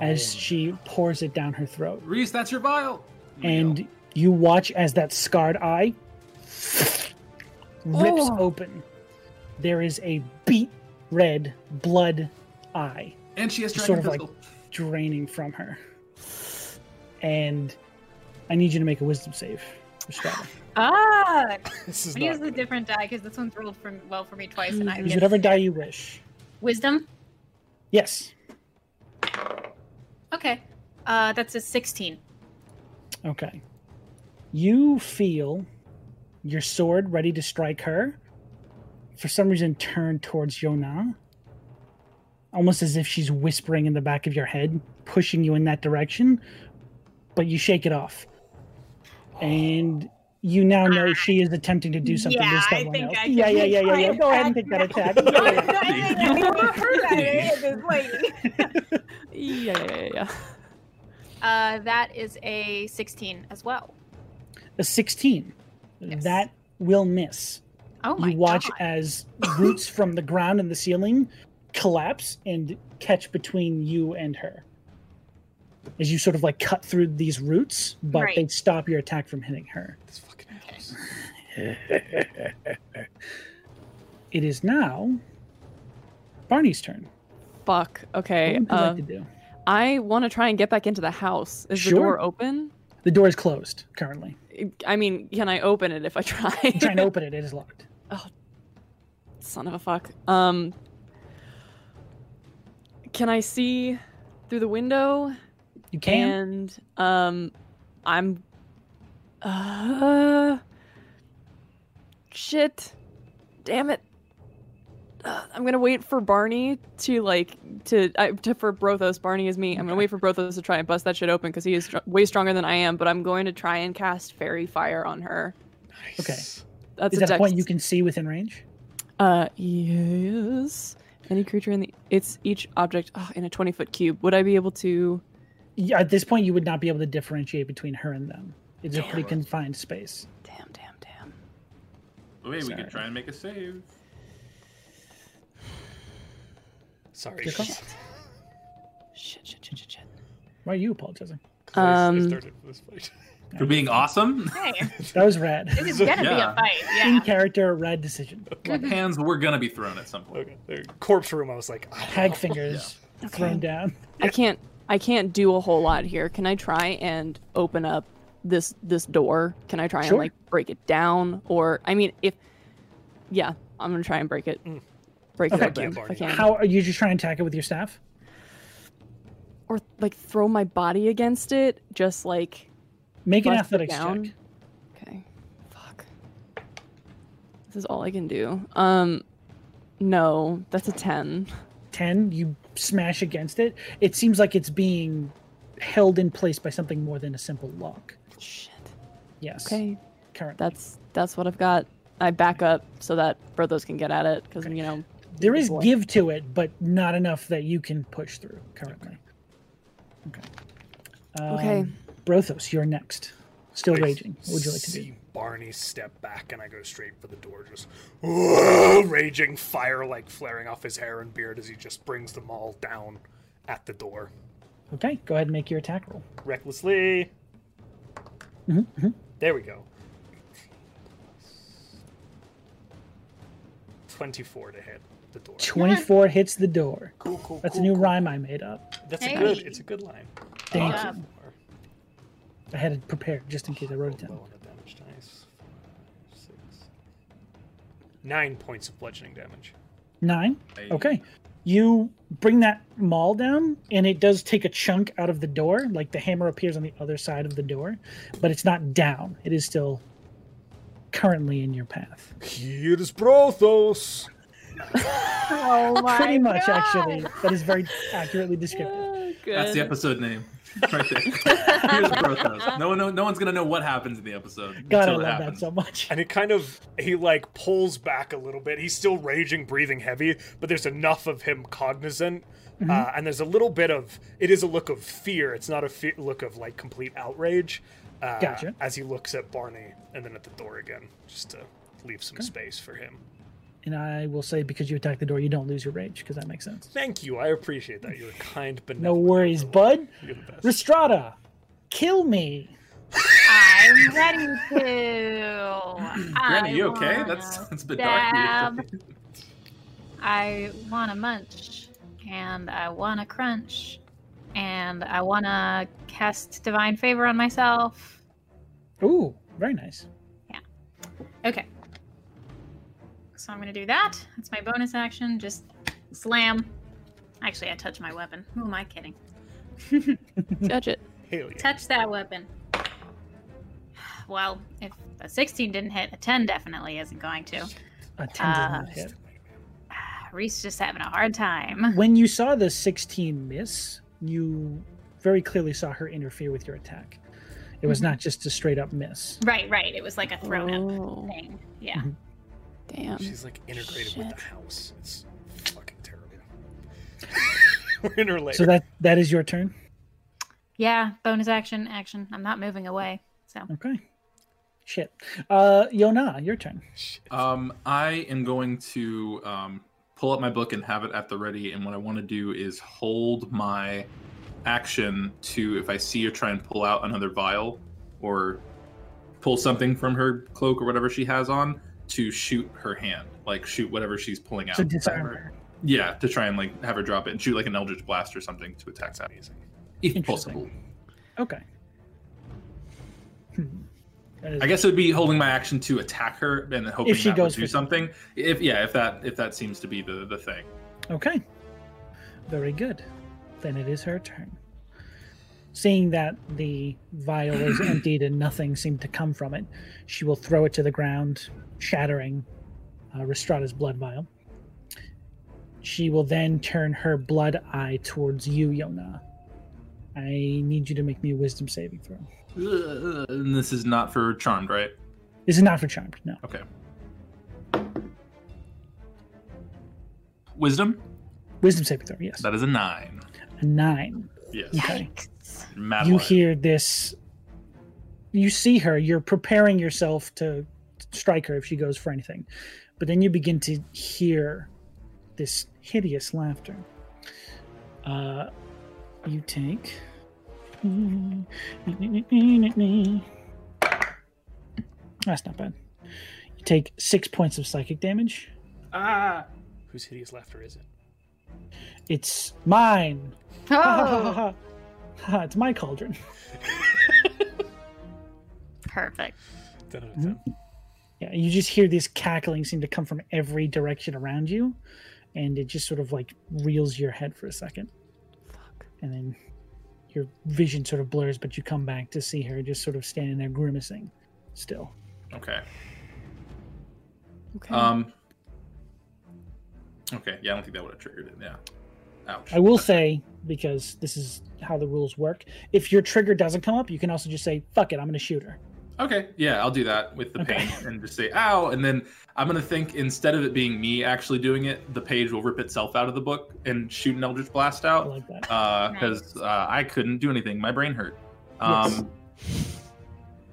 as
Oh.
she pours it down her throat.
Reese, that's your vial.
and you watch as that scarred eye rips
Oh.
open. There is a beat red blood eye
and she has
just
dragon
sort of
pistol.
draining from her. And I need you to make a wisdom save. Restrada.
Ah!
This is
I use
not
the different die because this one's rolled from well for me twice, and I
Use
get
whatever die you wish.
wisdom.
Yes.
Okay. Uh, that's a 16.
Okay. You feel your sword ready to strike her. For some reason, turn towards Yona, almost as if she's whispering in the back of your head, pushing you in that direction. But you shake it off, and you now know she is attempting to do something
Ah. Yeah,
to
I
someone
think
else.
I
yeah,
can
yeah, yeah, yeah, yeah.
try
Go ahead and take
and
that attack.
No,
Yeah, yeah.
*laughs*
Yeah, yeah, yeah, yeah.
Uh, that is a 16 as well.
*laughs* A sixteen.
Yes.
That will miss.
Oh my
you watch
god.
as roots from the ground and the ceiling collapse and catch between you and her as you sort of like cut through these roots but they
Right.
stop your attack from hitting her
this fucking
Okay.
house. *laughs*
it is now Barney's turn.
Fuck. Okay.
What would you
uh,
like to do?
I want to try and get back into the house. Is the
Sure.
door open?
The door is closed currently.
I mean, can I open it if
*laughs*
I try?
I'm trying to open it. It is locked.
Son of a fuck. Um. Can I see through the window?
You
*laughs*
can.
And um, I'm. Uh, shit, damn it. Ugh, I'm gonna wait for Barney to like to, I, to for Brothos. Barney is me. I'm gonna wait for Brothos to try and bust that shit open because he is str- way stronger than I am. But I'm going to try and cast Fairy Fire on her.
Okay.
That's
Is
a
that a
dex-
point you can see within range?
Uh, yes. Any creature in the it's each object oh, in a 20 foot cube. Would I be able to?
Yeah, at this point, you would not be able to differentiate between her and them. It's a pretty
Damn.
confined space.
Damn, damn, damn.
Wait, we
Sorry.
could try and make a save.
Sorry.
Your call.
guys.
Shit, shit, shit, shit, shit.
Why are you apologizing?
'Cause I- I
Um,
started this fight. *laughs*
For
*laughs*
being awesome?
Hey,
That was rad.
this is gonna be
Yeah.
a
*laughs*
fight.
In
Yeah.
character, rad decision.
Hands were gonna be thrown at some point.
Okay. there- Corpse room. I was like, ah,
Hag fingers thrown down.
I can't I can't do a whole lot here. Can I try and open up this this door? Can I try
Sure.
and like break it down or I mean if yeah, I'm going to try and break it.
Mm.
Break
Okay.
it open
Barney.
if I can.
How are you just trying to attack it with your staff?
or like throw my body against it just like
Make an
Bust it
athletics
down.
check.
okay. Fuck. This is all I can do. Um no, that's a 10.
10 you smash against it it seems like it's being held in place by something more than a simple lock
Shit.
yes
Okay.
current
That's that's what I've got. I back up so that Brothos can get at it because you know
there is
boy.
give to it but not enough that you can push through currently okay um,
Okay.
brothos you're next still
I
raging what would you like to do
see Barney step back, and I go straight for the door, just "Whoa," raging fire like flaring off his hair and beard as he just brings them all down at the door
okay go ahead and make your attack roll
recklessly.
Mhm,
There we go. Twenty-four to hit the door.
24 hits the door
Cool, cool.
that's a
cool,
new
cool.
rhyme i made up
That's
Hey.
a good. It's a good line.
Thank
Uh,
you.
four.
i had it prepared just in case i wrote it
Low
down
on the damage dice. Five, six. Nine points of bludgeoning damage.
nine
I-
Okay. You bring that maul down, and it does take a chunk out of the door. Like the hammer appears on the other side of the door, but it's not down. It is still currently in your path.
Here's Brothos.
Oh
*laughs*
my
Pretty much, actually. That is very accurately descriptive.
Ah,
That's the episode name. Right there. *laughs* Here's Brothos. No one, no, no one's gonna know what happens in the episode.
God, I
until
love
it
that
happens.
so much.
And it kind of he like pulls back a little bit. He's still raging, breathing heavy, but there's enough of him cognizant.
Mm-hmm.
Uh, and there's a little bit of it is a look of fear. It's not a fe- look of like complete outrage. Uh,
Gotcha.
As he looks at Barney and then at the door again, just to leave some space for him.
And I will say, because you attack the door, you don't lose your rage, because that makes sense.
Thank you. I appreciate that. You're kind, but
No worries, bud.
You're the best.
Restrada, kill me.
I'm ready to.
Granny,
I
you okay?
wanna-
That's that's a bit dark.
stab. I want to munch, and I want to crunch, and I want to cast divine favor on myself.
Ooh, very nice.
Okay. So I'm gonna do that. That's my bonus action. Just slam. Actually, I touch my weapon. Who am I kidding?
Judge it.
Hell yeah.
Touch that weapon. Well, if a 16 didn't hit, a 10 definitely isn't going to.
A 10 does
Uh,
not hit.
Reese just having a hard time.
when you saw the 16 miss, you very clearly saw her interfere with your attack. It was
Mhm.
not just a straight up miss.
Right, right. It was like a thrown up
Oh,
thing. Yeah.
damn.
She's like integrated with
Shit.
the house. It's fucking terrible. *laughs* We're in her later.
So that that is your turn.
Yeah. Bonus action, action. I'm not moving away. So
Okay. Shit. Uh Yona, your turn.
Um, I am going to um, pull up my book and have it at the ready. And what I want to do is hold my action to if I see or try and pull out another vial or pull something from her cloak or whatever she has on to shoot her hand, like shoot whatever she's pulling out.
So disarm her.
yeah, to try and like have her drop it and shoot like an eldritch blast or something to attack that. If
Interesting.
possible.
Okay. Hmm. That is-
I guess it would be holding my action to attack her and then hoping
If she
that
goes
would do
for-
something. If yeah, if that if that seems to be the the thing.
Okay. Very good. Then it is her turn. Seeing that the vial is emptied and nothing seemed to come from it, she will throw it to the ground, shattering uh, Restrada's blood vial. She will then turn her blood eye towards you, Yona. I need you to make me a wisdom saving throw.
Uh, And this is not for charmed, right?
This is not for charmed, no.
Wisdom.
Wisdom saving throw, yes.
That is a nine.
A nine.
Yes.
Okay.
Yikes.
Mad
you
Lion.
hear this you see her you're preparing yourself to strike her if she goes for anything but then you begin to hear this hideous laughter uh you take that's not bad you take six points of psychic damage
Ah.
Whose hideous laughter is it?
it's mine
Oh,
*laughs* it's my cauldron
perfect.
Dun, dun,
Mhm.
dun.
Yeah, you just hear this cackling seem to come from every direction around you, and it just sort of like reels your head for a second,
Fuck.
and then your vision sort of blurs, but you come back to see her just sort of standing there grimacing still.
Okay.
Okay.
Um. Okay. Yeah, I don't think that would have triggered it. Yeah. Ouch.
I will say, because this is how the rules work, if your trigger doesn't come up, you can also just say, fuck it, I'm gonna shoot her.
Okay, yeah, I'll do that with the
Okay.
pain and just say ow, and then I'm gonna think instead of it being me actually doing it, the page will rip itself out of the book and shoot an eldritch blast
I
out
like that.
because uh, I couldn't do anything. My brain hurt. Um,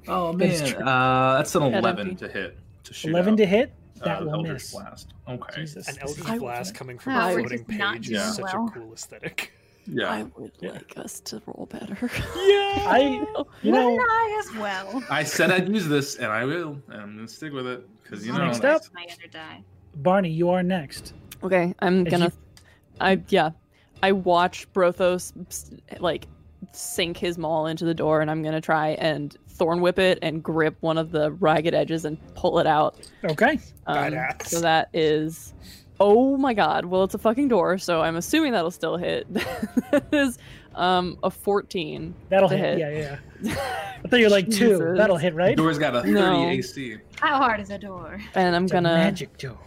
Oh
That is
man,
true.
uh, that's an
That'd
eleven
be-
to hit. To shoot
11
out,
to hit,
uh,
that will
eldritch
miss.
blast. Okay,
Jesus.
An
this is-
Eldritch Blast coming from
Wow,
a
we're
floating
just not
page
doing
is such
well.
a cool *laughs* aesthetic.
yeah,
I would
Yeah.
like us to roll better. *laughs*
I, you
Wouldn't
know,
I as well?
I said I'd use this, and I will, and I'm gonna stick with it because you know.
Next up.
My other die.
Barney, you are next.
Okay, I'm
If
gonna.
you-
I yeah, I watch Brothos s- like sink his maul into the door, and I'm gonna try and thorn whip it and grip one of the ragged edges and pull it out.
Okay.
Um,
Badass.
So that is. Oh my god. Well, it's a fucking door, so I'm assuming that'll still hit. *laughs* that is um, a 14.
That'll
To
hit.
hit.
Yeah, yeah, yeah. I thought you were like two.
Jesus.
That'll hit, right?
Door's got a 30
No.
AC.
How hard is a door?
And I'm
It's a
gonna.
magic door.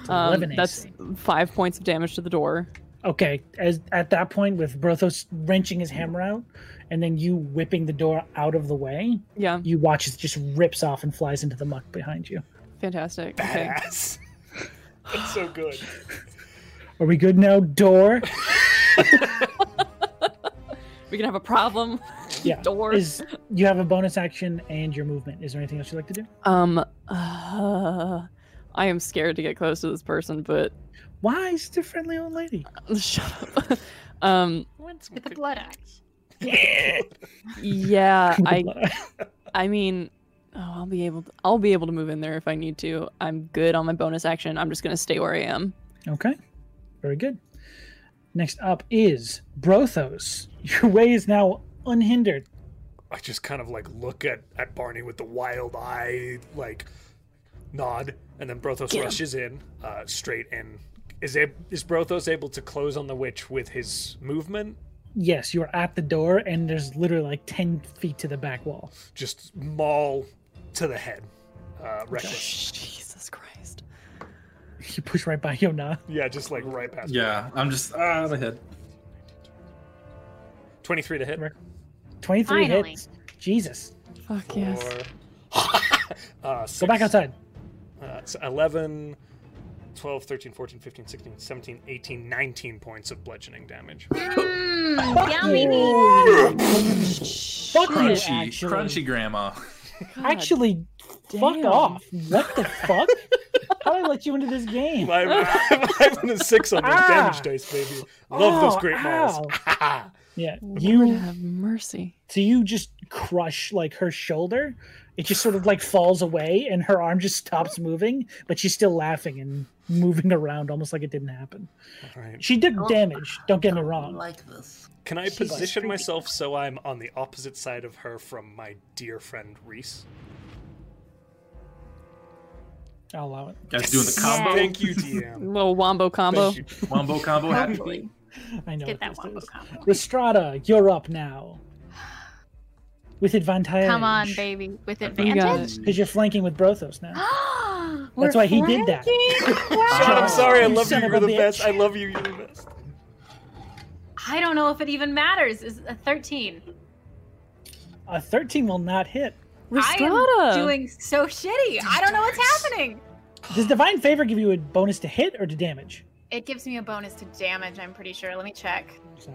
It's
Um,
11
that's
AC.
five points of damage to the door.
okay. As at that point, with Brothos wrenching his hammer out, and then you whipping the door out of the way,
Yeah,
you watch as it just rips off and flies into the muck behind you.
fantastic. Okay.
*laughs* Badass. That's so good.
Are we good now? Door
We can have a problem. *laughs*
Yeah,
door.
is you have a bonus action and your movement. Is there anything else you'd like to do?
Um, uh, I am scared to get close to this person, but *laughs*
Why is it a friendly old lady?
shut up. um,
Once
With the blood eyes.
*laughs*
yeah, I, I mean, oh, I'll be able, to, I'll be able to move in there if I need to. I'm good on my bonus action. I'm just gonna stay where I am.
Okay. Very good. Next up is Brothos. Your way is now unhindered.
I just kind of like look at, at Barney with the wild eye like nod, and then Brothos
Get him.
rushes in uh, straight and is ab- is Brothos able to close on the witch with his movement?
Yes, you are at the door, and there's literally like 10 feet to the back wall. *laughs*
Just maul to the head, uh, reckless.
Oh, Jesus Christ.
You push right by Yona.
Yeah, just like right past.
Yeah, I'm just ah, the head.
twenty three to hit.
23
Finally.
hits. Jesus.
Fuck yes.
Or, *laughs*
Go
uh,
back
six.
outside.
Uh, so 11, 12, 13, 14, 15, 16, 17, 18, 19 points of
*laughs*
bludgeoning damage.
Mm, yummy.
Fuck you,
Crunchy,
actually.
crunchy grandma.
God.
Actually, fuck
damn.
off. What the fuck? How did I let you into this game?
I'm, I'm in the 600
Ah.
damage dice, baby. Love those
Oh,
great malls. *laughs*
Yeah,
Lord
you
have mercy.
so you just crush like her shoulder It just sort of like falls away, and her arm just stops moving, but she's still laughing and moving around almost like it didn't happen.
All right.
She did
Oh.
damage. Don't get me
Don't
wrong.
Like this.
Can I
She's like
position
creepy.
myself so I'm on the opposite side of her from my dear friend Reese?
I'll allow it.
Guys doing the combo.
Yeah.
Thank
*laughs*
you, DM.
Little wombo combo.
Thank you.
Wombo combo happening.
Hopefully.
I know.
Get
what
that
this
wombo
is.
combo.
Restrada, you're up now. With advantage.
Come on, baby. With
got
advantage?
it.
Because you're flanking with Brothos now.
*gasps* We're
why he did that.
flanking? Wow.
Sean, I'm sorry. I
You
love you.
son of
You're
a
the best.
bitch.
I love you. You're the best.
*laughs*
*laughs*
I don't know if it even matters. Is a 13.
A 13 will not hit.
I
Restrada.
am doing so shitty. I don't know what's happening.
Does Divine Favor give you a bonus to hit or to damage?
It gives me a bonus to damage, I'm pretty sure. Let me check.
So,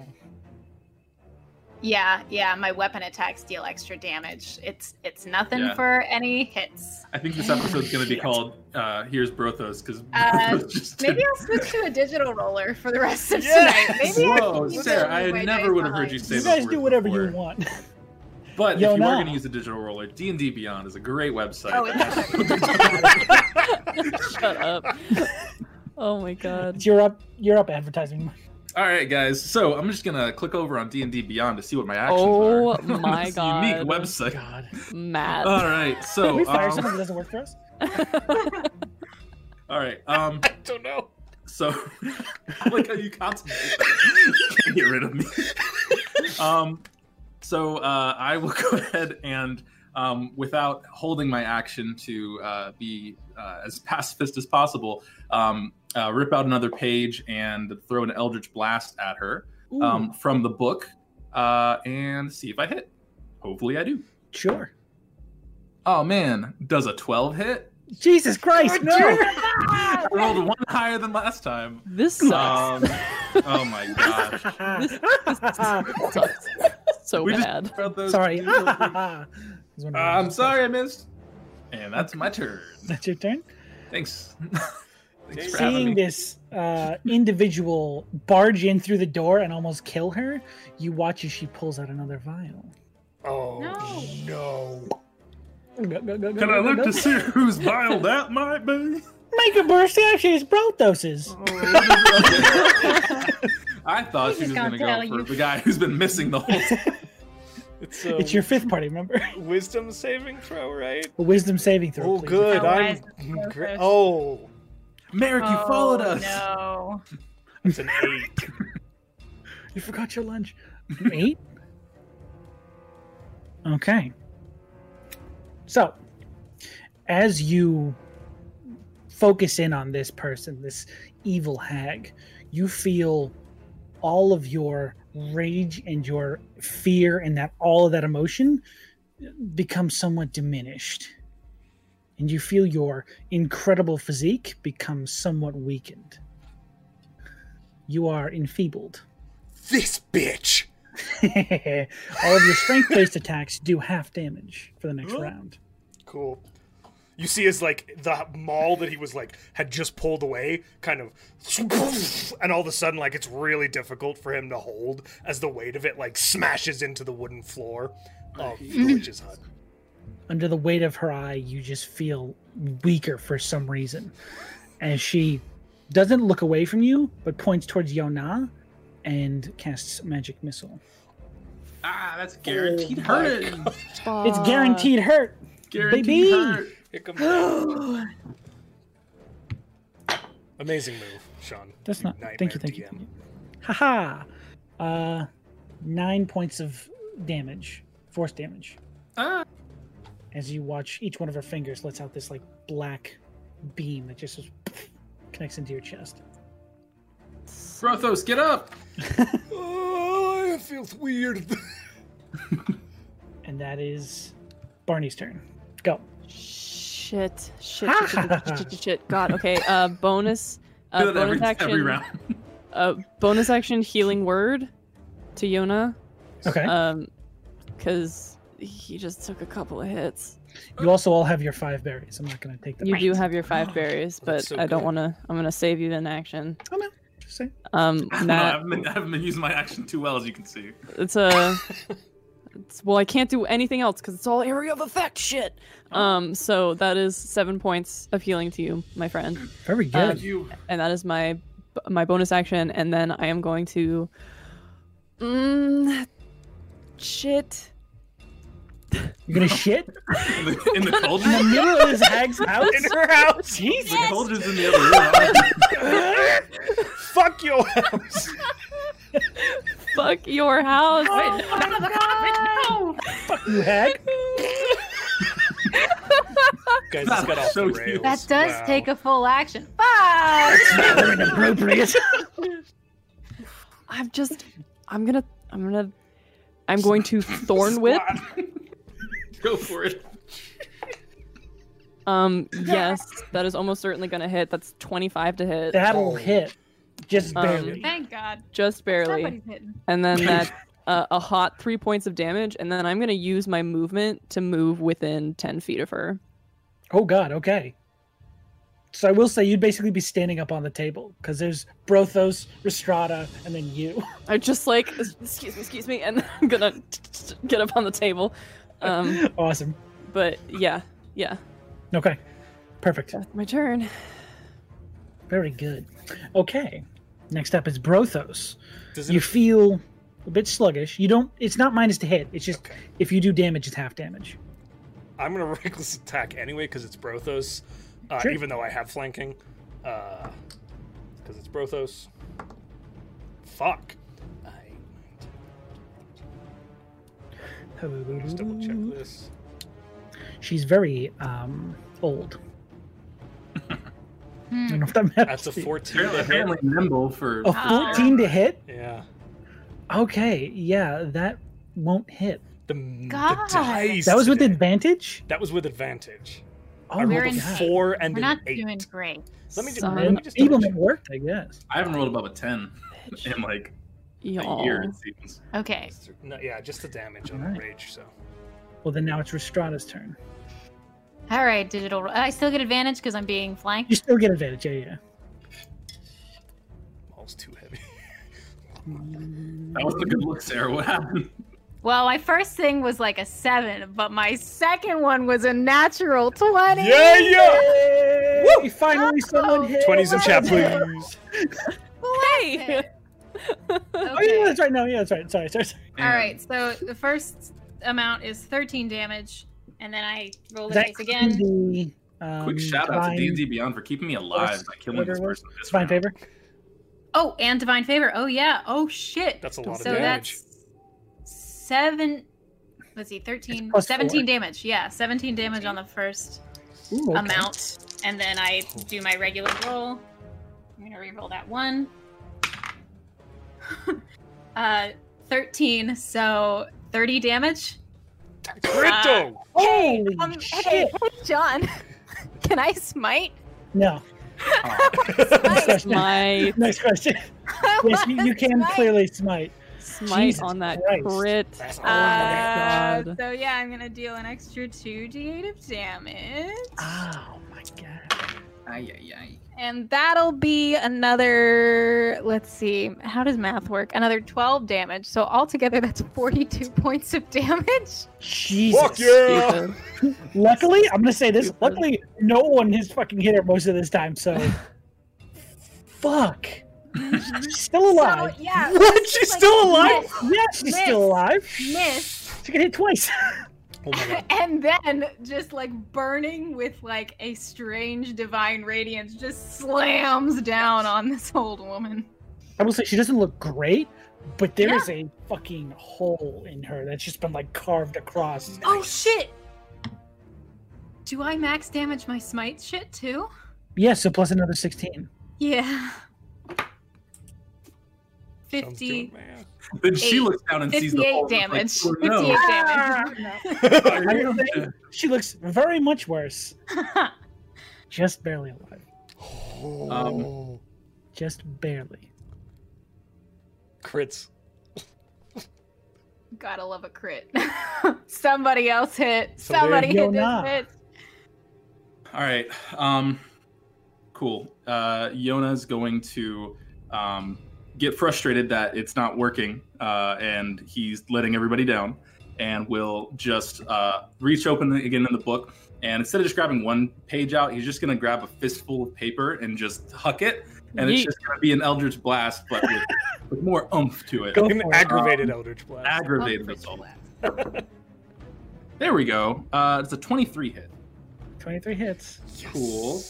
Yeah, yeah, my weapon attacks deal extra damage. It's it's nothing
Yeah.
for any
*laughs*
hits.
I think this episode's gonna be called uh, "Here's Brothos" because
Uh,
just
Maybe I'll switch to a digital roller for the rest of tonight.
Yes!
Maybe
Whoa,
keep
Sarah!
it
I
way
never
down
would have heard
behind.
you say
you
those
guys do
words
whatever
before.
you want.
But
Yo,
if you
nah.
are going to use a digital roller, D and D Beyond is a great website.
Oh, it's
*laughs*
Shut up. Oh my god.
It's you're up. You're up advertising.
All right, guys. So I'm just gonna click over on D and D Beyond to see what my actions
Oh
are. on *laughs*
my
this
God.
Unique website.
God.
Matt.
Uh,
All right.
Did we
So
fire
um,
someone that doesn't work for us?
all right. Um.
I don't know.
So *laughs* I like how you *laughs* contemplate. that. Can't get rid of me. *laughs* Um. So uh, I will *laughs* go ahead and. Um, without holding my action to uh, be uh, as pacifist as possible, um, uh, rip out another page and throw an Eldritch Blast at her.
Ooh,
um, from the book uh, and see if I hit. Hopefully, I do.
sure.
Oh man, does a 12 hit?
Jesus Christ, no!
I rolled one higher than last time.
This sucks.
Um, oh *laughs* my gosh.
Sucks. so
We just
bad.
throw those-
sorry.
*laughs*
Uh, I'm
I'm
sorry I missed. And that's my turn.
That's your turn.
Thanks. *laughs* Thanks for having
Seeing
me.
this uh, individual barge in through the door and almost kill her, you watch as she pulls out another vial.
Oh
No.
no.
Can I look to see whose vial that might be?
Make a perception. It's Brothos's.
Oh. I thought she
He's
was
gonna
going to go
tell
for
you.
the guy who's been missing the whole
*laughs*
time.
It's, a
um,
It's your fifth party, remember? *laughs*
wisdom saving throw, right?
A wisdom saving throw.
Oh,
please.
good.
Oh,
I'm. *laughs*
wise.
Gra- oh,
Merrick, you
Oh,
followed us.
No.
it's an eight.
You forgot your lunch. Eight? okay. So, as you focus in on this person, this evil hag, you feel all of your rage and your fear and that all of that emotion become somewhat diminished. And you feel your incredible physique become somewhat weakened. You are enfeebled.
*laughs* This bitch.
All of your strength based attacks do half damage for the next round.
Cool. You see, is like the maul that he was like had just pulled away, kind of, *laughs* and all of a sudden, like it's really difficult for him to hold as the weight of it like smashes into the wooden floor of the witch's hut.
Under the weight of her eye, you just feel weaker for some reason. And she doesn't look away from you, but points towards Yona and casts magic missile.
Ah, that's
Oh.
guaranteed
my
hurt.
It's guaranteed hurt.
Guaranteed
Baby.
hurt.
Here comes that. Amazing move, Sean.
That's
You
not. Thank you,
nightmare
thank you.
DM.
thank you. Haha. Uh, nine points of damage, force damage.
*gasps* Ah.
As you watch, each one of her fingers lets out this like black beam that just goes connects into your chest.
Brothos, get up!
Oh, it feels weird.
And that is Barney's turn. Go.
Shit. Shit. Shit. Shit. shit, shit, shit, shit. God. Okay. Uh, bonus. Uh,
Do that
bonus
every,
action.
every round. *laughs*
Uh, bonus action. Healing word to Yona.
Okay.
Um, because he just took a couple of hits.
you also all have your five berries. I'm not going to take them.
You do
Right.
have your
Oh,
five berries, but
That's so
I don't
good.
want to. I'm gonna save you an action.
Oh no. Just say.
Um,
*laughs* I, don't know, I
Matt,
haven't been, I haven't been using my action too well, as you can see.
it's a. uh, It's, well, I can't do anything else because it's all area of effect shit. Um, so that is seven points of healing to you, my friend,
Very good.
Um,
you.
and that is my my bonus action. And then I am going to, mm, shit.
You're gonna shit
In the, in the
in the
cauldron?
middle of this
*laughs*
hag's house.
In her house. *laughs*
Jesus.
The cauldron's in the other room.
Fuck your house.
Fuck your house.
*laughs*
Fuck you, *laughs* hag.
Guys,
That
this got
was
off
so
the rails.
cute.
That does
Wow.
take a full action. Fuck!
Rather inappropriate.
I'm just. I'm gonna. I'm gonna. I'm going to thorn whip.
*laughs* Go for it.
Um. Yes, that is almost certainly gonna hit. That's 25 to hit,
That'll hit, just
Um,
barely.
Thank God.
just barely.
Somebody's hitting.
and
*laughs*
then that uh, a hot three points of damage, and then I'm gonna use my movement to move within ten feet of her.
Oh God. Okay. So I will say you'd basically be standing up on the table because there's Brothos, Restrada, and then you. *laughs*
I just like *laughs* excuse me, excuse me, and *laughs* I'm gonna get up on the table. Um,
awesome.
but yeah, yeah,
Okay. Perfect.
that's my turn.
Very good. Okay. Next up is Brothos.
Does it
You feel a bit sluggish. You don't. It's not minus to hit. It's just
Okay.
if you do damage, it's half damage.
I'm gonna *laughs* reckless attack anyway because it's Brothos, uh,
Sure.
even though I have flanking, because it's Brothos. Fuck. I just double check this.
She's very um, old.
Hmm.
I don't know if that matters. *laughs*
That's a
to you.
14 to
Apparently,
hit.
apparently nimble for.
Oh.
A
Ah.
14 to hit?
Yeah.
Okay, yeah, that won't hit.
The, the
God.
dice
That was with
today.
advantage?
That was with advantage.
Oh my
I
We're
rolled
in
a
god.
four and
We're
an
not
eight.
doing great.
Let me just-
Son
let
And
me just double
Feeblement
check.
worked, I guess.
I haven't rolled above a 10 in like a
Y'all.
year, it seems.
Okay.
No, yeah, just the damage on
Alright.
the rage. So
Well, then now it's Restrada's turn.
All right, digital. I still get advantage because I'm being
You
flanked.
still get advantage, yeah, yeah.
maul's too heavy.
That was a good look, Sarah. What happened?
Well, my first thing was like a seven, but my second one was a natural 20.
yeah, yeah.
Yay!
Woo!
Finally, someone hit.
Twenties and chat,
Okay.
please.
Hey!
Oh, yeah,
Okay.
that's right. No, yeah, that's right. Sorry, sorry, sorry.
All right, so the first amount is 13 damage, and then I roll the
That
dice again.
could be, um,
Quick shout out to
divine-
D&D Beyond for keeping me alive by killing this
whatever it was.
person. This
Divine
round.
favor.
Oh, and divine favor. Oh yeah. Oh shit.
That's a lot of
so
damage.
that's seven. Let's see, 13,
It's plus
17
four.
damage. Yeah, 17 damage on the first
Ooh, okay.
amount. And then I do my regular roll. I'm going to re-roll that one. *laughs* uh, 13, so 30 damage.
Crypto.
Holy
um,
shit!
hey, John, can I smite?
No. Next question.
My
Next
*laughs*
question. *laughs* *laughs* Yes, you, you can clearly smite.
smite
Jesus
on that
Christ.
crit. Oh
That's
Oh
all
my God.
Uh, so yeah, I'm gonna deal an extra two d8 of damage,
Oh my god.
and that'll be another. Let's see, how does math work? Another 12 damage. So altogether, that's 42 *laughs* points of damage.
Jesus.
Fuck yeah. *laughs*
Stupid.
Luckily, I'm gonna say this.
Stupid.
Luckily, no one has fucking hit her most of this time.
*laughs*
So, fuck. She's still
Oh
alive.
So, yeah, *laughs*
What?
let's
She's
just,
still alive?
yeah, she's
miss.
still alive.
Miss, miss,
She can hit twice. *laughs*
Oh my
*laughs*
god.
and then just like burning with like a strange divine radiance, just slams down on this old woman.
I will say she doesn't look great, but there
Yeah.
is a fucking hole in her that's just been like carved across.
Oh shit! Do I max damage my smite shit too?
Yeah, so plus another 16.
Yeah.
Someone's doing
50,
math.
Then she
Eight.
looks down and sees the
58
hole and
damage.
is
58
Like, oh, no.
damage.
*laughs* I don't think- She looks very much
*laughs*
worse. Just barely alive.
Oh.
Just barely.
*sighs* Crits.
Gotta love a crit. *laughs* Somebody else hit.
So there
Somebody
you
hit this
go.
bitch.
All right. Um, cool. Uh, Yona's going to um, get frustrated that it's not working, uh, and he's letting everybody down, and will just uh, reach open again in the book. And instead of just grabbing one page out, he's just going to grab a fistful of paper and just huck it. And it's
Yeet.
just going to be an Eldritch Blast, but with, with more oomph to it.
Go
An
for it.
aggravated
Um,
Eldritch Blast.
Aggravated assault. *laughs* There we go. Uh, it's a 23 hit.
23 hits.
Cool.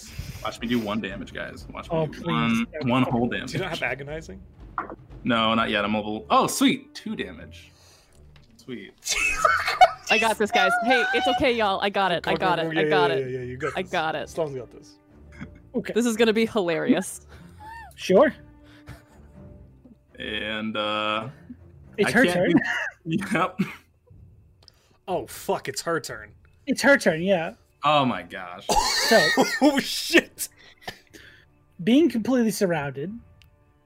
Watch me do one damage, guys. Watch me
Oh,
do
please.
one, one whole damage.
Do you not have agonizing?
No, not yet. I'm level. Oh, sweet. Two damage. Sweet.
I got this, guys. Hey, it's okay, y'all. I got it. I got it. I
Yeah,
got
yeah,
it.
Yeah, yeah, you got
I
this.
got it.
Sloan's got this.
Okay.
This is gonna be
*laughs*
hilarious.
Sure.
And uh
It's
I
her
can't
turn.
do- *laughs* Yep.
Oh fuck! It's her turn.
*laughs*
*laughs*
It's her turn, yeah.
Oh my gosh.
So,
oh shit!
being completely surrounded,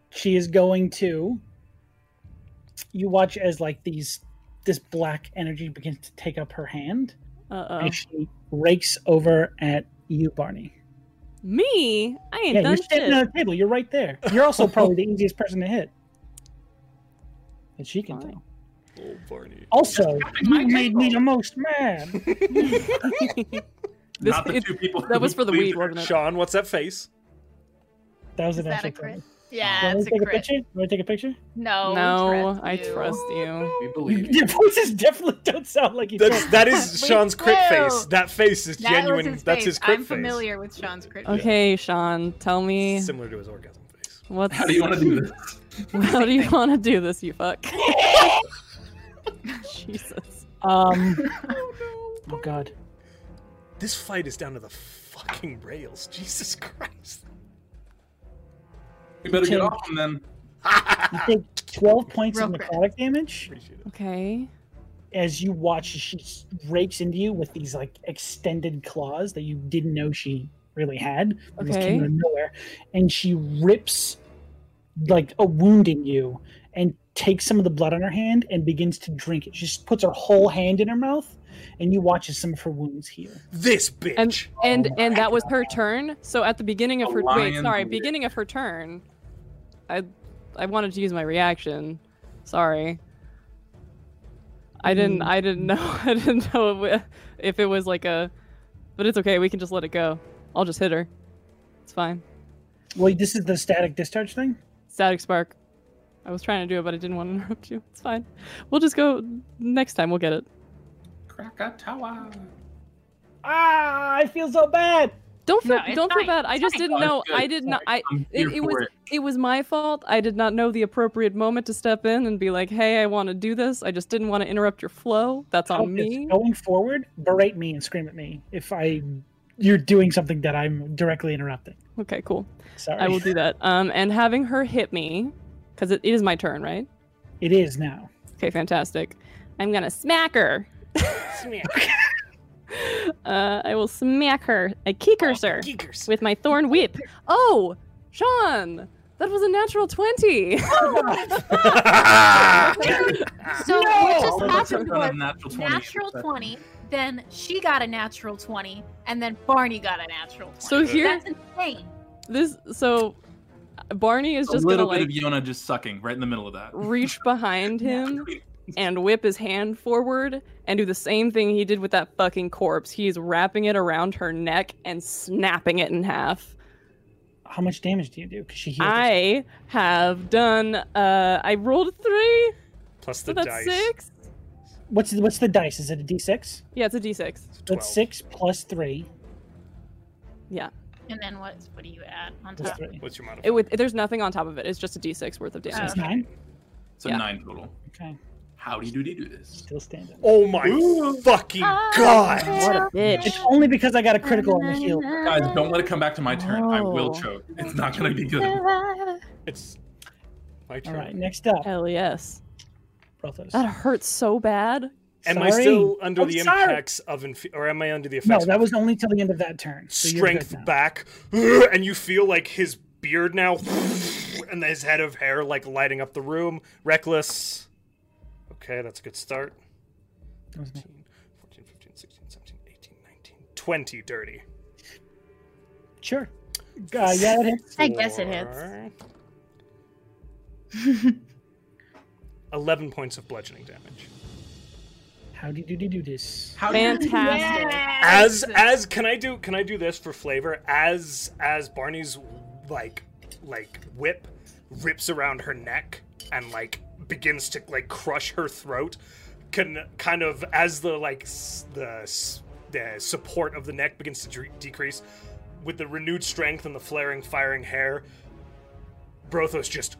she is going to. You watch as, like, these. This black energy begins to take up her hand.
Uh oh.
and she rakes over at you, Barney.
Me? I ain't
yeah, you're
done
standing
shit.
on the table. You're right there. You're also probably the easiest person to hit. And she can
Fine.
tell.
Oh Barney.
Also,
my
you made me the most
*laughs*
mad.
This-
not the
it-
two people.
that was for the weed,
leave
wasn't it?
Sean, what's that face?
That was
Is
an
that a
actual
crit?
crit.
Yeah,
you
it's
want
a
to take a
crit.
picture? You want to take a
*laughs*
picture?
No, we
no,
Oh, trust
I
you.
trust you.
We believe.
Your voices definitely don't sound like each other.
That's
*laughs*
that is
Wait,
Sean's crit
no.
face. That face is
That
genuine.
was his
That's
face.
his crit
I'm
face.
familiar with Sean's
Uh,
crit. face.
Okay, Sean, tell me
Similar to his orgasm face.
what's
How do you want to do this?
*laughs* How do you want to do this, you fuck?
*laughs*
*laughs* Jesus.
Um, oh god.
This fight is down to the fucking rails. *laughs* Jesus Christ.
*laughs*
We better get
Tim.
off him then.
You take 12 points of
Real quick.
necrotic damage
Appreciate it.
Okay.
as you watch as she s- rakes into you with these like extended claws that you didn't know she really had. They just came
Okay.
out of nowhere. And she rips like a wound in you and takes some of the blood on her hand and begins to drink it. She just puts her whole hand in her mouth and you watch as some of her wounds heal.
This bitch.
And
Oh my
and that was her turn. So at the beginning of
A
her wait,
lion
sorry,
did it.
beginning of her turn, I I wanted to use my reaction. Sorry. I didn't
Hmm.
I didn't know *laughs* I didn't know if, if it was like a but it's okay, we can just let it go. I'll just hit her. It's fine.
Well, this is the static discharge thing.
Static Spark. I was trying to do it, but I didn't want to *laughs* interrupt you. It's fine. We'll just go next time. We'll get it.
Krakatoa.
Ah, I feel so bad.
Don't
No,
feel
it's
don't feel
fine,
bad. I
it's
just
fine.
didn't
Oh,
know.
it's good,
I did not. I
I'm
it,
here
it
for
was
it.
it was my fault. I did not know the appropriate moment to step in and be like, "Hey, I want to do this. I just didn't want to interrupt your flow. That's on
Focus.
me."
Going forward, berate me and scream at me if I you're doing something that I'm directly interrupting.
Okay, cool.
Sorry.
I will do that. Um, and having her hit me, because it, it is my turn, right?
It is now.
Okay, fantastic. I'm gonna smack her.
*laughs*
Uh, I will smack her. I kick her, sir.
Geekers.
with my thorn whip. Oh, Sean, that was a natural 20.
*laughs*
So what
Oh,
just
All of us have
happened
Oh, done a
was natural
natural 20.
20, then she got a natural 20, and then Barney got a natural 20.
so here,
That's insane.
*laughs* this, so Barney is
A
just gonna
little bit
like
of Yona just sucking right in the middle of that.
reach *laughs* behind him and whip his hand forward and do the same thing he did with that fucking corpse. He's wrapping it around her neck and snapping it in half.
How much damage do you do? Because she heals.
I have done, uh, I rolled three,
Plus
so
the
that's
dice.
six.
What's the, what's the dice? Is it a d6?
Yeah, it's a d6.
It's
That's
12.
six plus three.
And then what, what do you add on
Plus
top?
three.
What's your modifier?
It would, there's nothing on top of it. It's just a d6 worth of damage.
That's
okay.
nine.
So
Yeah.
nine total.
Okay,
Howdy doody do this.
still standing.
Oh my fucking
Ah,
god!
Oh. What a bitch! It's only because I got a critical on the heel.
Guys, don't let it come back to my turn. I will
Oh.
choke. It's not gonna be
*laughs*
good.
It's my
All
turn.
right, next up,
Hell yes.
Brothos.
That hurts so bad.
Am I
Sorry.
still under
I'm
the
sorry.
impacts of, inf- or am I under the
No,
effects?
that
of *laughs*
was only till the end of that turn. So you're good
strength
now.
back, *gasps* and you feel like his beard now, *laughs* and his head of hair like lighting up the room. Reckless. Okay, that's a good start.
That was me.
14, 14, 15, 16, 17, 18, 19, 20 dirty.
Sure. Uh, yeah, it hits.
I guess it
Four. *laughs* 11 points of bludgeoning damage.
How do you do do this?
How do you-
Fantastic.
as as can I do can I do this for flavor as as Barney's like like whip rips around her neck and like begins to like crush her throat can kind of as the like s- the s- the support of the neck begins to dre- decrease with the renewed strength and the flaring firing hair Brothos just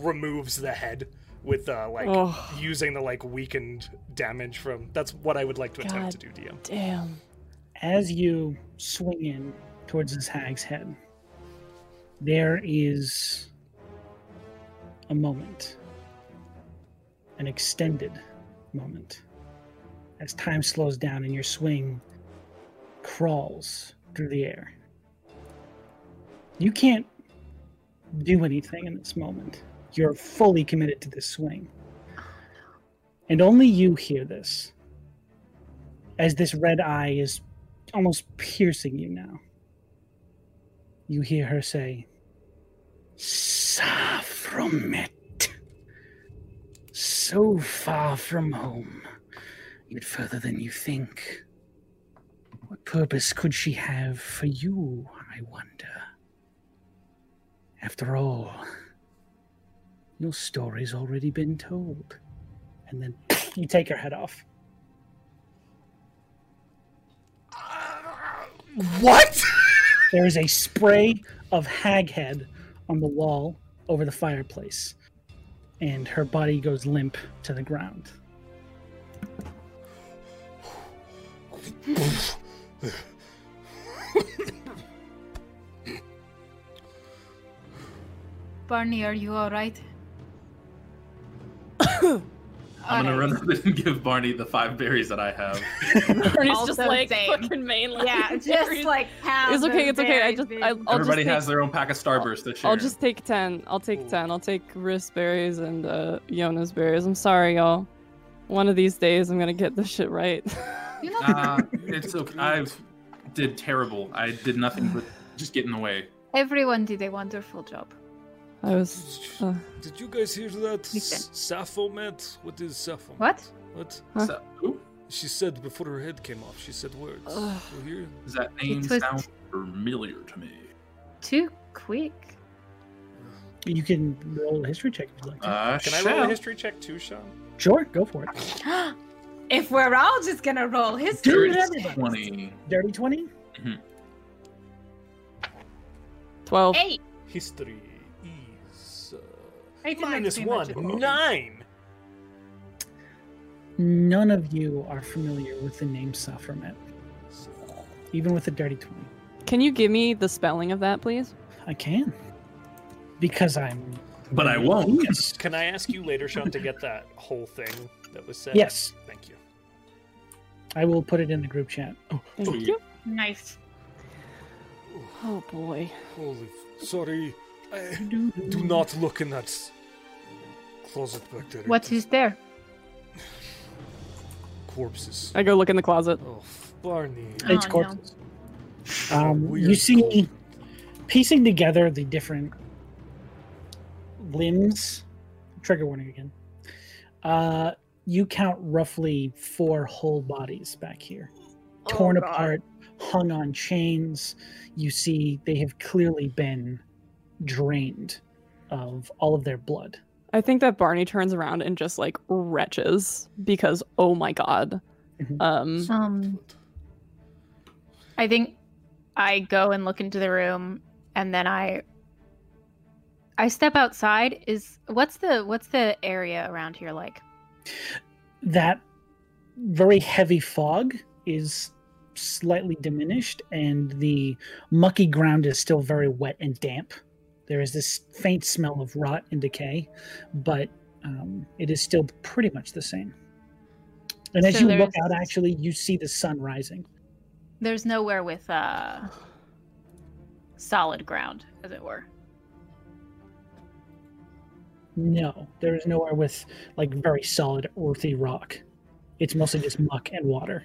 *laughs* removes the head with uh, like
Oh.
using the like weakened damage from that's what I would like to attempt to do DM
Damn.
As you swing in towards this hag's head, there is a moment, an extended moment, as time slows down and your swing crawls through the air. You can't do anything in this moment. You're fully committed to this swing. And only you hear this. As this red eye is almost piercing you now. You hear her say, Far from it. So far from home. Yet further than you think. What purpose could she have for you, I wonder? After all, your story's already been told. And then *laughs* you take her head off.
What?
There is a spray of hag head on the wall over the fireplace, and her body goes limp to the ground.
Barney, are you all right?
I'm gonna
Alright.
run up and give Barney the five berries that I have.
Bernie's
Also
just like
same.
fucking mainline. *laughs*
yeah, just like how
It's okay, it's okay, I just- I- I'll-
Everybody
take-
has their own pack of Starburst this year.
I'll just take ten. I'll take
Ooh.
ten. I'll take wrist berries and uh, Yona's berries. I'm sorry, y'all. One of these days, I'm gonna get this shit right. *laughs*
You know,
Uh,
*laughs*
it's okay. I've did terrible. I did nothing
*sighs*
but just get in the way.
everyone did a wonderful job.
I was. Uh,
Did you guys hear that?
Make
S- Saphomet? What is Saphomet?
What?
What?
Huh?
So, ooh,
She said before her head came off, she said words.
Ugh.
You hear?
does that name
was-
sound familiar to me?
Too quick.
You can roll a history check if you'd like to.
Uh,
Can I roll
shall.
a history check too, Sean?
sure, go for it.
*gasps*
if we're all just gonna roll history,
Do it,
Dirty
everybody.
Twenty.
Dirty 20?
Twelve.
eight.
History is. Uh,
Eight and
minus
nine's pretty
one.
much it.
Nine!
None of you are familiar with the name Suffermet, even with a dirty 20.
Can you give me the spelling of that, please?
I can. Because I'm.
But I won't.
Yes.
Can I ask you later, Sean, to get that whole thing that was said?
Yes,
Thank you.
I will put it in the group chat.
Oh,
Thank you.
Nice.
Oh boy.
Holy. F- sorry. I- do not look in that s- closet back there. It
What is there?
Corpses.
I go look in the closet.
Oh, Barney.
It's
Oh, no.
corpses. Um,
Weird
you see,
corpse.
piecing together the different limbs. Trigger warning again. Uh, you count roughly four whole bodies back here, torn apart, hung on chains. You see, they have clearly been drained of all of their blood.
I think that Barney turns around and just like retches because oh my god.
Mm-hmm.
Mhm.
Um
Um,
I think I go and look into the room, and then I I step outside. Is what's the what's the area around here like?
that very heavy fog is slightly diminished and the mucky ground is still very wet and damp there is this faint smell of rot and decay but um, it is still pretty much the same and as
So
you look
there's-
out actually you see the sun rising
There's nowhere with uh solid ground, as it were.
no there is nowhere with like very solid earthy rock it's mostly just muck and water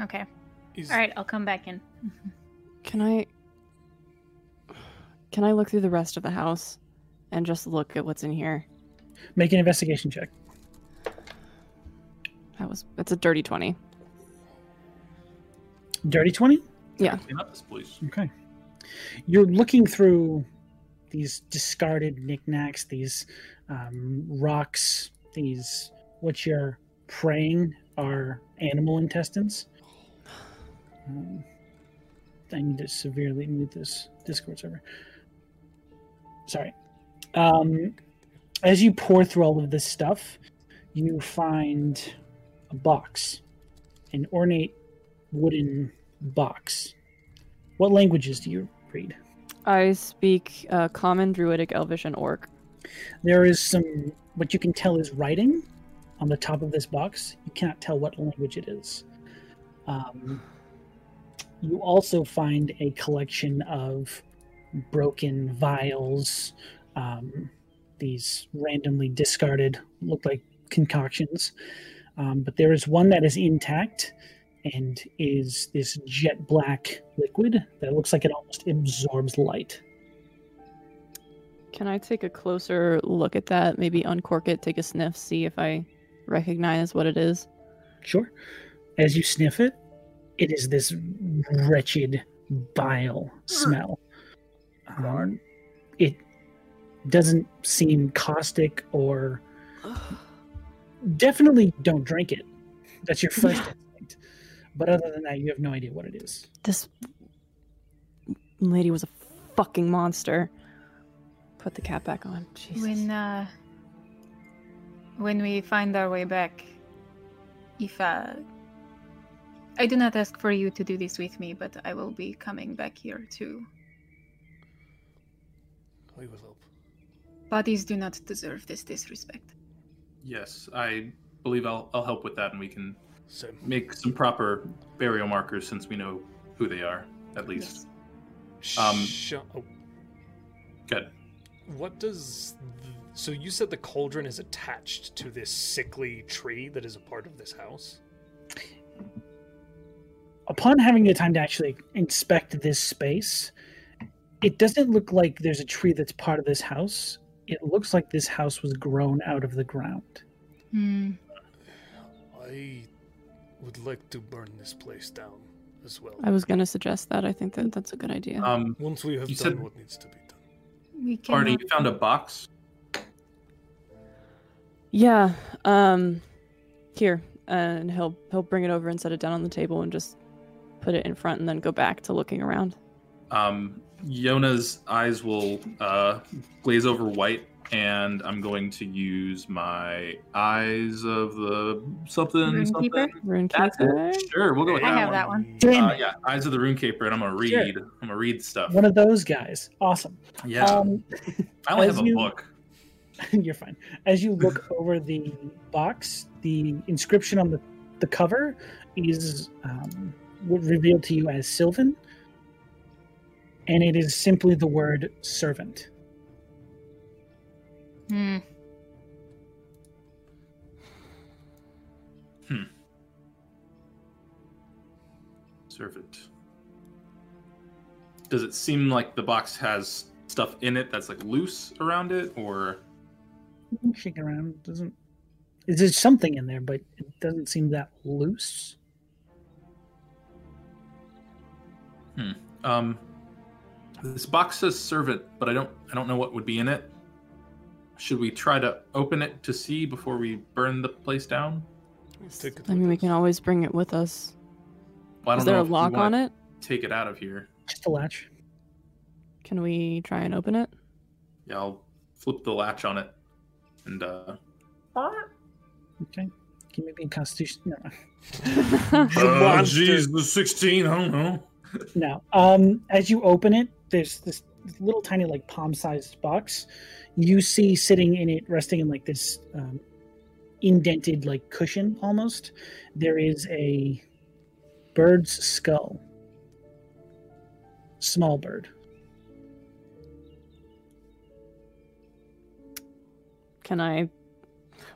Okay.
Is-
All right, I'll come back in.
can I Can I look through the rest of the house and just look at what's in here?
make an investigation check
That was it's a dirty twenty.
Dirty 20?
Yeah.
Clean up this, please.
Okay. You're looking through these discarded knickknacks, these um, rocks, these what you're praying are animal intestines. Um, I need to severely mute this Discord server. Sorry. Um, as you pour through all of this stuff, you find a box, an ornate wooden box. What languages do you read?
I speak uh, common, druidic, elvish, and orc.
There is some, what you can tell is writing on the top of this box. You cannot tell what language it is. Um, you also find a collection of broken vials, um, these randomly discarded, look like concoctions. Um, but there is one that is intact and is this jet black liquid that looks like it almost absorbs light.
Can I take a closer look at that? Maybe uncork it, take a sniff, see if I recognize what it is.
Sure. As you sniff it, it is this wretched, vile smell. Um, it doesn't seem caustic or definitely don't drink it. That's your first instinct. But other than that, you have no idea what it is.
This lady was a fucking monster. Put the cap back on. Jesus.
When uh, when we find our way back,
If uh, I do not ask for you to do this with me, but I will be coming back here too.
We will help.
Bodies do not deserve this disrespect.
Yes, I believe I'll, I'll help with that, and we can
Same.
make some proper burial markers since we know who they are, at least. Um,
Sh- oh,
Good.
what does. th- so you said the cauldron is attached to this sickly tree that is a part of this house?
upon having the time to actually inspect this space, it doesn't look like there's a tree that's part of this house. It looks like this house was grown out of the ground.
Hmm.
I would like to burn this place down as well.
I was gonna suggest that. I think that that's a good idea.
Um,
Once we have
You
done
said-
what needs to be done.
We can.
Artie, you found a box.
yeah. Um, here, and he'll he'll bring it over and set it down on the table and just put it in front and then go back to looking around.
Um, Yona's eyes will uh, glaze over white, and I'm going to use my eyes of the something
Runekeeper?
something. That's
Runekeeper.
it. Sure, we'll go with
I
that
have
one.
that one.
Damn
Uh,
it!
yeah, eyes of the runekeeper, and I'm gonna read.
Sure.
I'm gonna read stuff.
One of those guys. Awesome.
yeah,
Um, *laughs*
I only
as
have a
you-
book.
you're fine. As you look over the box, the inscription on the, the cover is um, revealed to you as Sylvan, and it is simply the word servant.
Hmm.
Servant. Does it seem like the box has stuff in it that's like loose around it, or
shake around it doesn't is there something in there but it doesn't seem that loose
um? This box says servant, but I don't. I don't know what would be in it. Should we try to open it to see before we burn the place down?
Take it
I
with
mean, we
us.
can always bring it with us.
Well, I
Is
don't
there
know
a
if we
lock on
wanna
it?
Take it out of here.
just a latch
Can we try and open
*laughs*
it? *laughs*
Yeah, I'll flip the latch on it, and uh.
okay can you be a constitution no
*laughs* It's a monster.
the Oh, sixteen. I don't know.
no um as you open it there's this little tiny like palm-sized box you see sitting in it resting in like this um, indented like cushion almost there is a bird's skull small bird
Can I?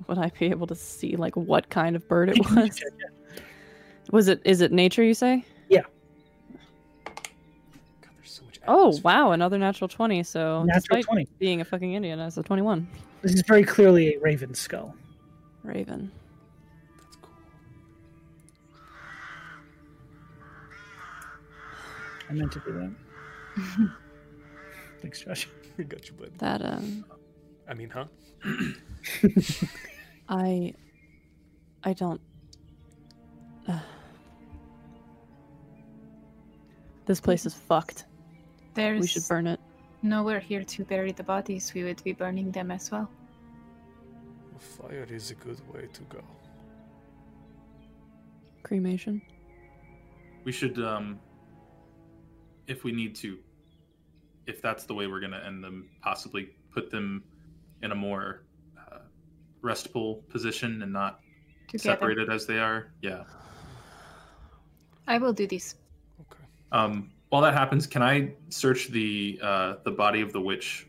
Would I be able to see like what kind of
*laughs*
bird it
You can
was?
check
Was it? Is it nature? You say?
God, there's so much
Oh
atmosphere.
wow, another natural twenty. So
natural
despite
20
being a fucking Indian, I was a twenty-one.
this is very clearly a raven skull
Raven.
That's cool. *laughs*
I meant to do that. Thanks, Josh.
We got you, buddy.
That um,
I mean, huh?
I, I don't. *sighs* this place is fucked.
There's
We should burn it.
nowhere here to bury the bodies. We would be burning them as well.
Fire is a good way to go.
Cremation.
We should, um, if we need to, if that's the way we're going to end them, possibly put them in a more uh, restful position and not
Together.
separated as they are. Yeah.
I will do this.
Okay.
Um, while that happens, can I search the uh, the body of the witch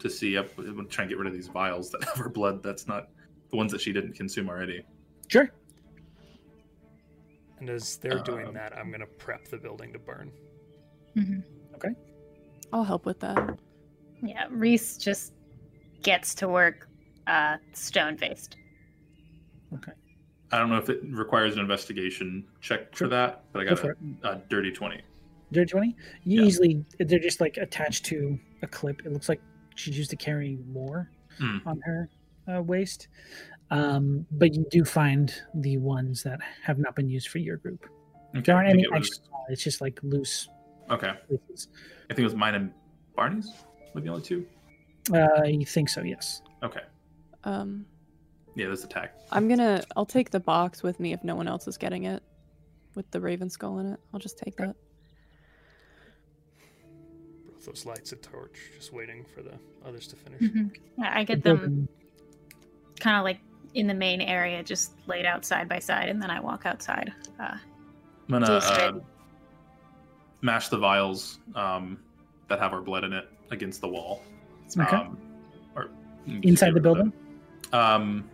to see? If, I'm gonna try and get rid of these vials that *laughs* have her blood. That's not the ones that she didn't consume already.
Sure.
And as they're doing
Um,
that, I'm gonna prep the building to burn.
I'll help with that.
Yeah, Reese just gets to work uh, stone faced.
I don't know if it requires an investigation check
Sure.
for that, but I
Go
got
for
a,
it.
a dirty twenty.
Dirty 20? You
Yeah.
easily, they're just like attached to a clip. It looks like she's used to carrying more
Hmm.
on her uh, waist. Um, but you do find the ones that have not been used for your group.
Okay.
There aren't
I
any
think it was-
extra, it's just like loose
okay,
pieces.
I think it was mine and Barney's. Were the only two?
Uh, you think so, yes.
Okay.
Um,
Yeah, that's attack.
I'm gonna. I'll take the box with me if no one else is getting it, with the raven skull in it. I'll just take that.
Bro, those lights a torch, just waiting for the others to finish.
Hmm.
Mhm. I I get them kind of like in the main area, just laid out side by side, and then I walk outside. Uh,
I'm gonna
Taste
uh,
ready.
mash the vials um, that have our blood in it against the wall.
Okay.
Um, or
Inside the building?
Um.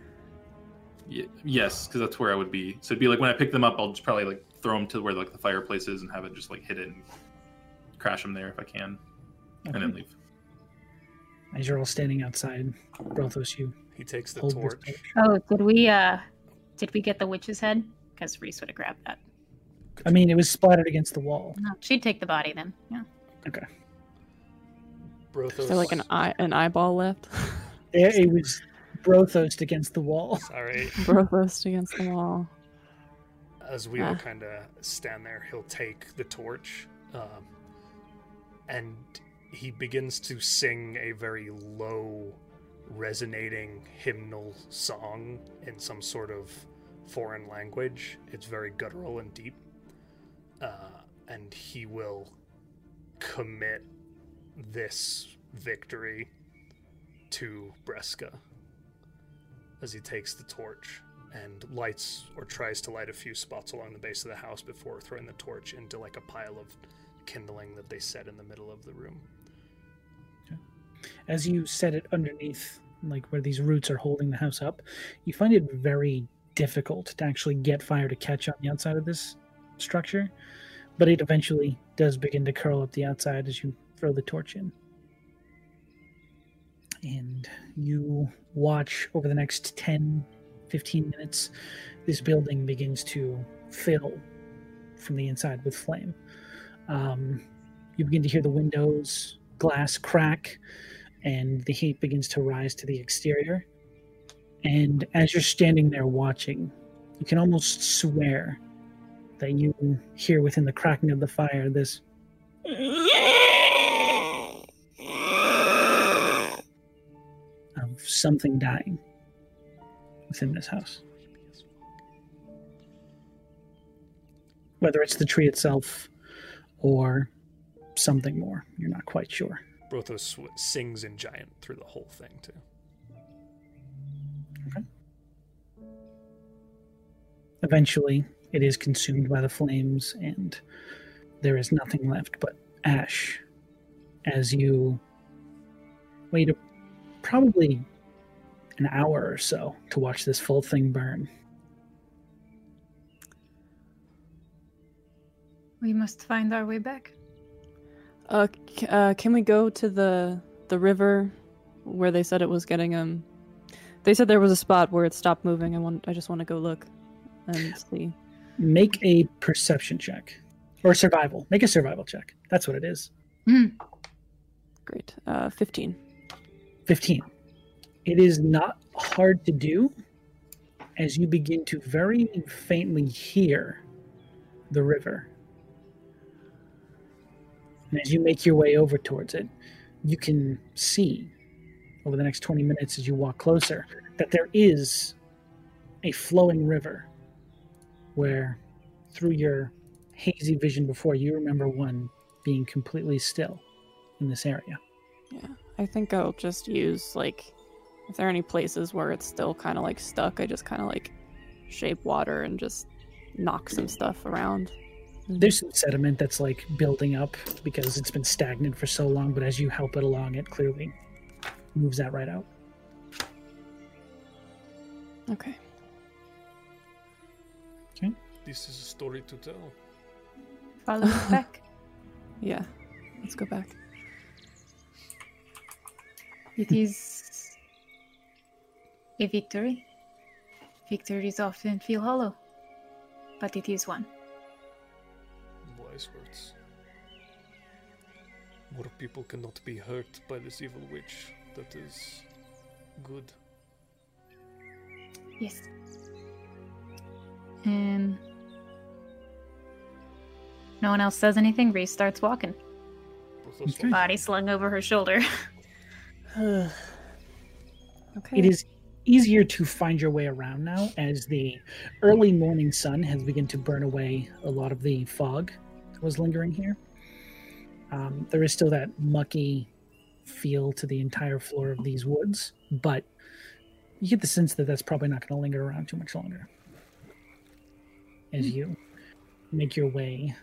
Y- yes, because that's where I would be. So it'd be like when I pick them up, I'll just probably like throw them to where like the fireplace is and have it just like hit it and crash them there if I can, and then
Okay.
leave.
As you're all standing outside, Brothos, you
He takes the
hold this
torch.
torch.
oh, did we? Uh, did we get the witch's head? Because Reese would have grabbed that.
I mean, it was splattered against the wall.
No, she'd take the body then. Yeah.
Brothos.
Is there like an eye, an eyeball left? *laughs*
It, it was Brothos against the wall. *laughs*
Sorry.
Brothos against the wall.
As we all
Ah.
kind of stand there, he'll take the torch, um, and he begins to sing a very low, resonating hymnal song in some sort of foreign language. It's very guttural and deep, uh, and he will commit this victory to Bresca as he takes the torch and lights or tries to light a few spots along the base of the house before throwing the torch into like a pile of kindling that they set in the middle of the room.
as you set it underneath, like where these roots are holding the house up, you find it very difficult to actually get fire to catch on the outside of this structure. But it eventually does begin to curl up the outside as you throw the torch in. And you watch over the next 10, 15 minutes, this building begins to fill from the inside with flame. Um, you begin to hear the windows, glass crack, and the heat begins to rise to the exterior. And as you're standing there watching, you can almost swear that you hear within the cracking of the fire this of um, something dying within this house. Whether it's the tree itself or something more, you're not quite sure.
Brothos sw- sings in giant through the whole thing too.
Eventually, it is consumed by the flames, and there is nothing left but ash. As you wait a, probably an hour or so to watch this full thing burn.
We must find our way back.
Uh, c- uh, can we go to the the river where they said it was getting um? They said there was a spot where it stopped moving. I want. I just want to go look and see.
Make a perception check. or survival. Make a survival check. That's what it is.
Great. Uh, 15.
15. It is not hard to do as you begin to very faintly hear the river. And as you make your way over towards it, you can see over the next 20 minutes as you walk closer that there is a flowing river where, through your hazy vision before, you remember one being completely still in this area.
Yeah. I think I'll just use, like, if there are any places where it's still kind of like stuck, I just kind of like shape water and just knock some stuff around.
there's some sediment that's like building up because it's been stagnant for so long but as you help it along it clearly moves that right out
Okay.
This is a story to tell.
*laughs* Follow us back.
Yeah. Let's go back.
It is a victory. Victories often feel hollow, but it is one.
Wise words. More people cannot be hurt by this evil witch. That is good.
Yes. Um,
And no one else says anything. Reese starts walking,
Both us
Okay.
walk-
body slung over her shoulder. *laughs*
okay.
it is easier to find your way around now as the early morning sun has begun to burn away a lot of the fog that was lingering here um, there is still that mucky feel to the entire floor of these woods but you get the sense that that's probably not going to linger around too much longer as you make your way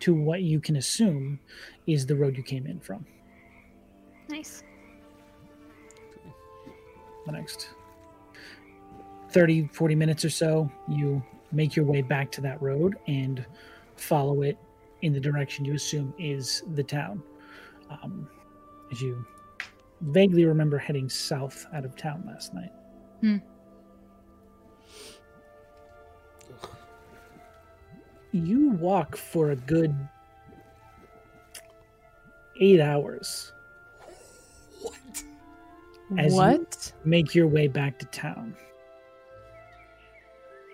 to what you can assume is the road you came in from
Nice.
the next 30 40 minutes or so you make your way back to that road and follow it in the direction you assume is the town um, as you vaguely remember heading south out of town last night
Hmm.
you walk for a good eight hours as you-
What?
make your way back to town.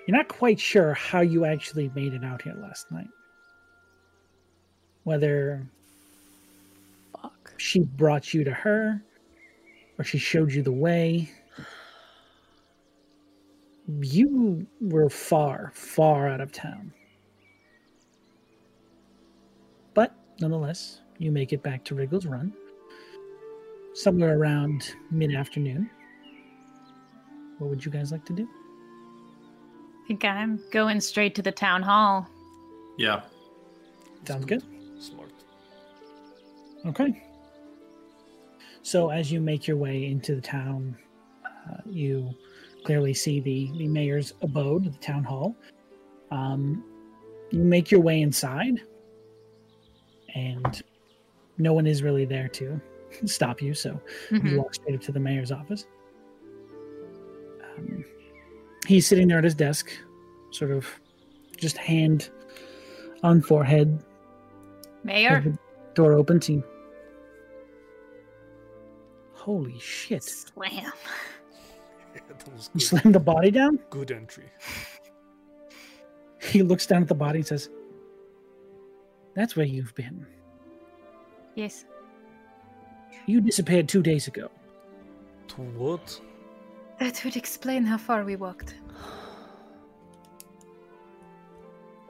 You're not quite sure how you actually made it out here last night. Whether
Fuck.
she brought you to her or she showed you the way. You were far, far out of town. But nonetheless, you make it back to Wriggles Run somewhere around mid afternoon. What would you guys like to do?
I think I'm going straight to the town hall.
Yeah.
Sounds good.
Smart.
Okay. So as you make your way into the town, uh, you clearly see the the mayor's abode, the town hall. Um, you make your way inside, and no one is really there to *laughs* stop you. So
Mhm.
Mm-hmm.
you walk straight up to the mayor's office. Um, he's sitting there at his desk, sort of just hand on forehead, *laughs*
Mayor,
the door opens. He... Holy shit!
slam.
*laughs* Yeah, that was
You
good.
slam the body down. *laughs*
good entry.
He looks down at the body and says, "That's where you've been.
Yes.
You disappeared two days ago."
To what?
That would explain how far we walked.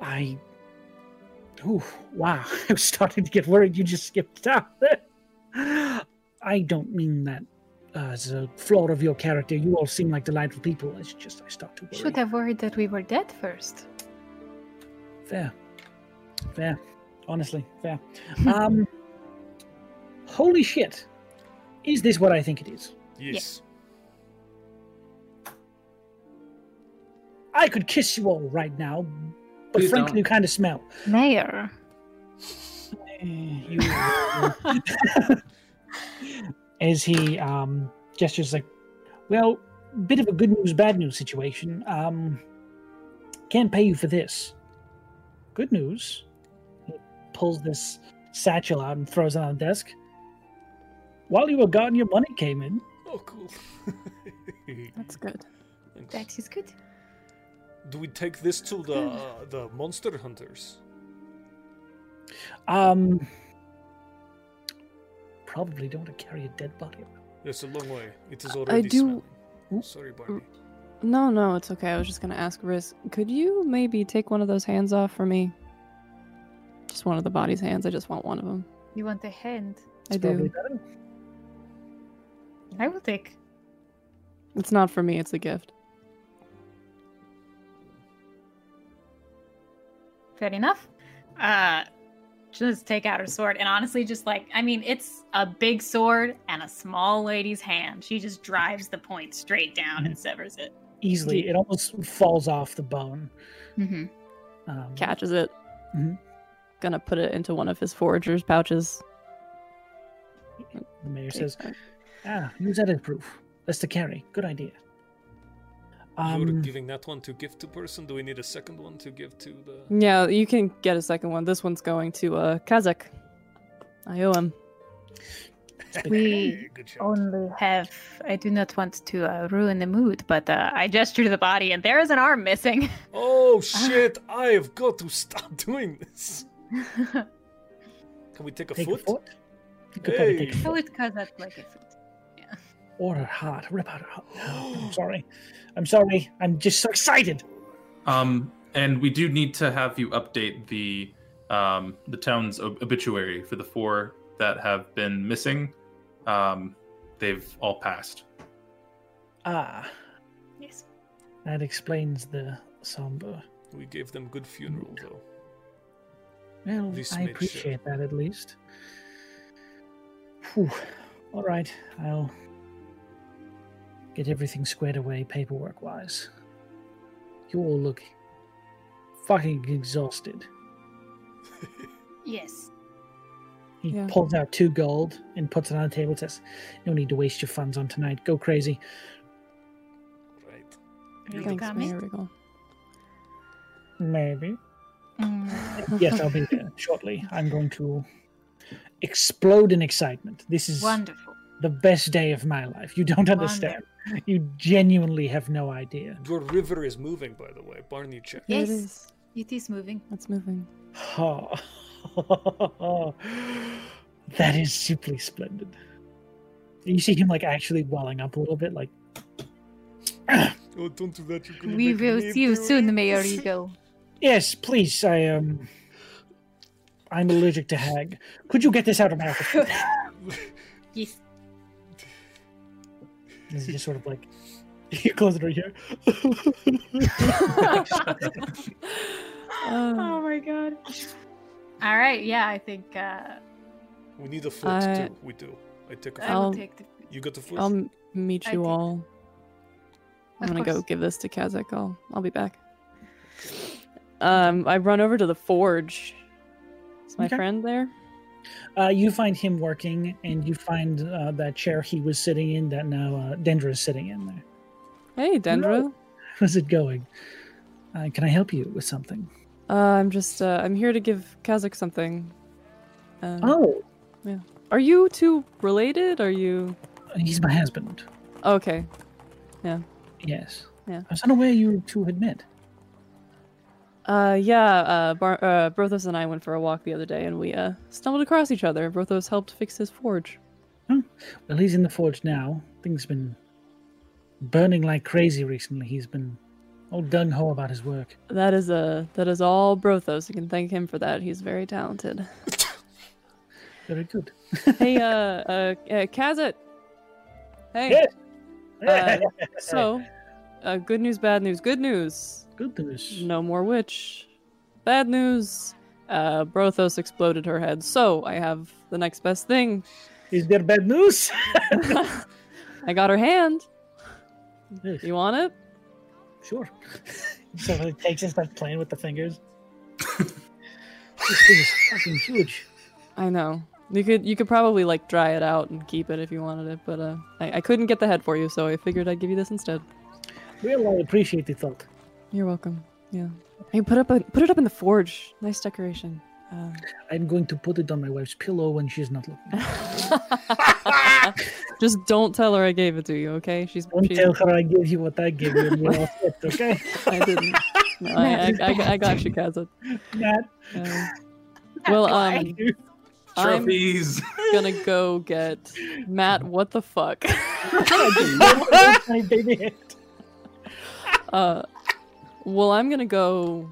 I. Ooh, wow! *laughs* I was starting to get worried. You just skipped out. *gasps* I don't mean that as a flaw of your character. You all seem like delightful people. It's just I start to worry.
Should have worried that we were dead first.
Fair. Fair. Honestly, fair. *laughs* Um Holy shit. Is this what I think it is?
Yes.
I could kiss you all right now, but
Please
frankly
don't.
you kinda smell.
Mayor.
Eh, you- As he um gestures like well, bit of a good news, bad news situation. Um can't pay you for this. Good news. He pulls this satchel out and throws it on the desk. While you were gone, your money came in.
Oh, cool. *laughs*
That's good.
Thanks.
That is good.
Do we take this to the uh, the monster hunters?
Um, probably don't want to carry a dead body.
Yes, a long way. It is
I
already
do-
Hmm?
smelling. Sorry, Barney.
No, no, it's okay. I was just gonna ask Riz, could you maybe take one of those hands off for me? Just one of the body's hands. I just want one of them.
You want a hand?
I
It's probably
do.
better.
I will take.
It's not for me. It's a gift.
Fair enough. Uh, just take out her sword and honestly, just like I mean, it's a big sword and a small lady's hand. She just drives the point straight down and severs it.
Easily, it almost falls off the bone.
Mm-hmm.
Um,
Catches it.
Mhm.
Gonna put it into one of his forager's pouches.
The mayor
Take
says,
that.
"Ah, use that as proof. That's to carry. Good idea."
You're
Um,
giving that one to give to person. Do we need a second one to give to the?
Yeah, you can get a second one. This one's going to uh, Kazak. I owe him.
We
Good shot.
only.
Have I do not want to uh, ruin the mood, but uh, I gesture to the body and there is an arm
*laughs*
missing.
Oh shit! I have got to stop *laughs* doing this. Can we take a
take a
foot?
foot. You could probably take a
Hey.
foot
would call that like a foot.
or her heart. Rip out her
*gasps*
heart. No, I'm sorry. I'm sorry. I'm just so excited.
Um, and we do need to have you update the um, the town's ob- obituary for the four that have been missing. Um, they've all passed.
Ah,
yes.
that explains the somber.
We gave them good funeral though.
Well,
This
I
makes
appreciate that at least. Phew. All right, I'll get everything squared away paperwork wise. You all look fucking exhausted.
Yes.
He
Yeah.
pulls out two gold and puts it on the table and says, No need to waste your funds on tonight. Go crazy.
Right.
You
Thanks,
got me?
Mayor Regal.
Maybe.
Mm.
*laughs*
Yes, I'll be there shortly. I'm going to explode in excitement. This is
Wonderful.
the best day of my life. You don't understand. You genuinely have no idea.
Your river is moving, by the way. Barney check.
Here
Yes.
It is.
It is moving.
It's moving. *laughs*
*laughs* that is simply splendid. You see him like actually welling up a little bit, like
Oh, don't do that. You're gonna
We
make
will
me
see you
do
soon,
it. *laughs*
Mayor Eagle.
Yes, please. I um, I'm allergic to hag. Could you get this out of my office?
Yes.
And He's just sort of like, *laughs* he closes it right here. *laughs*
Um, Uh,
my god. All right. Yeah, I think. Uh,
We need a foot
I-
too. We do. I take a foot.
I will
I'll-
take the.
you got a foot.
I'll m- meet
I
you
think-
all. I'm
Of
gonna go
course.
give this to Kazak. I'll I'll be back. Um, I run over to the forge. Is my
Okay.
friend there?
Uh, you find him working, and you find uh, that chair he was sitting in that now uh, Dendra is sitting in there. *laughs*
Hey, Dendro.
How's it going? Uh, can I help you with something?
Uh, I'm just uh, I'm here to give Kazak something. Um,
Oh,
Are you two related? Are you
he's my husband.
okay?
Yes.
Yeah.
I was unaware you two had met.
Uh, yeah. Uh, Bar- uh, Brothos and I went for a walk the other day, and we uh stumbled across each other. Brothos helped fix his forge.
Well, he's in the forge now. Things been burning like crazy recently. He's been all dung ho about his work.
That is a that is all Brothos. You can thank him for that. He's very talented.
Very good.
hey, uh, uh, uh Kazit. Hey.
Yes.
Uh,
*laughs*
so, uh, good news, bad news. Good news,
good news.
no more witch. Bad news, uh, Brothos exploded her head. So I have the next best thing.
Is there bad
*laughs*
news?
I got her hand. You want it?
Sure. *laughs* so it takes and starts playing with the fingers. *laughs* this thing is fucking huge.
I know. You could you could probably like dry it out and keep it if you wanted it, but uh, I, I couldn't get the head for you, so I figured I'd give you this instead.
Well, I appreciate the thought.
You're welcome. Yeah. Hey, put up a put it up in the forge. Nice decoration. Um,
I'm going to put it on my wife's pillow when she's not *laughs* looking.
just don't tell her I gave it to you, okay? She's.
Don't
she's
tell her I gave you what I gave you. and we're all *laughs* set, okay,
I
*laughs*
didn't. No, I, I, I, I got you, Kazan.
Matt?
Um, well,
Why?
um, I'm
Trophies. *laughs*
gonna go get Matt. What the fuck?
My baby head.
Uh, well, I'm gonna go.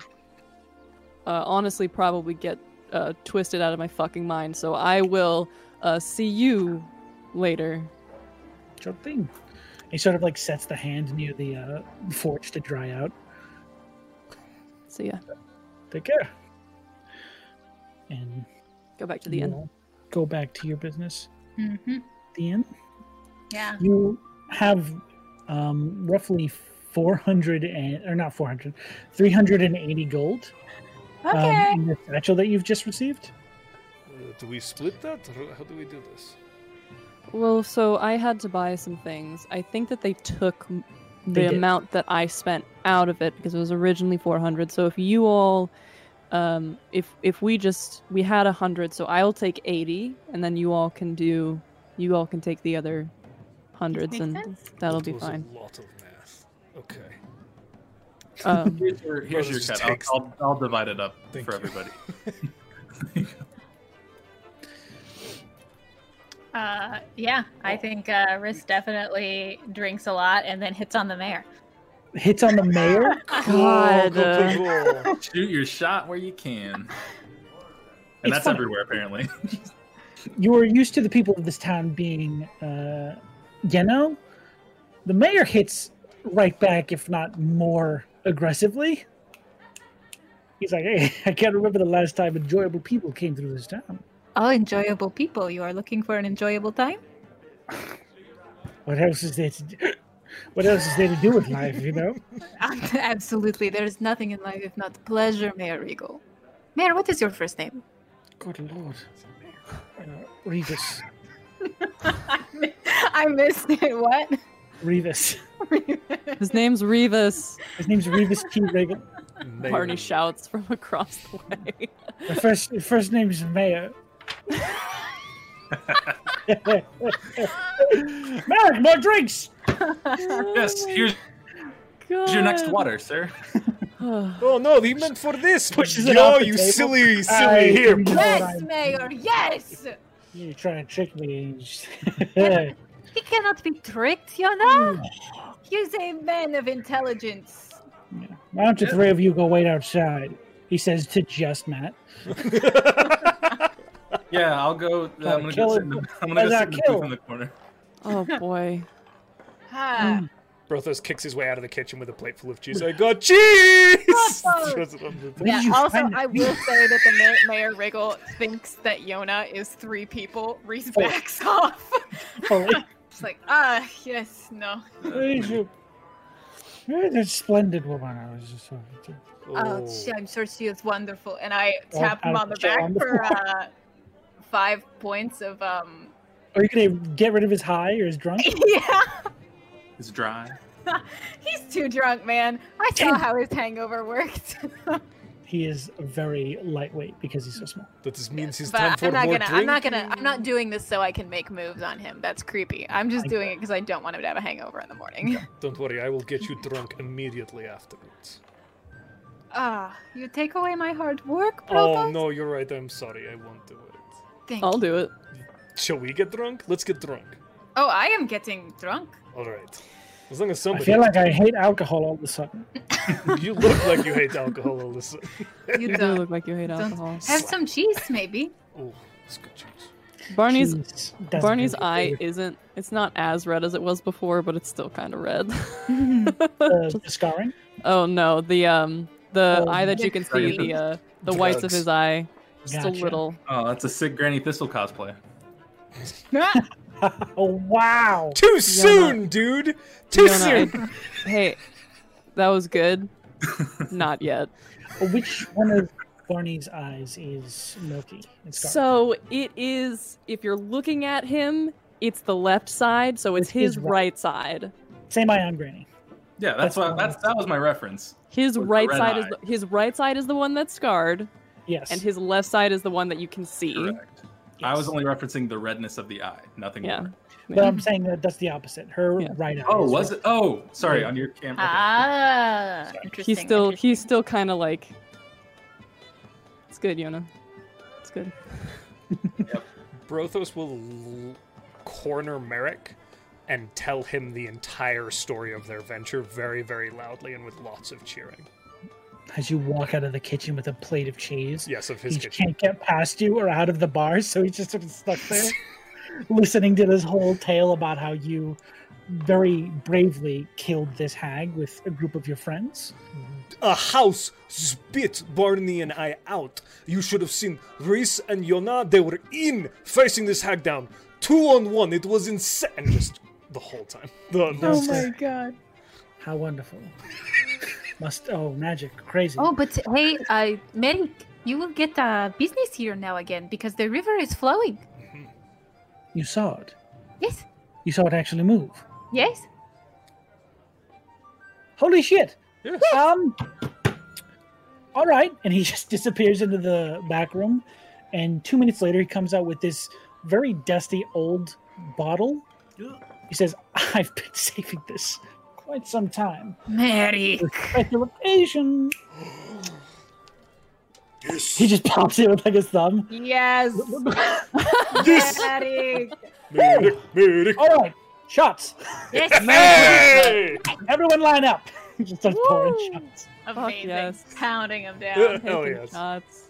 Uh, honestly, probably get uh, twisted out of my fucking mind. So I will uh, see you later.
Sure thing. He sort of like sets the hand near the uh, forge to dry out.
So yeah,
Take care. And
go back to the inn.
you'll Go back to your business.
Mhm.
The inn.
Yeah.
You have um, roughly 400 and or not 400, 380 gold
Okay.
um, in the satchel that you've just received.
Uh, do we split that? Or how do we do this?
Well, so I had to buy some things. I think that they took m-
They
the
did.
amount that I spent out of it because it was originally 400. So if you all um if if we just we had 100, so I'll take 80 and then you all can do you all can take the other hundreds
Makes
and
sense.
that'll
That
be
was
fine.
A lot of math. Okay.
*laughs*
Um
Here's your, here's your
Brothers
cut.
text.
I'll, I'll, I'll divide it up
Thank
for
you.
everybody.
Uh, yeah, I think uh, Riz definitely drinks a lot and then hits on the mayor.
Hits
*laughs*
on the mayor.
*laughs* God,
Go, go,
uh,
go, go.
Shoot your shot where you can.
It's
And that's
fine.
everywhere, apparently.
you are used to the people of this town being, uh, you know, the mayor hits right back, if not more aggressively. He's like, hey, *laughs* I can't remember the last time enjoyable people came through this town.
Oh, enjoyable people. You are looking for an enjoyable time?
What else is there to do? *gasps* What else is there to do with life, you know?
*laughs*
Absolutely. There is nothing in life if not pleasure, Mayor Regal. Mayor, what is your first name?
Good lord. Uh, Revis.
*laughs* I missed it. *laughs* What?
Revis.
his name's Revis.
His name's Revis T. Regal.
*laughs*
Nailed
Barney
it.
shouts from across the way.
My first, my first name is Mayor. *laughs* Merrick, more drinks!
yes, here's your next water, sir.
water.
Oh no, he meant for this.
Pushes it
Yo,
off the
you
table.
silly, silly
I
here.
know what
Yes,
I'm-
Mayor, yes!
You're trying to trick me. *laughs* and just-
Yeah. He cannot be tricked, you know?
Hmm.
He's a man of intelligence.
Why don't the three of you go wait outside? He says to just Matt.
Yeah, I'll go. uh, I'm gonna
kill
go sit in
him.
the, I'm gonna
Gotta
go sit in the
kill.
booth in the corner.
*sighs* Oh boy.
Hmm,
Ha.
Brothos kicks his way out of the kitchen with a plate full of cheese. I got cheese! Throws it on the
Where
thing.
did
Yeah,
you
also,
find
I
it?
will say that the
*laughs*
mayor, mayor Riggle thinks that Yona is three people. Reese
Oh.
backs *laughs* off.
Holy-
It's like, ah, yes, no.
Where's your- Where's that splendid woman I was just talking to?
Oh, she, I'm sure she is wonderful. And I
Oh,
tap him
I'll
on the
put you
back
on the
for uh, five points of um.
Are you gonna get rid of his high or his drunk?
*laughs* yeah,
It's dry.
he's too drunk, man. I saw how his hangover worked.
He is very lightweight because he's so small.
That just means he's time
but
for
I'm not
more
gonna. I'm not gonna. I'm
drinking.
not doing this so I can make moves on him. That's creepy. I'm just
I-
doing it because I don't want him to have a hangover in the *laughs* morning.
Don't worry, I will get you drunk immediately afterwards.
Ah, you take away my hard work, Provo?
Oh no, you're right. I'm sorry. I won't do it.
Thank
I'll
you.
do it.
Shall we get drunk? Let's get drunk.
Oh, I am getting
*laughs*
drunk.
All right. As long as
I
somebody.
feel like I hate alcohol all of a sudden.
*laughs* you look like you hate alcohol. All
*laughs*
this.
You
You
do
don't.
look like you hate
Don't-
alcohol.
Have some cheese,
*laughs*
maybe.
Oh, it's good cheese.
Barney's
Cheese doesn't
Barney's
do it for
eye
you.
isn't it's not as red as it was before, but it's still kind of red. *laughs*
Uh, the scarring.
oh no, the um the
Oh,
eye that you can see the uh, the whites of
Drugs.
his eye just a
Gotcha.
little.
Oh, that's a sick Granny Thistle cosplay.
oh wow!
Too soon, dude. Too
Fiona,
soon. *laughs*
I- *laughs* hey, that was good. not yet.
Which one of Barney's eyes is milky and scarred?
So it is if you're looking at him, it's the left side, so it's
It's his
his
right.
right side.
Same eye on Granny.
Yeah, that's
That's
why. That's that was my reference.
His
With the
right
red
side is
eye.
the, his right side is the one that's scarred.
Yes.
and his left side is the one that you can see.
Correct. I was
yes.
only referencing the redness of the eye, nothing
Yeah.
more.
But I'm saying that that's the opposite. Her
Yeah.
right eye.
Oh,
is
was
red.
it? Oh, sorry, on your camera.
Ah, interesting.
He's still
interesting.
he's still kind of like. It's good, Yona. It's good.
Brothos will l- corner Merrick and tell him the entire story of their venture very, very loudly and with lots of cheering.
As you walk out of the kitchen with a plate of cheese,
Yes, of his
he
kitchen.
can't get past you or out of the bar, so he's just sort of stuck there, listening to this whole tale about how you very bravely killed this hag with a group of your friends.
A house spit Barney and I out. You should have seen Reese and Yona. They were in facing this hack down. Two on one. It was insane. And just the whole time. The, the
Oh my
god.
How wonderful! Must oh magic crazy.
Oh, but hey, uh, Merrick, you will get uh, business here now again because the river is flowing.
You saw it.
Yes,
You saw it actually move.
yes.
Holy shit!
Yes.
Um. All right, and he *laughs* just disappears into the back room, and two minutes later he comes out with this very dusty old bottle. He says, *laughs* "I've been saving this quite some time.
Merrick.
Special occasion." He just pops it with like his thumb.
Yes.
Yes! *laughs*
Merrick.
Merrick, Merrick.
All right, shots.
Yes.
Hey!
Everyone line up. *laughs* He just starts pouring
Woo!
shots.
Amazing.
yes.
Pounding them
Yeah.
down.
Hell
Taking
yes.
shots.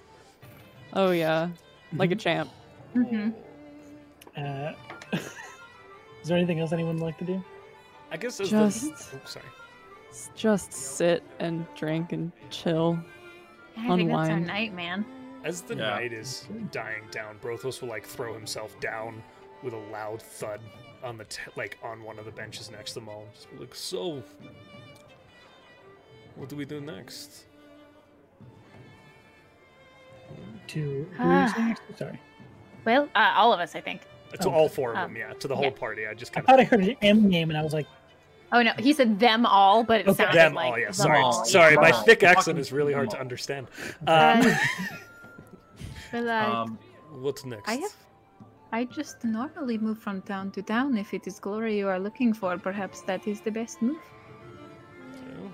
Oh yeah, like a champ.
hmm
Uh, *laughs* is there anything else anyone would like to do?
I guess as
Just-
the. Oops, sorry.
S- Just sit and drink and chill.
I think that's our
Unwind.
night, man.
As the
Yeah.
night is dying down, Brothos will like throw himself down with a loud thud on the t- like on one of the benches next to them all. Just be like, so, what do we do next?
To who
Ah.
was next? sorry,
Well, uh, all of us, I think.
to
Oh,
all four of
um,
them, yeah, to the whole
yeah.
party. I just
I
kind
thought I
of
heard an M name, and I was like,
Oh no, he said them all, but it
Okay.
sounded
them
like
all. Yeah,
them
sorry,
all,
sorry,
yeah.
my
Wow.
thick accent
Fucking
is really hard to
small.
understand. Um,
*laughs*
Uh, well, uh,
Um,
what's next?
I have. I just normally move from town to town. If it is glory you are looking for, perhaps that is the best move.
Oh,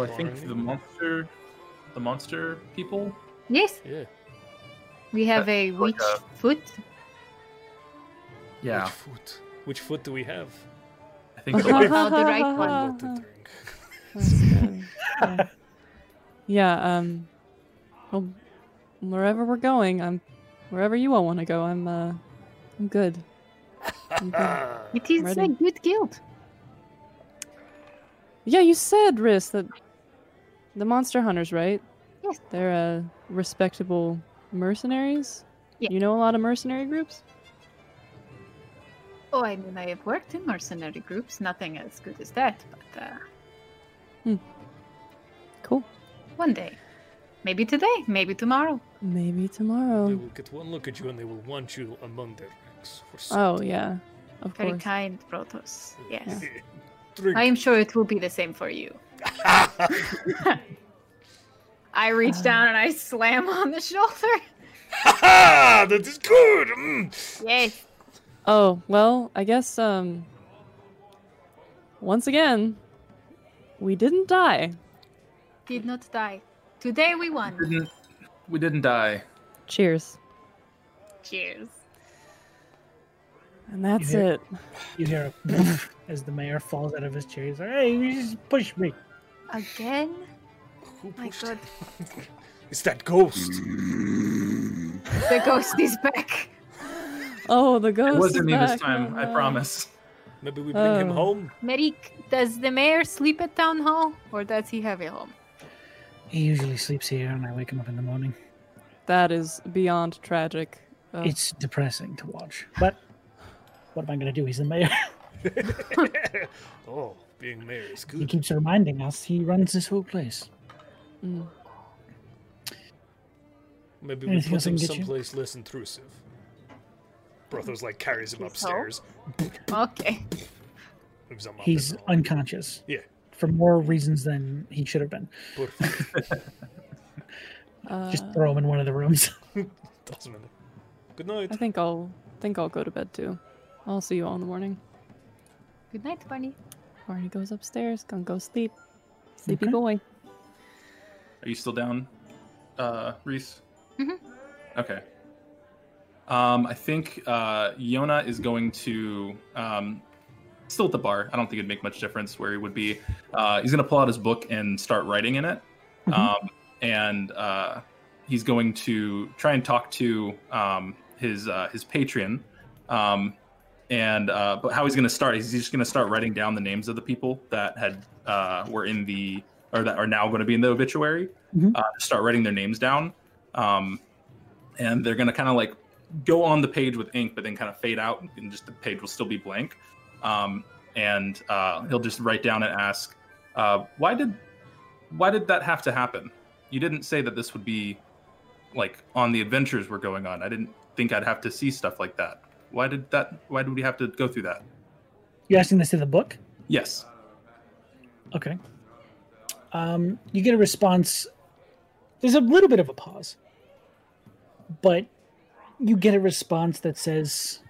well, I think the monster, the monster people.
Yes,
yeah,
we have a
like
witch
a-
foot.
Yeah,
Which foot? Which foot do we have?
*laughs*
I think.
Uh-huh.
The,
Oh, the right one.
Ah.
What the drink?
That's good. Yeah. yeah. Um. Well, wherever we're going, I'm. Wherever you all want to go, I'm. Uh, I'm good. I'm
*laughs*
good.
Ah.
*laughs*
It is
Ready.
a good guild.
Yeah, you said Riss that the monster hunters, right?
Yes.
They're uh, respectable mercenaries.
Yeah.
You know a lot of mercenary groups.
Oh, I mean, I have worked in mercenary groups. Nothing as good as that, but uh,
Cool.
one day, maybe today, maybe tomorrow.
Maybe
They
tomorrow.
will get one look at you and they will want you among their ranks. For
Oh
something.
yeah, of
Very
course.
kind, Protos. Yes.
*laughs* Drink.
I am sure it will be the same for you. *laughs*
I
Uh.
reach down and I slam on the shoulder.
Ah, that is good. Mm.
Yes.
Oh, well, I guess, um. Once again, we didn't die.
Did not
Die. Today we won.
didn't, we didn't die.
Cheers.
Cheers.
And that's
Yeah.
it.
you hear a as the mayor falls out of his chair. He's like, hey, you just push me.
Again?
Who
My
pushed
god.
it? It's that ghost.
the ghost is back.
Oh, the ghost.
It wasn't
is
me this
back.
time.
Oh,
I
no.
promise.
Maybe we bring him
Oh.
*laughs*
home. *laughs*
Merrick, does the mayor sleep at town hall, or does he have a home?
He usually sleeps here, and I wake him up in the morning.
That is beyond tragic. Oh,
It's depressing to watch. But what am I going to do? He's the mayor. *laughs*
oh, being mayor is
he
good.
keeps reminding us he runs this whole place.
mm.
Maybe we
Anything else
put
I
him
can get you?
someplace less intrusive. Brothos like carries him
So?
upstairs.
Okay.
Moves him up
He's
and all.
unconscious.
Yeah.
*laughs* For more reasons than he should have been.
Perfect.
Uh,
Just throw him in one of the rooms. *laughs*
Doesn't matter. Good night.
I think I'll think I'll go to bed too. I'll see you all in the morning.
Good night, Barney.
Barney goes upstairs, gonna go sleep. Sleepy
Okay.
boy.
Are you still down, uh, Reese?
Mhm.
Okay. Um, I think uh, Yona is going to um, still at the bar. I don't think it'd make much difference where he would be. Uh, he's going to pull out his book and start writing in it,
Mhm.
um, and uh, he's going to try and talk to um, his uh, his patron. Um, and uh, but how he's going to start is he's just going to start writing down the names of the people that had uh, were in the or that are now going to be in the obituary
Mhm.
uh, start writing their names down um, and they're going to kind of like go on the page with ink but then kind of fade out and just the page will still be blank um, and uh, he'll just write down and ask uh, why did why did that have to happen you didn't say that this would be like on the adventures we're going on i didn't think i'd have to see stuff like that why did that why did we have to go through that
You're asking this in the book?
yes
Okay. Um, you get a response. There's a little bit of a pause, but you get a response that says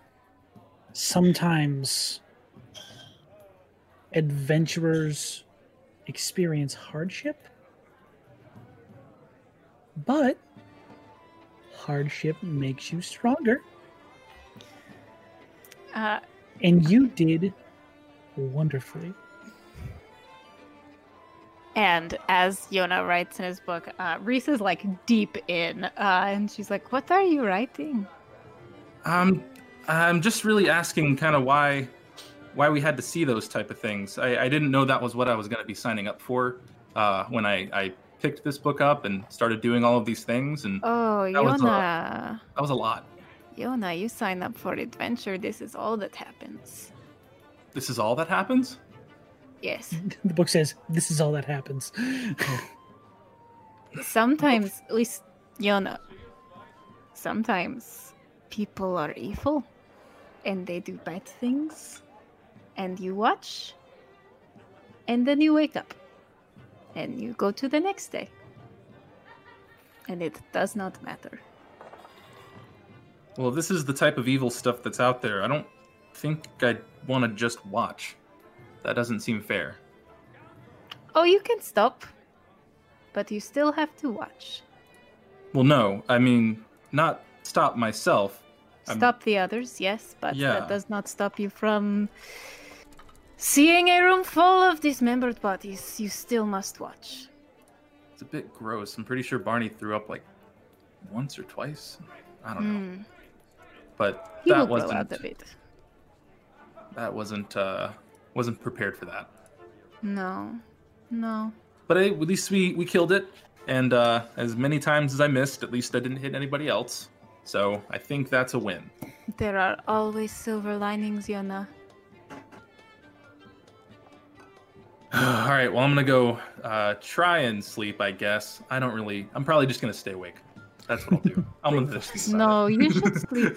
sometimes adventurers experience hardship, but hardship makes you stronger.
Uh,
And you did wonderfully.
and as Yona writes in his book, uh, Reese is like deep in, uh, and she's like, "What are you writing?"
Um, I'm just really asking kind of why why we had to see those type of things. I, I didn't know that was what I was going to be signing up for uh, when I, I picked this book up and started doing all of these things, and
Oh,
That was, uh,
Yona,
that was a lot.
Yona, you sign up for adventure. This is all that happens.
This is all that happens.
Yes.
*laughs* The book says, This is all that happens.
Sometimes, at least Yona, sometimes people are evil and they do bad things, and you watch, and then you wake up, and you go to the next day, and it does not matter.
Well, if this is the type of evil stuff that's out there. I don't think I want to just watch. That doesn't seem fair.
Oh, you can stop, but you still have to watch.
Well, no, I mean not stop myself. I'm-
Stop the others, yes, but
Yeah.
that does not stop you from seeing a room full of dismembered bodies. You still must watch.
It's a bit gross. I'm pretty sure Barney threw up like once or twice. I don't know.
Mm,
but
He will
that
grow out
wasn't
of it.
that wasn't uh wasn't prepared for that
No, no.
but hey, at least we we killed it and uh as many times as i missed at least i didn't hit anybody else so i think that's a win *sighs*
There are always silver linings, Yona.
all right well i'm gonna go uh try and sleep i guess i don't really i'm probably just gonna stay awake that's what i'll
*laughs*
do i'm gonna just decide
No,
it. *laughs*
you should sleep.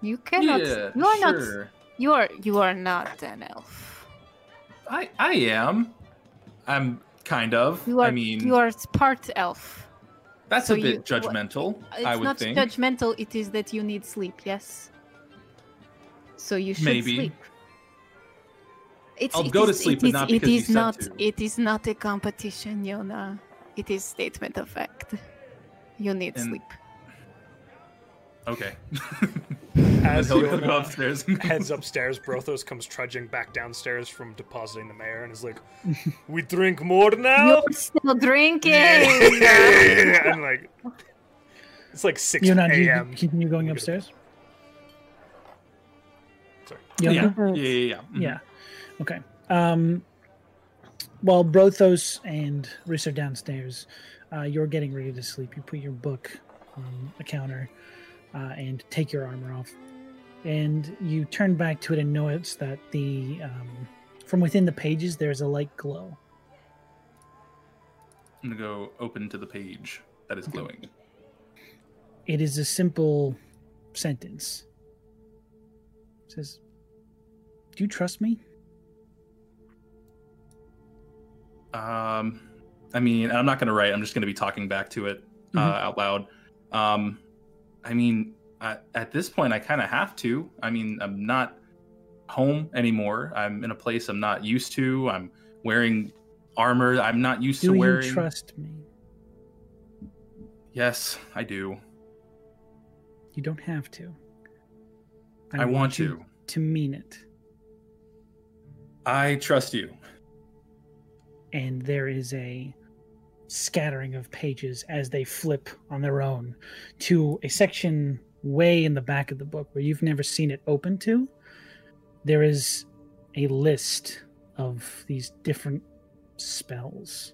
You cannot.
yeah,
you are not.
sure.
You are. You are not an elf.
i i am i'm kind of
You are.
i mean
you are part elf.
that's
so
a
you-
bit judgmental
It's
i would
not
think
judgmental. It is that you need sleep. Yes. So you should
Maybe.
sleep. It's,
I'll
it
go to
is-
sleep,
it
but
is-
not
it
because you
is
said
not.
to.
It is not a competition, Yona. It is statement of fact. You need
And-
sleep.
okay and
As
he'll go
Yona
upstairs and
heads upstairs, Brothos comes trudging back downstairs from depositing the mayor and is like, "We drink more now."
You're still
*laughs*
drinking.
and like, it's like six
You're not you,
a.m.
continue going
We're good.
upstairs?
Sorry.
Yoko?
*laughs* Yeah, Mm-hmm. yeah, yeah, yeah. Mhm.
Yeah. Okay. Um, while Brothos and Riss are downstairs, uh, you're getting ready to sleep. You put your book on the counter uh, and take your armor off. And you turn back to it and notice that the um, from within the pages there's a light glow.
I'm gonna go open to the page that is glowing.
It is a simple sentence. It says, "Do you trust me?"
Um, I mean, I'm not going to write. I'm just going to be talking back to it uh,
Mhm.
out loud. Um, I mean, I, at this point, I kind of have to. I mean, I'm not home anymore. I'm in a place I'm not used to. I'm wearing armor I'm not used
Do
to
you
wearing.
trust me?
Yes, I do.
You don't have to.
I, want,
you
to.
to mean it.
I trust you.
and there is a scattering of pages as they flip on their own to a section way in the back of the book where you've never seen it open to. There is a list of these different spells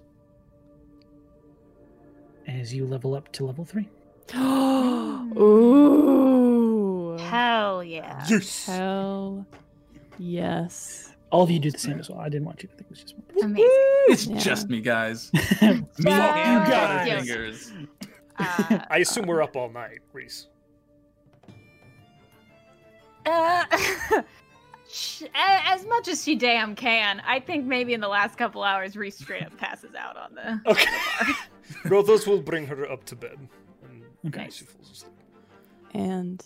as you level up to level three. *gasps*
*gasps* Ooh.
Hell yeah.
Yes.
Hell yes.
All of you do the same as well. I didn't want you to think it was just one.
Amazing.
It's
Yeah.
just me, *laughs* guys.
person.
Me and
you guys.
Butterfingers.
Uh,
I assume we're up all night, Reese.
Uh, *laughs* sh- a- as much as she damn can, I think maybe in the last couple hours, Reese straight up passes out on the.
*laughs* Okay. Bro, those will bring her up to bed. And
Okay.
she falls asleep.
And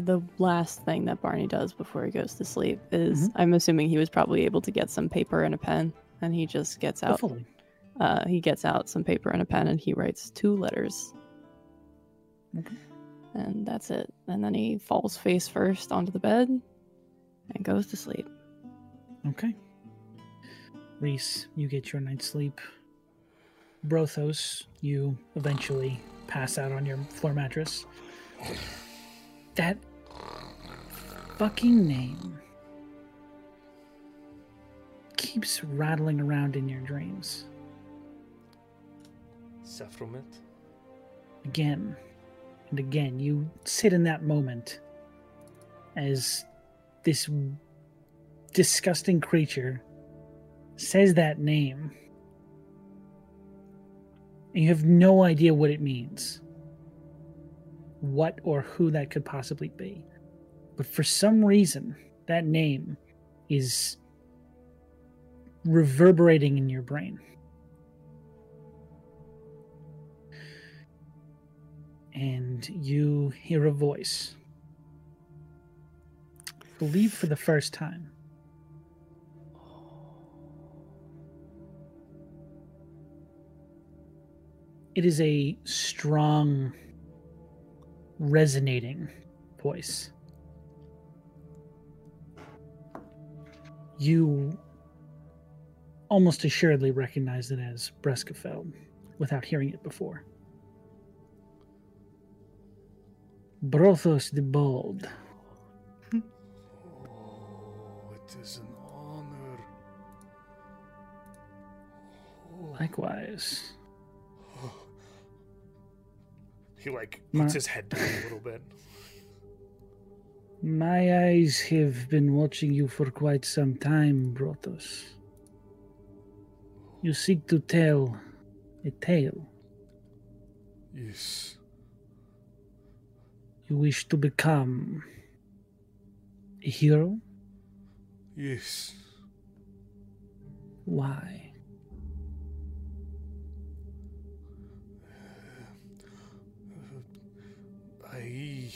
the last thing that Barney does before he goes to sleep is
Mm-hmm.
I'm assuming he was probably able to get some paper and a pen and he just gets out
Hopefully.
uh, he gets out some paper and a pen and he writes two letters.
Okay.
And that's it. And then he falls face first onto the bed and goes to sleep.
Okay. Reese, you get your night's sleep. Brothos, you eventually pass out on your floor mattress. That fucking name keeps rattling around in your dreams.
Saffromet.
again and again. You sit in that moment as this disgusting creature says that name. And you have no idea what it means, what or who that could possibly be. But for some reason, that name is reverberating in your brain. and you hear a voice. I Believe for the first time. It is a strong, resonating voice. You almost assuredly recognize it as Breskafeld without hearing it before. Brothos the Bold.
Oh, it is an honor.
Likewise.
He like
Ma-
puts his head down a little bit.
My eyes have been watching you for quite some time, Brothos. You seek to tell a tale.
Yes.
You wish to become a hero?
Yes.
Why?
I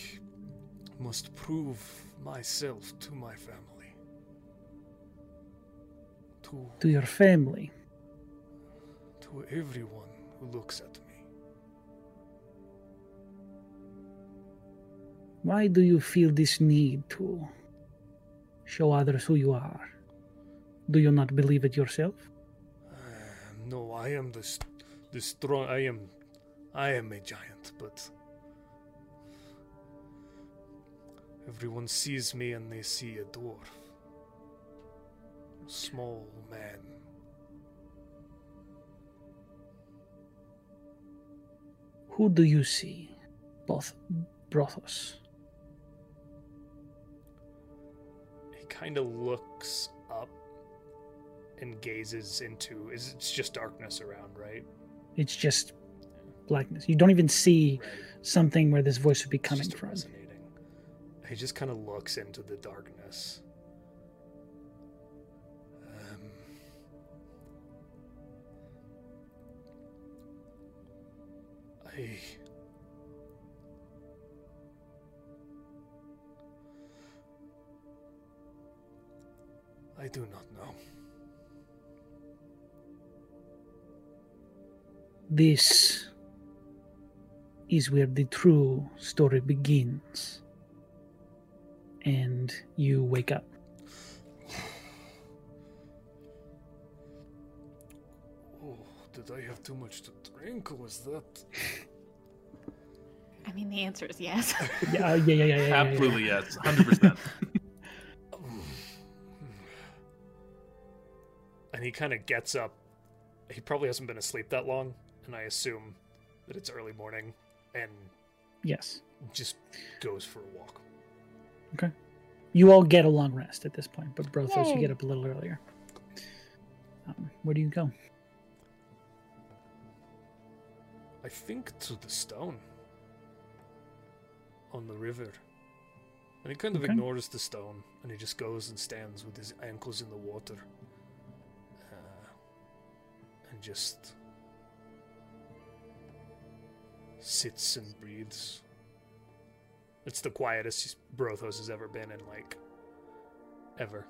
must prove myself to my family. To
To your family.
to everyone who looks at me.
Why do you feel this need to show others who you are? Do you not believe it yourself?
Uh, no, I am the st- the strong. I am, I am a giant, but everyone sees me and they see a dwarf, a small man.
Who do you see? Both Brothos.
He kind of looks up and gazes into. Is it's just darkness around, right?
It's just blackness. You don't even see
Right.
something where this voice would be
It's
coming
just
from.
Resonating. He just kind of looks into the darkness. Um, Hey. I do not know.
This is where the true story begins. And you wake up.
Oh, did I have too much to drink, or was that?
I mean, the answer is yes.
Yeah, uh, yeah, yeah, yeah, yeah, yeah, yeah.
Absolutely yes, hundred percent.
And he kind of gets up. He probably hasn't been asleep that long, and I assume that it's early morning, and
Yes.
just goes for a walk.
You all get a long rest at this point, but Brothos, you
Yay.
get up a little earlier. Um, where do you go?
I think to the stone on the river. And he kind of
Okay.
ignores the stone and he just goes and stands with his ankles in the water. Uh, and just sits and breathes. It's the quietest Brothos has ever been in, like, ever.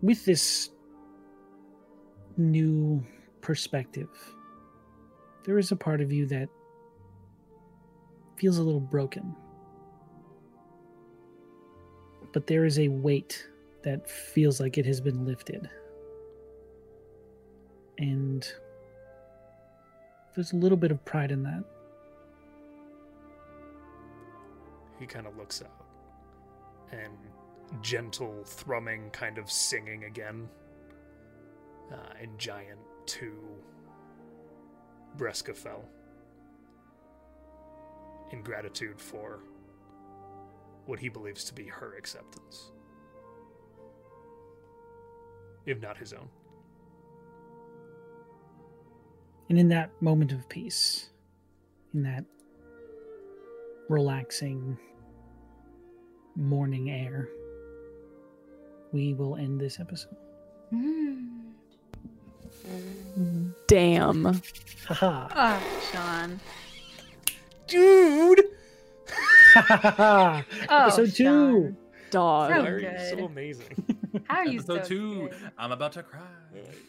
with this new perspective, there is a part of you that feels a little broken. But there is a weight that feels like it has been lifted. And there's a little bit of pride in that.
He kind of looks out and gentle thrumming, kind of singing again. Uh, and giant to Breskafell in gratitude for what he believes to be her acceptance, if not his own.
And in that moment of peace, in that relaxing morning air, we will end this episode.
Damn.
Haha.
oh, Sean.
Dude, *laughs*
Haha.
Oh,
episode two.
Dog.
why
So
are you
good.
so *laughs* amazing?
Sean. How *laughs* are you
Episode
so
two.
good?
I'm about to cry.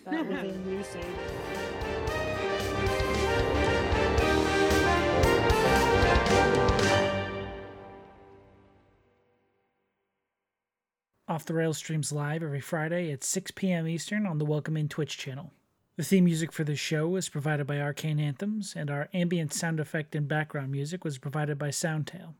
That was
a new save. Off the Rails streams live every Friday at 6 p.m. Eastern on the Welcome In Twitch channel. The theme music for this show is provided by Arcane Anthems, and our ambient sound effect and background music was provided by Soundtail.